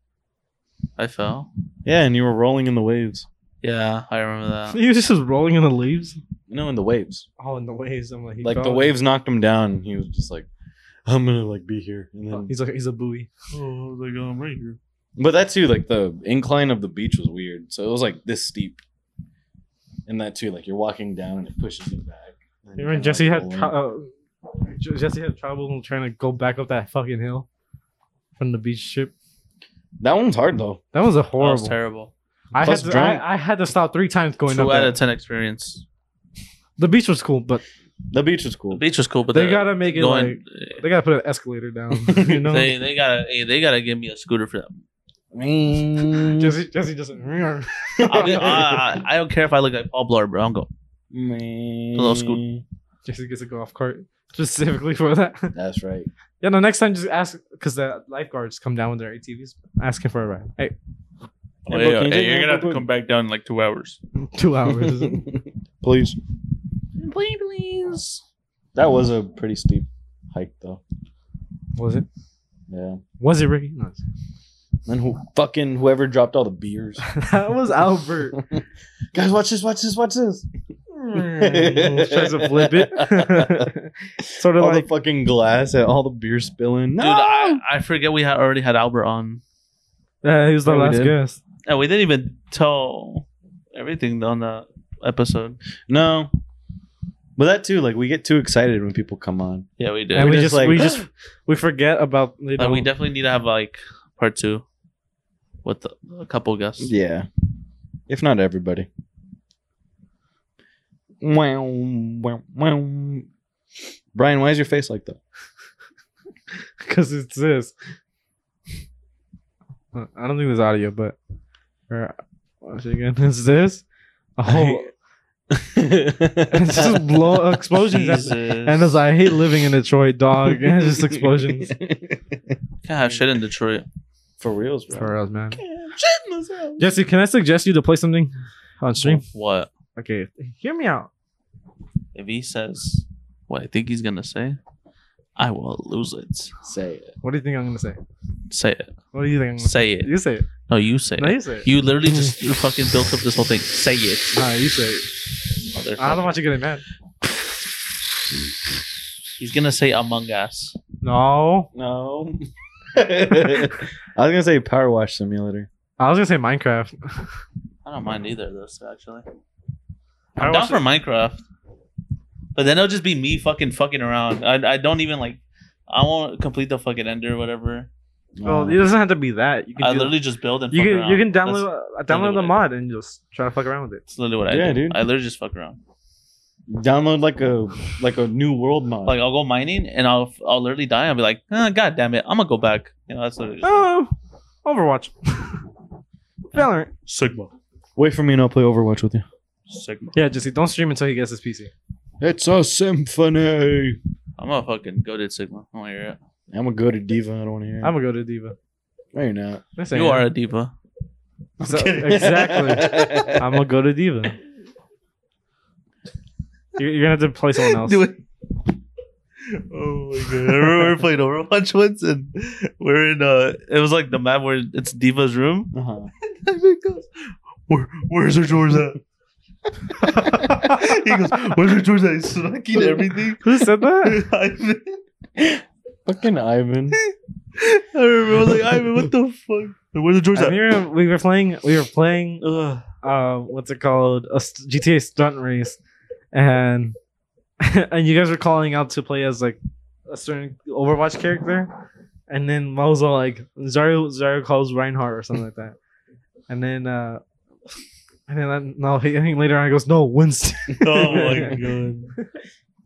S1: I fell.
S3: Yeah, and you were rolling in the waves.
S1: Yeah, I remember that.
S2: He was just rolling in the leaves.
S3: No, in the waves.
S2: Oh, in the waves. I'm like, he
S3: like the
S2: fell.
S3: waves knocked him down. And he was just like, "I'm gonna like be here." And then,
S2: He's like, he's a buoy.
S1: Oh, I was like, I'm right here.
S3: but that too, like the incline of the beach was weird. So it was like this steep, and that too, like you're walking down and it pushes you back. And
S2: Remember when
S3: kinda,
S2: Jesse
S3: like,
S2: had
S3: rolling.
S2: tro- uh, J- Jesse had trouble trying to go back up that fucking hill from the beach ship.
S3: that one's hard though.
S2: That was a
S1: That was
S2: horrible.
S1: terrible.
S2: I had
S3: Plus
S2: to,
S3: drunk.
S2: I, I had to stop three times going
S1: Two
S2: up.
S1: out
S2: there.
S1: of ten experience.
S2: The beach was cool, but
S3: The beach was cool.
S1: The beach was cool, but
S2: they
S1: the-
S2: gotta make it
S1: going-
S2: like they gotta put an escalator down. You know,
S1: they they gotta hey, they gotta give me a scooter for that.
S3: Man.
S2: Jesse Jesse doesn't.
S1: I'll get- I, I, I don't care if I look like Paul Blart, bro. I'm going.
S3: Man.
S1: scoot.
S2: Jesse gets a golf cart specifically for that.
S3: That's right.
S2: yeah, no. Next time, just ask because the lifeguards come down with their ATVs, asking for a ride. Hey,
S3: Hey, bro, can you take me out for a
S1: back down in like two hours.
S2: two hours.
S3: Please.
S1: Bling blings.
S3: That was a pretty steep hike, though.
S2: Was it?
S3: Yeah.
S2: Was it Ricky? No.
S3: Then who fucking whoever dropped all the beers.
S2: that was Albert. Hmm,
S3: Guys, watch this, watch this, watch this.
S2: Tries to flip it. sort of
S3: all
S2: like
S3: the fucking glass and all the beer spilling.
S1: Dude, I, I forget we had already had Albert on.
S2: uh, he was the
S3: Yeah, we
S2: last
S3: did.
S2: guest.
S1: And we didn't even tell everything on the episode.
S3: No. But that too, like we get too excited when people come on.
S1: Yeah, we did.
S2: And
S3: We're
S2: we just,
S3: just like-
S2: we just we forget about you
S1: Like,
S2: know,
S1: we definitely need to have like part two with a couple guests.
S3: Yeah. If not everybody. Wow, wow, wow. Brian, why is your face like that?
S2: because it's this. Uh, I don't think there's audio, but or, watch it again. Is this a whole? it's just blow explosions.
S1: Jesus.
S2: at- And it's like, I hate living in Detroit, dog. And it's just explosions.
S1: Can't have shit in Detroit.
S3: For reals, bro.
S2: For us, man. Jesse, can I suggest you to play something on stream?
S1: What?
S2: Okay, hear me out.
S1: If he says what I think he's gonna say, I will lose it.
S3: Say it.
S2: What do you think I'm gonna say?
S1: Say it.
S2: What do you think? I'm gonna say?
S1: Say it.
S2: You say it.
S1: No, you say
S2: No,
S1: it.
S2: you say it.
S1: You literally just fucking built up this whole thing. Say it.
S2: Nah, you say it. I don't want you getting mad.
S1: He's gonna say Among Us.
S2: No,
S3: No. I was gonna say power wash simulator.
S2: I was gonna say Minecraft.
S1: I don't mind either of those actually.
S2: I
S1: I'm down
S2: watched
S1: for Minecraft, but then it'll just be me fucking fucking around. I I don't even like. I won't complete the fucking ender or whatever.
S2: Well, it doesn't have to be that. You can
S1: I
S2: do-
S1: literally just build and
S2: you
S1: fuck
S2: can
S1: around.
S2: you can
S1: That's-
S2: download uh,
S1: literally
S2: download the
S1: what I
S2: mod and just try to fuck around with it.
S1: That's literally what I
S3: Yeah,
S1: do.
S3: dude.
S1: I literally just fuck around.
S3: download like a like a new world mod.
S1: Like I'll go mining and I'll I'll literally die. I'll be like, ah, god damn it, I'm gonna go back. You know, that's literally just
S2: Oh, Overwatch, Valorant.
S1: Sigma.
S3: Wait for me and I'll play Overwatch with you.
S1: Sigma.
S2: Yeah, Jesse, don't stream until he gets his PC.
S3: It's a symphony.
S1: I'm gonna fucking go to Sigma. I don't hear it.
S3: I'm gonna go to Diva. I don't want to hear. It.
S2: I'm gonna go to Diva.
S3: no, you're not.
S2: That's
S1: You
S2: it.
S1: are a diva.
S2: So- exactly. I'm gonna go to Diva. You're, you're gonna have to play someone else.
S4: Do it. Oh my god! I remember we were playing Overwatch once, and we're in uh, it was like the map where it's Diva's room.
S3: uh-huh.
S4: He goes, Where, where's her drawers at? he goes, where's her drawers at? He's smacking everything.
S2: Who said that?
S4: Ivan,
S3: Fucking Ivan.
S4: I remember I was like, Ivan, what the fuck? And Where's the drawers
S2: I
S4: at?
S2: remember we were playing. We were playing.
S4: Ugh.
S2: Uh, what's it called? A st- GTA stunt race, and and you guys were calling out to play as like a certain Overwatch character, and then Mo was all like Zario. Zario calls Reinhardt or something like that, and then uh, and then that, no, he, I think later on he goes no Winston.
S4: Oh my god!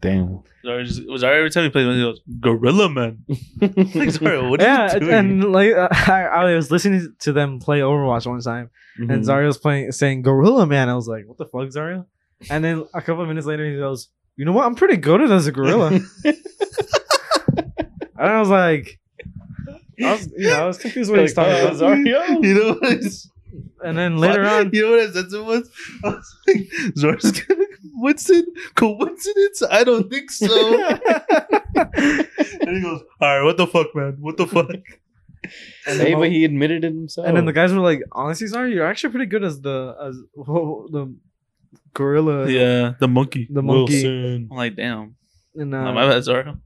S3: Damn.
S1: Or just, was I every time he played one he goes, Gorilla Man.
S4: Like, sorry, what are
S2: yeah,
S4: you
S2: and,
S4: doing?
S2: and like I, I was listening to them play Overwatch one time. and
S4: Mm-hmm.
S3: Mhm.
S2: Zario's playing saying Gorilla Man. I was like, what the fuck, Zario? And then a couple of minutes later, he goes, you know what? I'm pretty good at as a gorilla. and I was like, I was, you know, I was confused what
S3: Like,
S2: he's talking
S3: uh,
S2: about.
S3: Zario.
S4: you know what? It's-
S2: And then later on,
S4: you know what I said to him was, I was like, Zor's gonna Winston coincidence? I don't think so. and he goes, all right, what the fuck, man? What the fuck?
S3: Hey, but he admitted it himself.
S2: and then the
S4: Oh.
S2: guys were like, honestly, Zario, you're actually pretty good as the as whoa, the gorilla,
S1: Yeah, the monkey.
S2: the monkey.
S1: I'm like, damn.
S2: And
S1: No,
S2: uh,
S4: Um,
S1: my bad, Zoro.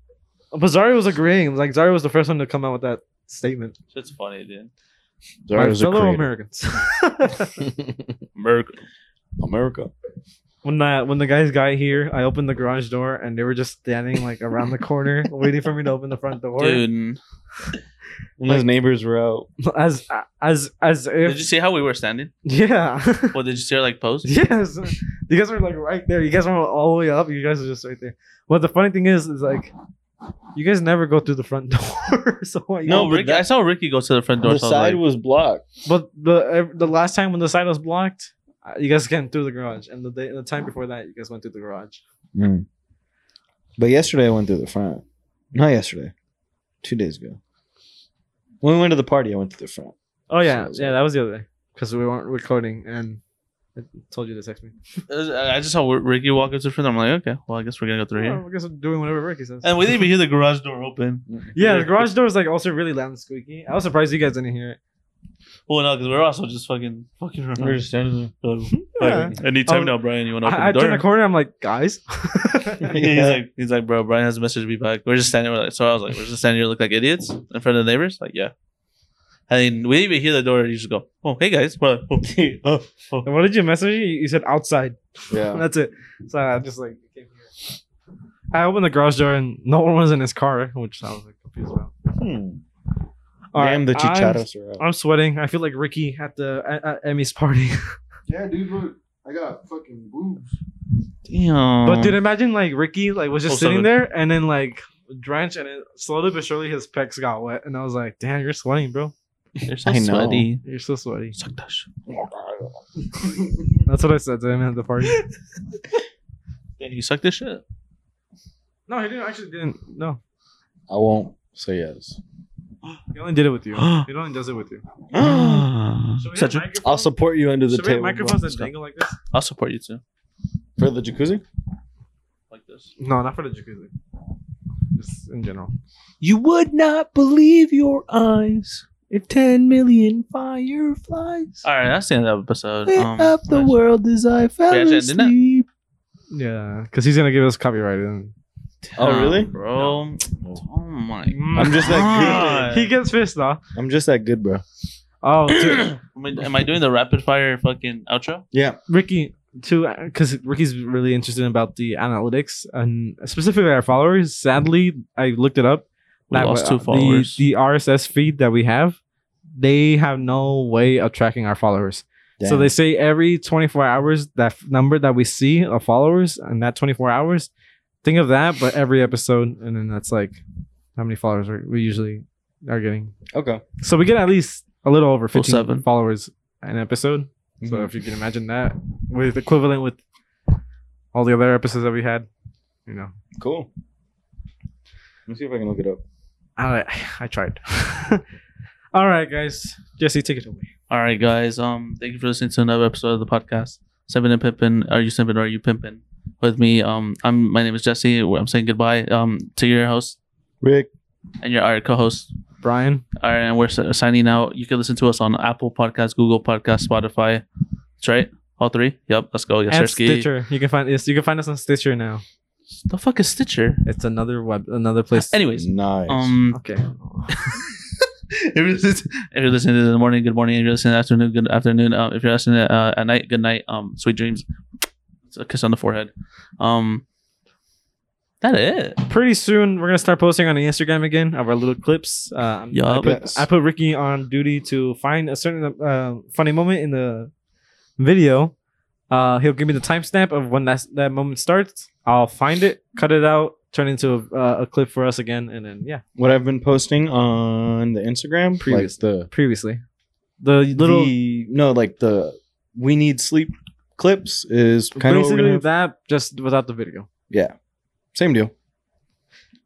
S2: but Zario was agreeing. Like Zario was the first one to come out with that statement.
S1: Shit's funny, dude.
S3: Zario's
S2: My
S3: a
S2: fellow
S3: creator.
S2: Americans.
S1: America.
S3: America.
S2: when the when the guys got here, I opened the garage door and they were just standing like around the corner waiting for me to open the front door.
S1: Dude.
S3: When his neighbors were out.
S2: As as as
S1: Did you
S2: if
S1: see how we were standing?
S2: yeah.
S1: Well, did you see our like pose?
S2: yes. You guys were like right there. You guys were all the way up. You guys were just right there. But the funny thing is is like you guys never go through the front door. so why
S1: No,
S3: but
S1: Ricky.
S3: that-
S1: I saw Ricky go to the front door.
S3: the
S1: so I was
S3: side
S1: like,
S3: was blocked.
S2: but the the last time when the side was blocked, uh, you guys came through the garage. And the day, the time before that, you guys went through the garage.
S3: But yesterday I went through the front. Not yesterday. Two days ago. When we went to the party, I went to the front.
S2: Oh yeah,
S3: So-
S2: yeah, that was the other day because we weren't recording and I told you to text me.
S1: "Uh, I I just saw Ricky walk up to the front. I'm like, okay, well, I guess we're gonna go through here.
S2: Oh, I guess I'm doing whatever Ricky says.
S1: And we didn't even hear the garage door open.
S2: yeah, the garage door is like also really loud and squeaky. I was surprised you guys didn't hear it.
S1: Well, no, because we we're also just fucking fucking around.
S3: We're just standing
S2: Yeah.
S1: Anytime
S2: Oh,
S1: now, Brian, you want to open
S2: I, I
S1: the
S2: turned
S1: door?
S2: the corner. I'm like, guys.
S1: he's like, he's like, bro, Brian has a message to be back. We're just standing. We're like, so I was like, we're just standing here, look like idiots in front of the neighbors. Like, yeah. And then we didn't even hear the door. You just go, oh, hey guys, bro. Okay. Oh, oh.
S2: And what did you message me? You said outside.
S3: there.
S2: That's it. So I just like came here. I opened the garage door and no one was in his car, which I was like confused about.
S1: hmm,
S2: All
S3: Damn, the
S2: right, I'm,
S3: chicharos are out.
S2: I'm sweating. I feel like Ricky at the at, at Emmy's party.
S8: Yeah, dude, look. I got fucking boobs.
S1: Damn.
S2: But dude, imagine like Ricky like was just
S1: Oh,
S2: sitting
S1: seven.
S2: there and then like drenched and it slowly but surely his pecs got wet and I was like, damn, you're sweating, bro.
S1: they're so
S3: I know.
S1: sweaty.
S2: You're so sweaty.
S1: Suck that shit.
S2: That's what I said to him at the party.
S1: Damn, you suck this shit.
S2: no, he didn't actually didn't. No,
S3: I won't say yes.
S2: he only did it with you. he only does it with you. Should we
S1: Such
S2: have
S1: a,
S2: microphones?
S3: I'll support you under the
S2: Should we have
S3: table.
S2: microphones
S3: bro.
S2: that dangle like this?
S1: I'll support you too.
S3: For the jacuzzi?
S1: Like this.
S2: No, not for the jacuzzi. Just in general.
S7: You would not believe your eyes if 10 million fireflies
S1: All right, that's the end of the episode.
S7: lit
S1: Um,
S7: up the
S1: nice.
S7: world as I fell
S1: actually, I did not-
S7: asleep.
S2: Yeah, because he's gonna give us copyright. And
S3: Oh,
S1: Damn,
S3: really?
S1: bro? Oh my.
S3: I'm just that
S1: God.
S2: he gets pissed off.
S3: good. I'm just that good, bro.
S2: Oh, to,
S1: am, I, am I doing the rapid fire fucking outro?
S3: Yeah.
S2: Ricky too, because Ricky's really interested about the analytics and specifically our followers. Sadly, I looked it up.
S1: We
S2: That
S1: lost
S2: wa-
S1: two followers.
S2: uh, The, the RSS feed that we have, they have no way of tracking our followers. So
S3: Damn.
S2: they say every 24 hours, that f- number that we see of followers and that 24 hours, think of that, but every episode, and then that's like how many followers we we usually are getting.
S3: Okay.
S2: So we get at least a little over 15
S1: Oh, seven.
S2: followers an episode.
S3: Mm-hmm.
S2: So if you can imagine that with equivalent with all the other episodes that we had, you know.
S3: Cool. Let me see if I can look it up.
S2: All right, I tried. all right, guys. Jesse, take it away.
S1: All right, guys. Um, thank you for listening to another episode of the podcast. Simpin and Pimpin. Are you Simpin or are you Pimpin? With me, um, I'm my name is Jesse. I'm saying goodbye. Um, to your host
S3: Rick.
S1: and your our co-host.
S2: Brian.
S1: All right, and we're s- signing out. You can listen to us on Apple Podcasts, Google Podcasts, Spotify. That's right. All three. Yep. Let's go. Yes,
S2: and
S1: sir, Ski.
S2: Stitcher. You can find yes, you can find us on Stitcher now.
S1: The fuck is Stitcher?
S2: It's another web another place.
S1: Anyways,
S3: Nice.
S1: um,
S2: Okay.
S4: If it's-
S1: if you're listening to this in the morning, good morning. If you're listening in the afternoon, good afternoon. Um, if you're listening uh, at night, good night. Um, sweet dreams. It's a kiss on the forehead. Um, that it.
S2: Pretty soon we're gonna start posting on the Instagram again of our little clips. Uh, I
S1: Yup.
S2: put, I put Ricky on duty to find a certain uh, funny moment in the video. Uh, he'll give me the timestamp of when that that moment starts. I'll find it, cut it out, turn it into a, uh, a clip for us again, and then yeah,
S3: what I've been posting on the Instagram,
S2: Previous.
S3: like the
S2: previously the little
S3: the- no, like the we need sleep clips is kind of what we're
S2: basically
S3: gonna have.
S2: that just without the video.
S3: yeah, same deal.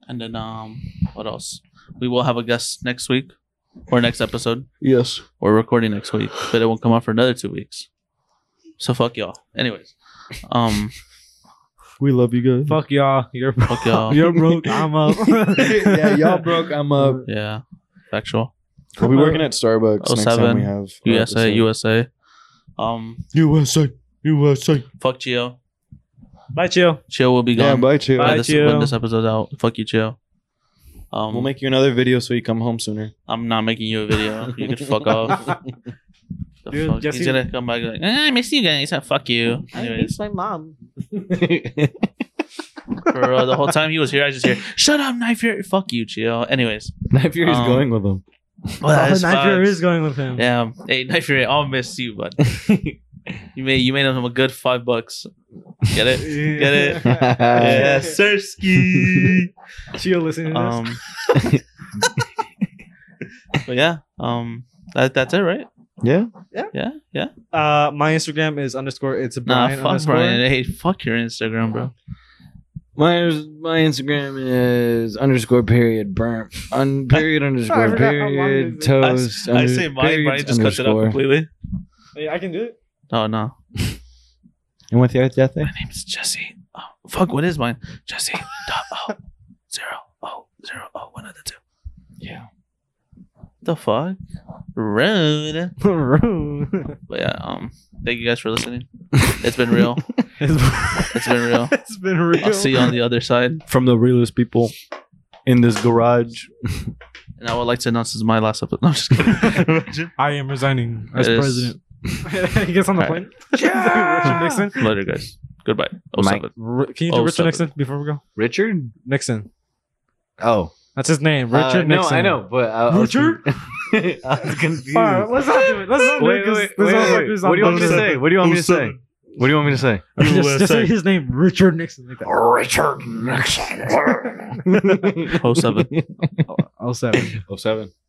S1: And then um, what else? We will have a guest next week or next episode.
S3: Yes.
S1: We're recording next week, but it won't come out for another two weeks. So fuck y'all. Anyways, um,
S3: We love you guys.
S2: Fuck y'all, you're broke,
S1: fuck y'all.
S2: you're broke. I'm up.
S3: yeah, y'all broke. I'm up.
S1: yeah, factual.
S3: We'll be working at Starbucks next time
S1: 07,
S3: we have uh, our
S1: USA,
S3: episode.
S1: USA. Um,
S3: USA, USA.
S1: fuck Gio.
S2: Bye, chill.
S1: Gio will be gone.
S3: Yeah, bye, chill.
S1: By
S2: Bye,
S1: this,
S2: Gio.
S1: when this episode's out, fuck you, Gio. Um,
S3: We'll make you another video so you come home sooner.
S1: I'm not making you a video. You can fuck off. The
S2: Dude,
S1: fuck?
S2: Jesse-
S1: He's gonna come back like, "Ah, I miss you guys. Ah, fuck you. Anyways,
S7: my mom.
S1: bro, the whole time he was here, I just hear, shut up, Knife Fury. Fuck you, Gio. Anyways,
S3: Knife Fury's
S1: Um,
S3: going with him.
S1: well, that
S2: oh,
S1: is
S2: Nigeria
S1: fucked.
S2: is going with him.
S1: Yeah, um, hey, Knife Fury, I'll miss you, bud. you made you made him a good five bucks. Get it? Get it?
S4: yeah, Sersky.
S2: Chill, listening to this.
S1: Um, but yeah, um, that, that's it, right?
S3: Yeah.
S1: Yeah, yeah.
S2: Uh, my Instagram is underscore. It's
S1: Nah,
S2: Brian
S1: fuck
S2: underscore.
S1: Brian. Hey, fuck your Instagram, bro.
S3: My my Instagram is underscore period burnt un period
S2: I
S3: underscore
S2: forgot how long
S3: period
S2: it is. I
S3: toast.
S1: I say mine, Brian just cuts it up completely.
S2: Hey, I can do it.
S1: Oh no.
S3: And what's your Jesse?
S1: My name is Jesse. Oh, fuck, what is mine? Jesse. dot, oh, zero, oh, zero, oh, one of the two.
S3: Yeah.
S1: The fuck? Rude.
S2: Rude.
S1: But yeah, um, thank you guys for listening. It's been real.
S2: it's
S1: been real.
S2: It's been real.
S1: I'll see you on the other side.
S3: From the realest people in this garage.
S1: And I would like to announce this is my last episode. No, I'm just kidding.
S2: I am resigning as
S1: It is-
S2: president. he gets on the plane.
S1: Alright.
S2: Yeah. Richard Nixon.
S1: Later, guys. Goodbye. Oh,
S3: Mike.
S1: seven.
S2: R- can you do
S1: Oh,
S2: Richard
S1: stop it.
S2: Nixon before we go?
S3: Richard?
S2: Nixon.
S3: Oh.
S2: That's his name.
S3: Uh,
S2: Richard
S3: no,
S2: Nixon.
S3: I know, but I, I was-
S2: Richard?
S3: I was confused.
S2: All right, let's not do it. Let's not do
S3: Wait,
S2: it. 'cause
S3: wait,
S2: this
S3: wait, wait, wait.
S2: motherfucker's on
S3: What do you want me to
S2: the-
S3: say? What do you want me to say? What do you want me to say?
S2: Just, just say his name, Richard Nixon. Like that.
S3: Richard Nixon.
S1: Oh, seven.
S2: Oh, seven.
S3: Oh seven.